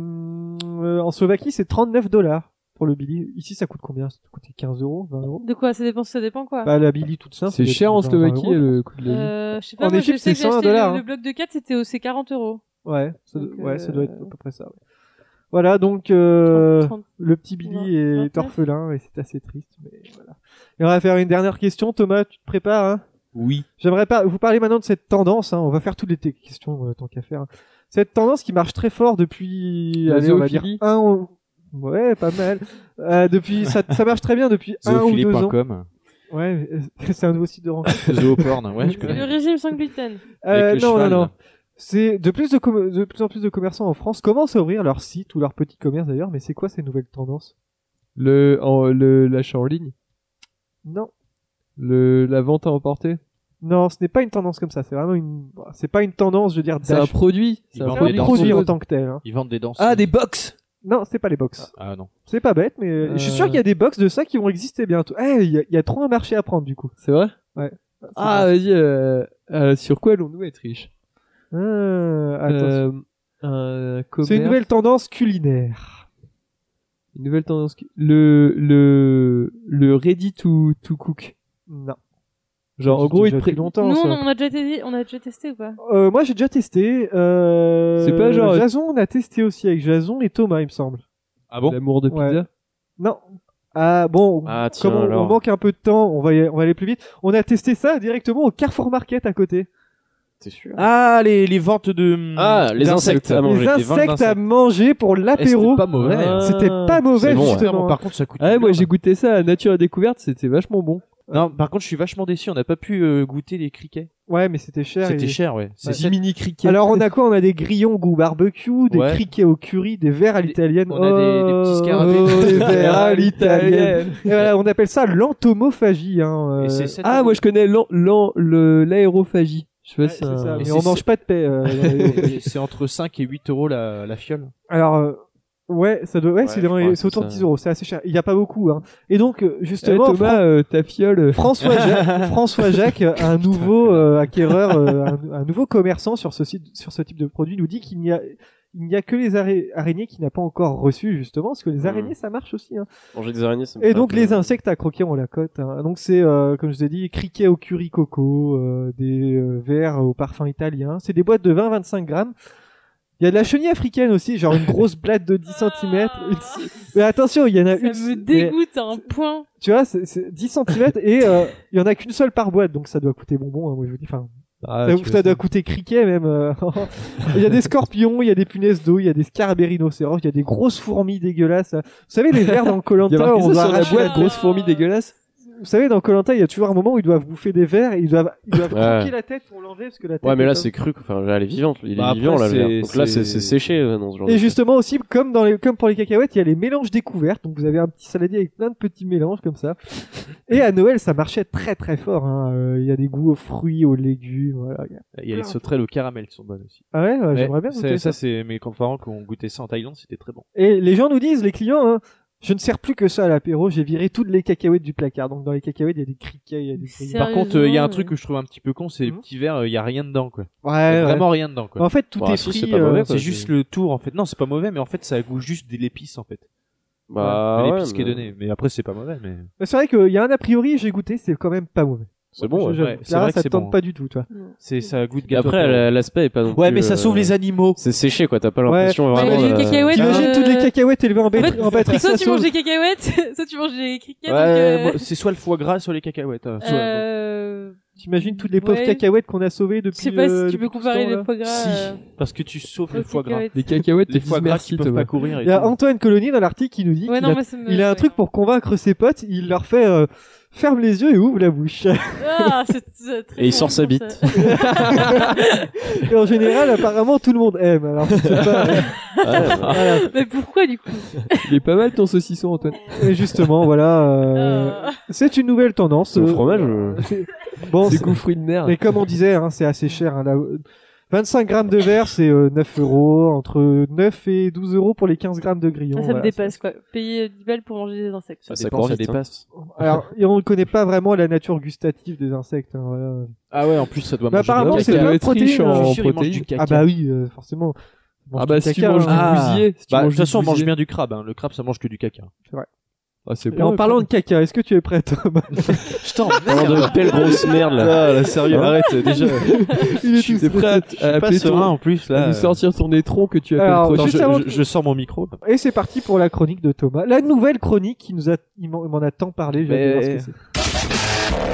euh, en Slovaquie, c'est 39 dollars pour le Billy. Ici, ça coûte combien Ça coûte 15 euros, 20 euros
De quoi Ça dépend, ça dépend quoi
Bah, la Billy toute simple.
C'est
doit être
cher en
20 euros.
Slovaquie le coup de la vie.
euh, je sais pas,
En
moi,
Égypte,
je sais que
c'est
j'ai
100
acheté
dollars,
le,
hein.
le bloc de 4, c'était au- c'est 40 euros.
Ouais, ça, doit-
Donc,
ouais, ça
euh,
doit être à peu près ça. ouais. Voilà, donc euh,
30, 30.
le petit Billy
vingt-
est
vingt-neuf.
orphelin et c'est assez triste, mais voilà. Et on va faire une dernière question, Thomas. Tu te prépares hein
Oui.
J'aimerais pas vous parler maintenant de cette tendance. Hein, on va faire toutes les t- questions euh, tant qu'à faire. Cette tendance qui marche très fort depuis,
La
allez, on va dire
zoophilie.
un, ou- ouais, pas mal. Euh, depuis, ça, ça marche très bien depuis un ou deux ans.
Zoophilie.com.
Ouais, mais, euh, c'est un nouveau site de rencontre.
Zooporn, ouais, je
C'est le
connais.
régime sans gluten.
Euh,
Avec le
non, non,
cheval,
non.
là.
C'est de plus de, com- de plus en plus de commerçants en France commencent à ouvrir leur site ou leur petit commerce d'ailleurs. Mais c'est quoi ces nouvelles tendances
Le, en- le, l'achat en ligne.
Non,
Le, la vente à emporter.
non, ce n'est pas une tendance comme ça. C'est vraiment une, c'est pas une tendance, je veux dire,
C'est un
d'achat-
produit. C'est
Ils
un
vendent
produit
des
produit.
danseuses.
en tant que tel. hein.
Ils vendent des danses.
Ah, des box!
Non, c'est pas les box.
Ah non.
C'est pas bête, mais je suis sûr qu'il y
Euh.
a des box de ça qui vont exister bientôt. Eh, il y, a- il y a trop un marché à prendre du coup.
C'est vrai?
C'est
Ah,
vrai.
vas-y, euh, euh, sur quoi allons-nous être riches?
Euh, attention.
Euh, un commerce.
c'est une nouvelle tendance culinaire.
une nouvelle tendance. qui- Le, le, le ready to, to cook.
Non.
Genre, en
C'est
gros, il
déjà
te pré-
depuis
Nous,
longtemps. ça.
on, on a déjà testé, on a déjà testé ou pas
Euh, moi, j'ai déjà testé. Euh...
C'est pas genre-
Jason, on a testé aussi avec Jason et Thomas, il me semble.
Ah bon
l'amour de
Ouais.
pizza.
Non. Ah bon,
Ah, tiens,
comme on,
alors.
on manque un peu de temps, on va, y- on va aller plus vite. On a testé ça directement au Carrefour Market à côté.
T'es sûr
Ah, les, les ventes de. hum,
Ah, les insectes à manger.
Les
des ventes
insectes à
d'insectes.
manger pour
Eh, c'était
l'apéro.
pas mauvais.
Ah.
C'était pas mauvais
C'est bon, ouais.
justement.
Par contre, ça coûte.
Ah ouais,
une
moi
blinde.
j'ai goûté ça à Nature et Découverte, c'était vachement bon.
Non, par contre, je suis vachement déçu. On n'a pas pu euh, goûter les criquets.
Ouais, mais c'était cher.
C'était
et-
cher, ouais. C'est
c'est-
mini criquets.
Alors on a quoi On a des grillons goût barbecue, des
Ouais.
criquets au curry, des verres à l'italienne.
on a des- des petits
Oh,
scarabées.
des verres à l'italienne.
Italienne.
Et voilà, on appelle ça l'entomophagie. Hein, euh.
Ah, moi je connais l'an- l'an- le- l'aérophagie. Je sais pas si
c'est
un-
ça.
Et
Mais
c'est-
on mange pas de paix. euh, dans les-
c'est entre 5 et 8 euros la, la fiole.
Alors, euh, ouais, ça doit, ouais,
Ouais,
c'est
je
dans-
crois
c'est
que
autour
c'est
de
ça.
10 euros, c'est assez cher. Il n'y a pas beaucoup, hein. Et donc, euh, justement,
Eh, Thomas,
Fran-
euh, ta fiole.
François Jacques, François Jacques, un nouveau euh, acquéreur, euh, un, un nouveau commerçant sur ce, site- sur ce type de produit, nous dit qu'il n'y a, il n'y a que les ara- araignées qu'il n'a pas encore reçues, justement, parce que les araignées, ça marche aussi. hein.
Manger des araignées, ça me
Et
paraît
donc
un
les
peu-
insectes à croquer, on la cote. hein. Donc c'est, euh, comme je vous ai dit, criquet au curry coco, euh, des euh, verres au parfum italien. C'est des boîtes de 20-25 grammes. Il y a de la chenille africaine aussi, genre une grosse blatte de
Ah
10 cm. Mais attention, il y en a une.
Ça me
mais-
dégoûte à un point.
tu vois, c'est c'est 10 cm et euh, il y en a qu'une seule par boîte, donc ça doit coûter bonbon, hein, moi je vous dis. Enfin,
Ah,
ça,
tu
ça doit coûter criquet même. euh. il y a des scorpions, il y a des punaises d'eau, il y a des scarabées rhinocéros, il y a des grosses fourmis dégueulasses. Vous savez, les vers dans
Il y a
Colanta,
marqué ça
on doit
sur la
arracher
boîte, grosse fourmi dégueulasse.
Vous savez, dans Colanta, il y a toujours un moment où ils doivent bouffer des vers et ils doivent, ils doivent
Ouais.
croquer la tête pour l'enlever parce que la tête.
Ouais, mais
est
là
un-
c'est cru, enfin là, elle est vivante, il
Bah,
est vivant
après,
là. le verre.
c'est-
Donc là c'est
c'est-
c'est séché euh, dans ce genre de
Et
truc.
justement aussi, comme dans les, comme pour les cacahuètes, il y a les mélanges découvertes. Donc vous avez un petit saladier avec plein de petits mélanges comme ça. Et à Noël, ça marchait très très fort. hein. Euh, Il y a des goûts aux fruits, aux légumes. Voilà. Il y a-
Il y a les
plein.
sauterelles au caramel qui sont bonnes aussi.
Ah ouais, ouais, j'aimerais bien
c'est-
goûter ça.
Ça, c'est mes parents qui ont goûté ça en Thaïlande, c'était très bon.
Et les gens nous disent, les clients, hein, je ne sers plus que ça à l'apéro. J'ai viré toutes les cacahuètes du placard. Donc dans les cacahuètes, il y a des criquets, il y a des. grillons.
Par contre, euh, il y a un truc que je trouve un petit peu con, c'est les petits verres, euh, il y a rien dedans quoi.
Ouais,
Il y a
Mmh. Ah, ouais.
vraiment rien dedans quoi.
En fait, tout Bah, est si, c'est frit, pas euh, mauvais, quoi,
C'est juste
c'est-
le tour en fait. Non, c'est pas mauvais, mais en fait, ça goûte juste de l'épice en fait.
Bah,
Voilà, de
ouais,
l'épice qui est
mais-
donnée. Mais après, c'est pas mauvais, mais.
Mais C'est vrai qu'il y a un a priori, j'ai goûté, c'est quand même pas mauvais.
C'est bon, ouais.
Je- je-
Ouais,
c'est
Clara,
vrai que
ça te
c'est
tente
bon. hein.
pas du tout, toi.
C'est ça goûte
Et
gâteau.
après
apéro.
la- l'aspect est pas non
Ouais,
plus,
mais ça
euh,
sauve les animaux.
C'est séché quoi, t'as pas l'impression
Ouais.
vraiment.
Ouais, les
euh,
cacahuètes,
T'imagines
euh,
toutes les cacahuètes élevées en, bat- en batterie
soit tu
ça
manges
saute.
des cacahuètes, soit tu manges des criquets.
Ouais,
donc, euh,
moi, c'est soit le foie gras, soit les cacahuètes. euh, soit-
euh,
T'imagines toutes les pauvres
Ouais.
cacahuètes qu'on a sauvées depuis.
Je sais pas si
euh,
tu peux
depuis tout ce
comparer
temps-là.
les foie gras. euh,
Parce que tu sauves
Aux
le foie gras.
cacahuètes. Les
cacahuètes,
les
les
foie
disent
gras
merci,
qui peuvent
Thomas.
pas courir. Et
Il y a
tout.
Antoine Colony dans l'article qui nous dit
Ouais,
qu'il
non,
a,
moi, ça me-
il a un truc pour convaincre ses potes, il leur fait euh, ferme les yeux et ouvre la bouche.
Ah, c'est- c'est très
Et il
bon,
sort sa
je pense,
bite.
et en général, apparemment, tout le monde aime. Alors, je sais pas. Voilà.
euh. Mais pourquoi du coup
Il est pas mal ton saucisson, Antoine.
Et justement, voilà,
Ah.
euh, c'est une nouvelle tendance.
au
euh,
fromage,
c'est- Bon,
C'est
c'est-
goût fruit de mer.
Mais comme on disait, hein, c'est assez cher. hein, là. 25 grammes de verre, c'est euh, 9 euros, entre 9 et 12 euros pour les 15 grammes de grillons.
Ça me
voilà.
dépasse quoi. Payer euh, 10 balles pour manger des insectes.
Ça court vite, hein.
Alors, et on ne connaît pas vraiment la nature gustative des insectes. hein, voilà.
Ah ouais, en plus, ça doit
Mais
manger de
Bah, apparemment,
la
c'est
cacahuète
plein de
riche
protéines.
en
hein.
Je suis sûr, il mange protéines. du caca.
Ah bah oui, euh, forcément. Ils mangent
Ah bah,
du
si tu
caca,
manges
hein.
du bousier, si tu
Bah, de
manges
toute façon, on
du
mange
bousier.
bien du crabe. hein. Le crabe, ça mange que du caca.
C'est vrai.
Ah, c'est
Et en parlant de caca, est-ce que tu es prêt, Thomas
Je t'en
de belles grosses merdes là.
Ah, là, sérieux,
Hein
arrête déjà.
Ah, Il est tout Ah,
T'es prêt à,
stressé.
à appeler
hein.
ton-
serein, en plus, là.
à nous sortir ton étron que tu appelles
Alors,
prochain.
juste avant- Je- je- je
sors mon micro.
Et c'est parti pour la chronique de Thomas. La nouvelle chronique qui nous a, il m'en il m'en a tant parlé. j'ai hâte de voir ce que
Mais-
c'est.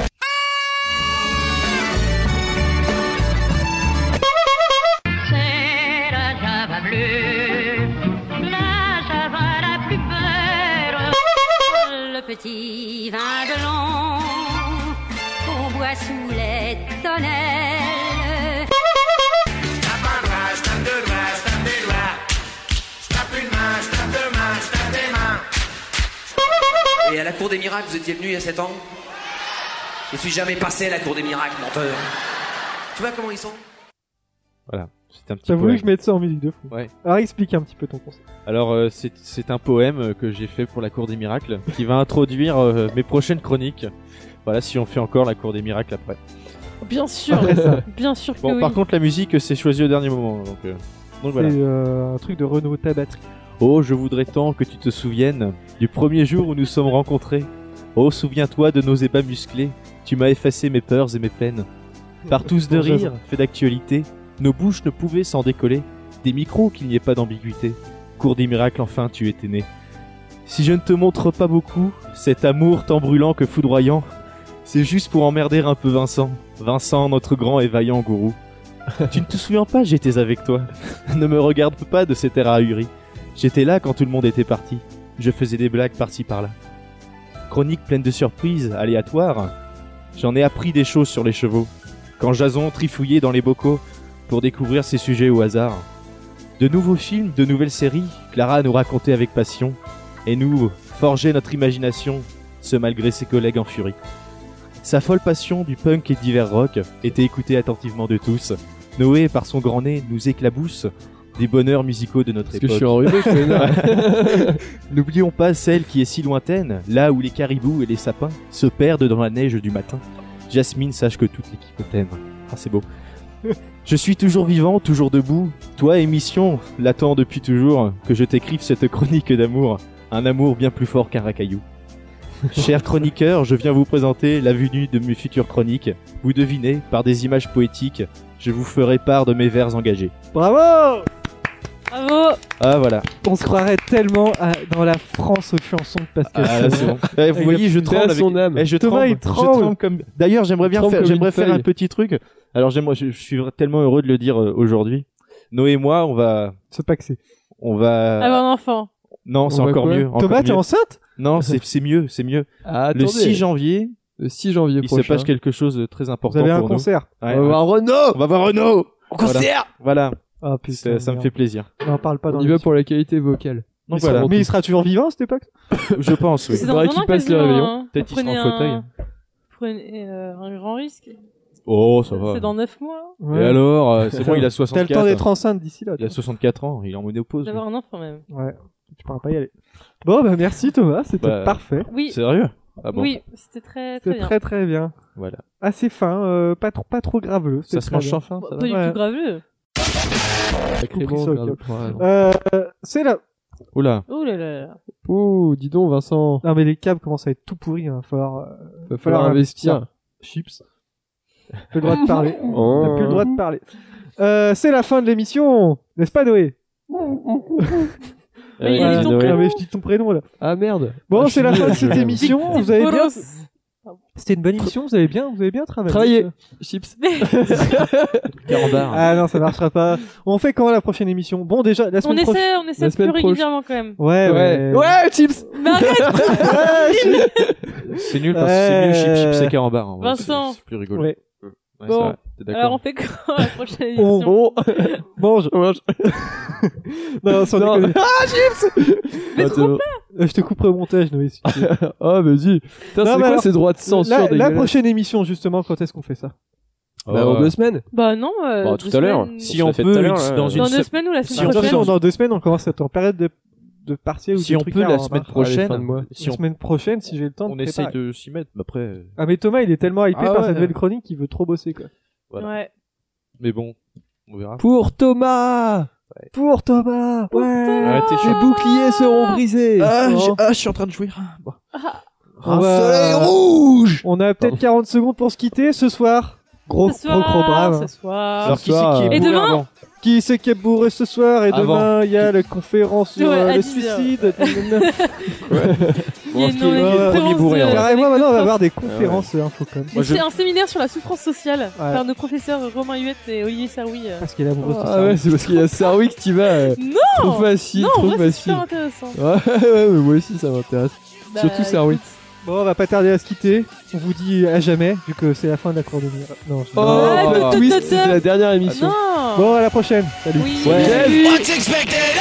C'est la java bleue, la java la plus peur. Le petit vin blanc qu'on boit sous les tonnelles.
Et à la Cour des Miracles, vous étiez venu il y a 7 ans Je suis jamais passé à la Cour des Miracles, menteur. Tu vois comment ils sont
Voilà. C'était un petit
T'as voulu
poème.
que je mette ça en musique de fond.
Ouais.
Alors explique un petit peu ton concept.
Alors, euh, c'est- c'est un poème euh, que j'ai fait pour la Cour des Miracles qui va introduire euh, mes prochaines chroniques. Voilà, si on fait encore la Cour des Miracles après.
Bien sûr,
Après ça.
bien sûr que
Bon,
Eh
oui.
par contre, la musique, euh, c'est choisi au dernier moment. Donc, euh, donc voilà.
C'est euh, un truc de Renault Tabatterie.
Oh, je voudrais tant que tu te souviennes du premier jour où nous sommes rencontrés. Oh, souviens-toi de nos ébats musclés. Tu m'as effacé mes peurs et mes peines. Par tous de rire, fait d'actualité, nos bouches ne pouvaient s'en décoller. Des micros qu'il n'y ait pas d'ambiguïté. Cours des miracles, enfin, tu étais né. Si je ne te montre pas beaucoup, cet amour tant brûlant que foudroyant, c'est juste pour emmerder un peu Vincent. Vincent, notre grand et vaillant gourou. tu ne te souviens pas, j'étais avec toi. ne me regarde pas de cet air ahuri. J'étais là quand tout le monde était parti. Je faisais des blagues par-ci par-là. Chronique pleine de surprises, aléatoires, J'en ai appris des choses sur les chevaux. Quand Jason trifouillait dans les bocaux pour découvrir ces sujets au hasard. De nouveaux films, de nouvelles séries, Clara nous racontait avec passion. Et nous forgeait notre imagination, ce malgré ses collègues en furie. Sa folle passion du punk et divers rock était écoutée attentivement de tous. Noé, par son grand nez, nous éclabousse des bonheurs musicaux de notre
Parce que
époque.
je suis enrhumé, je connais.
N'oublions pas celle qui est si lointaine, là où les caribous et les sapins se perdent dans la neige du matin. Jasmine, sache que toute l'équipe t'aime. Ah, c'est beau. Je suis toujours vivant, toujours debout. Toi, émission, l'attends depuis toujours que je t'écrive cette chronique d'amour. Un amour bien plus fort qu'un racaillou. Chers chroniqueurs, je viens vous présenter la venue de mes futures chroniques. Vous devinez, par des images poétiques, je vous ferai part de mes vers engagés.
Bravo
Bravo
Ah voilà.
On se croirait tellement à- dans la France aux chansons de Pascal.
Ah, là, c'est bon. Eh,
Avec
vous voyez,
la
je
putain
tremble.
à
avec-
son âme.
Eh, je
Thomas,
tremble.
il
Je
tremble.
tremble comme. D'ailleurs, j'aimerais bien
Tremble
faire,
comme
j'aimerais
une
faire un
feuille.
petit truc. Alors, j'aimerais, je, je suis tellement heureux de le dire euh, aujourd'hui. Noé et moi, on va
se paxer.
On va.
Avoir un enfant.
Non, c'est
On va
encore
quoi
mieux. encore
Thomas, t'es
mieux.
enceinte
Non, c'est c'est mieux, c'est mieux.
Ah,
le
attendez.
6 janvier.
Le 6 janvier
Il se
prochain.
passe quelque chose de très important.
avez un
pour nous.
concert.
Ouais,
On va
ouais.
voir Renaud
On va voir Renaud.
En
Voilà.
concert
Voilà.
Ah,
Ça- ça me
merde.
fait plaisir.
On en parle pas dans
On y
le-
va pour la qualité vocale.
Donc voilà.
Mais il sera toujours vivant, c'était pas
Je pense, oui.
C'est dans
Faudrait
un
qu'il
an
passe le
quasiment,
réveillon.
hein.
Peut-être il
Vous
sera en
prenez
fauteuil.
un- vous Prenez euh, un grand risque.
Oh, ça va.
C'est dans 9 mois. hein,
Et alors, euh, c'est bon, il a 64.
T'as le temps d'être enceinte d'ici là.
Il a 64 ans, il est en ménopause.
D'avoir un enfant même.
Ouais, tu pourras pas y aller. Bon, bah merci Thomas, c'était
Bah,
parfait.
Oui.
Sérieux Ah bon
Oui, c'était très très
C'était
bien.
très très bien.
Voilà.
Assez fin, euh, pas trop, pas trop graveleux. c'était
Ça se
très
mange
bien.
sans fin, ça
Pas du tout graveux.
Sacrément,
ça au
grave.
cap.
Ouais, non.
Euh, c'est là.
Oula.
Oh là là là.
Oh, dis donc, Vincent.
Non mais les câbles commencent à être tout pourris, il va falloir, euh,
Va falloir investir.
Chips. T'as plus le droit de parler.
Oh.
T'as plus le droit de parler. Euh, c'est la fin de l'émission, n'est-ce pas Noé
Mais il a dit ton
Ouais.
prénom.
Ah, mais je dis ton prénom là.
Ah merde.
Bon,
Ah, je
c'est la
suis
fin
nul.
de cette
Je-
émission.
Petit
Vous avez bien.
bolos.
C'était une bonne émission. Vous avez bien, vous avez bien travaillé.
Travailler. Chips.
Carambar.
Bah,
Ah non, ça marchera pas. On fait quand la prochaine émission Bon, déjà la
On
semaine prochaine.
essaie, on essaie
la
plus
semaine proche-
régulièrement quand même.
Ouais, ouais.
Eh Ouais. Ouais, Chips.
Mais arrête
C'est nul parce que c'est mieux chips, chips et carambar. hein.
Vincent.
C'est plus rigolo.
Ouais.
Ouais, c'est
Bon,
vrai. T'es d'accord
alors on fait quoi la prochaine
On
émission
Oh,
on mange. non, sans
Non.
déconner.
Ah, Chips
Mais
Ah,
trop
t'es-
Euh, Je te couperai au montage, Noé. si tu veux.
Ah, vas-y. Putain,
Non,
c'est
mais
quoi
alors,
ces droits de
la-
censure
La
dégueulasses
prochaine émission, justement, quand est-ce qu'on fait ça
Bah, en deux semaines.
Bah non. euh,
Bah,
deux
tout à l'heure.
semaines-
Si on
fait
peut,
tout à l'heure, hein. là.
une- dans
Dans
une
deux
se-
semaines ou la
Si
De
semaine
toute
on-
prochaine
façon, dans deux semaines, on commence à être en période de, de partiel ou
Si
des
on
trucs
peut
là,
la
on
semaine
va-
Allez, fin de
prochaine,
mois.
si
La
on,
semaine prochaine, si j'ai le temps de
on essaye
préparer.
de s'y mettre, mais après, euh,
Ah, mais Thomas, il est tellement hypé
Ah
par
ouais.
cette nouvelle chronique qu'il veut trop bosser, quoi.
Ouais.
mais bon, on verra.
Pour Thomas
Pour Thomas Ouais
Euh,
Arrêtez, je suis-
Ah, Les boucliers seront brisés. Oh.
je suis en train de jouir.
On va-
rouge
On a peut-être 40 secondes pour se quitter ce soir. Gros,
Ce
gros, gros
soir,
brave.
hein.
ce soir.
Alors, qui c'est qui est
Et
bourré
demain
avant
Qui c'est qui est bourré ce soir et
Avant.
demain il y a la conférence sur
Ouais,
euh,
à
le
10 heures.
suicide.
Il y a une
est le
premier bourré, en vrai.
Carrément Ah, bah maintenant on
Ah
va avoir des
Ah ouais.
Ah
conférences euh, info quand même.
Mais
je-
C'est un séminaire sur la souffrance sociale par nos professeurs Romain Huette et Olivier Saroui. euh.
Parce qu'il est amoureux de
Ah ouais, c'est parce qu'il y a Sarwick qui va. euh,
Non
Trop facile,
Non, en
trop
vrai, c'est
facile.
super intéressant.
Ouais, ouais, mais moi aussi ça m'intéresse.
Bah,
Surtout Sarwick.
écoute.
Bon on va pas tarder à se quitter. On vous dit à jamais vu que c'est la fin de la cour de mire. Non. je-
Oh,
Ah,
le
tout,
twist,
tout, tout.
c'est la dernière émission.
Ah Non
Bon à la prochaine. Salut.
Oui.
Ouais.
Salut.
What's expected